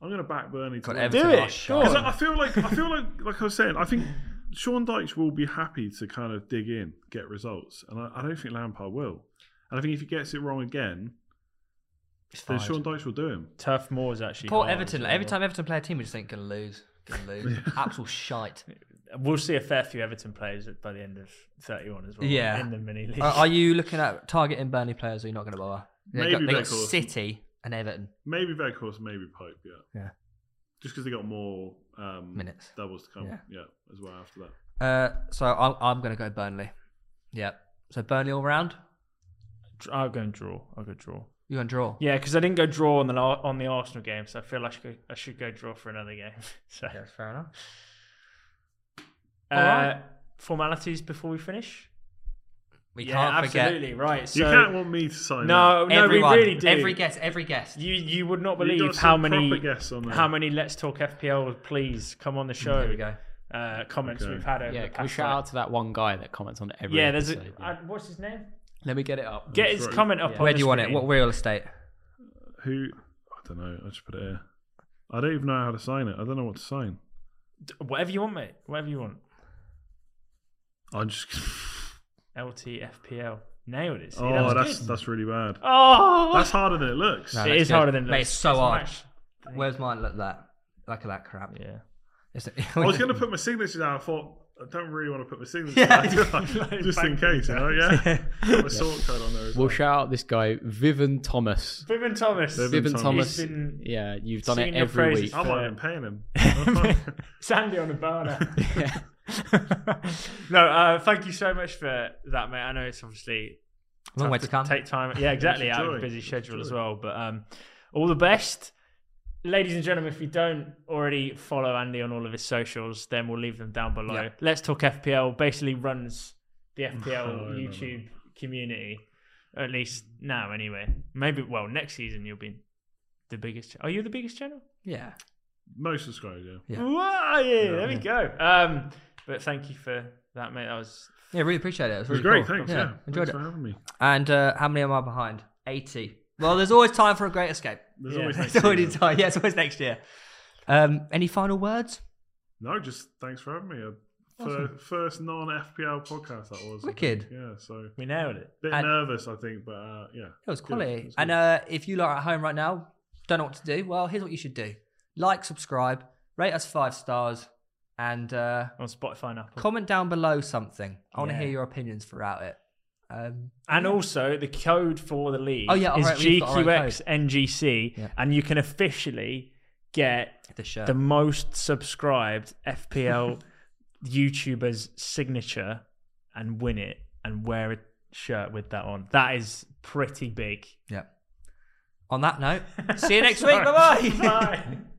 Speaker 3: I'm gonna back Burnley.
Speaker 1: Got
Speaker 3: To win.
Speaker 1: Everton
Speaker 2: it,
Speaker 1: are
Speaker 2: go
Speaker 1: shite.
Speaker 2: on.
Speaker 3: 'Cause I, I feel like I feel like like I was saying. I think Sean Dyche will be happy to kind of dig in, get results, and I, I don't think Lampard will. And I think if he gets it wrong again,
Speaker 1: It's
Speaker 3: Then
Speaker 1: fine.
Speaker 3: Sean Dyche will do him.
Speaker 2: Turf Moor's actually.
Speaker 1: Poor
Speaker 2: hard
Speaker 1: Everton.
Speaker 2: as
Speaker 1: like, every
Speaker 2: well.
Speaker 1: time Everton play a team, we just think, gonna lose. Gonna lose. Absolute shite.
Speaker 2: We'll see a fair few Everton players at- by the end of 31 as well.
Speaker 1: Yeah.
Speaker 2: In the mini league.
Speaker 1: Are, are you looking at targeting Burnley players or you're not going to bother? They got,
Speaker 3: Maybe
Speaker 1: they got
Speaker 3: Beckhorst.
Speaker 1: City and Everton.
Speaker 3: Maybe Veghorst, maybe Pope. Yeah.
Speaker 1: Yeah.
Speaker 3: Just because they got more um,
Speaker 1: Minutes.
Speaker 3: doubles to come. Yeah.
Speaker 1: Yeah.
Speaker 3: as well after that.
Speaker 1: Uh, so I'm, I'm going to go Burnley. Yep. So Burnley all round?
Speaker 2: I'll go and draw. I'll go draw.
Speaker 1: You're going to draw?
Speaker 2: Yeah, because I didn't go draw on the la- on the Arsenal game, so I feel I should go, I should go draw for another game. So
Speaker 1: Yeah, fair enough.
Speaker 2: uh,
Speaker 1: Alright.
Speaker 2: formalities before we finish.
Speaker 1: We
Speaker 2: yeah,
Speaker 1: can't forget.
Speaker 2: absolutely right. So
Speaker 3: you can't want me to sign.
Speaker 2: no, no,
Speaker 1: Everyone,
Speaker 2: we really do.
Speaker 1: Every guest, every guest.
Speaker 2: you you would not
Speaker 3: that. You got
Speaker 2: believe
Speaker 3: some
Speaker 2: how many
Speaker 3: proper guests on that.
Speaker 2: how many Let's Talk FPL please come on the show.
Speaker 1: There we go.
Speaker 2: Uh, comments
Speaker 3: Okay.
Speaker 2: we've had over
Speaker 4: Yeah,
Speaker 2: the
Speaker 4: can we
Speaker 2: past.
Speaker 4: shout
Speaker 2: like-
Speaker 4: out to that one guy that comments on every
Speaker 2: yeah, there's a,
Speaker 4: episode?
Speaker 2: uh, what's his name?
Speaker 4: Let me get it up.
Speaker 2: Get his
Speaker 3: right.
Speaker 2: comment up.
Speaker 4: Yeah.
Speaker 2: on
Speaker 1: Where
Speaker 2: the
Speaker 1: do you want it?
Speaker 2: screen.
Speaker 1: What real estate?
Speaker 3: Who? I don't know. I just put it here. I don't even know how to sign it. I don't know what to sign.
Speaker 2: D- Whatever you want, mate. Whatever you want.
Speaker 3: I just.
Speaker 2: LTFPL. Nailed it. See, that
Speaker 3: oh,
Speaker 2: was
Speaker 3: that's
Speaker 2: good.
Speaker 3: that's really bad.
Speaker 2: Oh,
Speaker 3: That's harder than it looks.
Speaker 1: No,
Speaker 2: It
Speaker 1: that's
Speaker 2: is
Speaker 1: good.
Speaker 2: harder than it
Speaker 1: Mate,
Speaker 2: looks.
Speaker 1: it's so
Speaker 2: It's
Speaker 1: hard.
Speaker 2: much-
Speaker 1: Where's mine? Look at that. Look at that crap.
Speaker 2: yeah.
Speaker 1: It's-
Speaker 3: I was going to put my signature down. I thought I don't really want to put my signature
Speaker 1: Yeah.
Speaker 3: down, just in case. You know, yeah. Put my sort code on there. As
Speaker 4: We'll
Speaker 3: well.
Speaker 4: shout out this guy, Vivian Thomas.
Speaker 2: Vivian Thomas.
Speaker 3: Vivian
Speaker 4: Vivian
Speaker 3: Thomas.
Speaker 4: Thomas.
Speaker 2: He's been
Speaker 4: Yeah, you've done it
Speaker 2: singing your
Speaker 4: every
Speaker 2: praises.
Speaker 4: week.
Speaker 3: I might have been paying him.
Speaker 2: Sandy on a burner.
Speaker 4: Yeah.
Speaker 2: no, uh, thank you so much for that, mate. I know it's obviously
Speaker 1: Long
Speaker 2: tough
Speaker 1: way to come.
Speaker 2: Take time. Yeah, exactly. Out of a
Speaker 3: enjoy.
Speaker 2: busy
Speaker 3: Just
Speaker 2: schedule as
Speaker 3: enjoy.
Speaker 2: well. But um, all the best. Ladies and gentlemen, if you don't already follow Andy on all of his socials, then we'll leave them down below.
Speaker 1: Yeah.
Speaker 2: Let's Talk FPL basically runs the
Speaker 3: Oh, I
Speaker 2: FPL
Speaker 3: know that.
Speaker 2: YouTube community, at least now, anyway. Maybe, well, next season you'll be the biggest. Are you the biggest channel?
Speaker 1: Yeah.
Speaker 3: Most subscribed, yeah.
Speaker 1: Yeah.
Speaker 2: Wow, yeah, there we go. Um, but thank you for that, mate. That was
Speaker 1: Yeah, really appreciate it. It was,
Speaker 3: It was
Speaker 1: really
Speaker 3: great.
Speaker 1: cool.
Speaker 3: Thanks. Yeah,
Speaker 1: Yeah, enjoyed
Speaker 3: thanks
Speaker 1: it.
Speaker 3: for having me.
Speaker 1: And uh, how many am I behind? 80. Well, there's always time for a great escape.
Speaker 3: There's
Speaker 2: Yeah.
Speaker 3: always next
Speaker 1: It's already
Speaker 3: season.
Speaker 1: time. Yeah, it's always next year. Um, any final words?
Speaker 3: No, just thanks for having me. A fir- first non FPL podcast that was. I
Speaker 1: Wicked.
Speaker 3: think. Yeah, so a
Speaker 2: we nailed it.
Speaker 3: bit
Speaker 1: And-
Speaker 3: nervous, I think, but uh, yeah.
Speaker 1: It was
Speaker 3: good.
Speaker 1: quality.
Speaker 3: It was
Speaker 1: and
Speaker 3: good.
Speaker 1: uh, if you lot are at home right now, don't know what to do, well, here's what you should do like, subscribe, rate us five stars, and uh,
Speaker 2: on Spotify and Apple.
Speaker 1: comment down below something. I want to
Speaker 2: Yeah.
Speaker 1: hear your opinions throughout it. Um,
Speaker 2: and also, the code for the league
Speaker 1: Oh, yeah,
Speaker 2: is
Speaker 1: alright, we've got our own
Speaker 2: GQXNGC,
Speaker 1: Yeah.
Speaker 2: and you can officially get
Speaker 1: the shirt.
Speaker 2: the most subscribed FPL YouTuber's signature and win it and wear a shirt with that on. That is pretty big.
Speaker 1: Yep. On that note, see you next week. Bye-bye.
Speaker 2: Bye.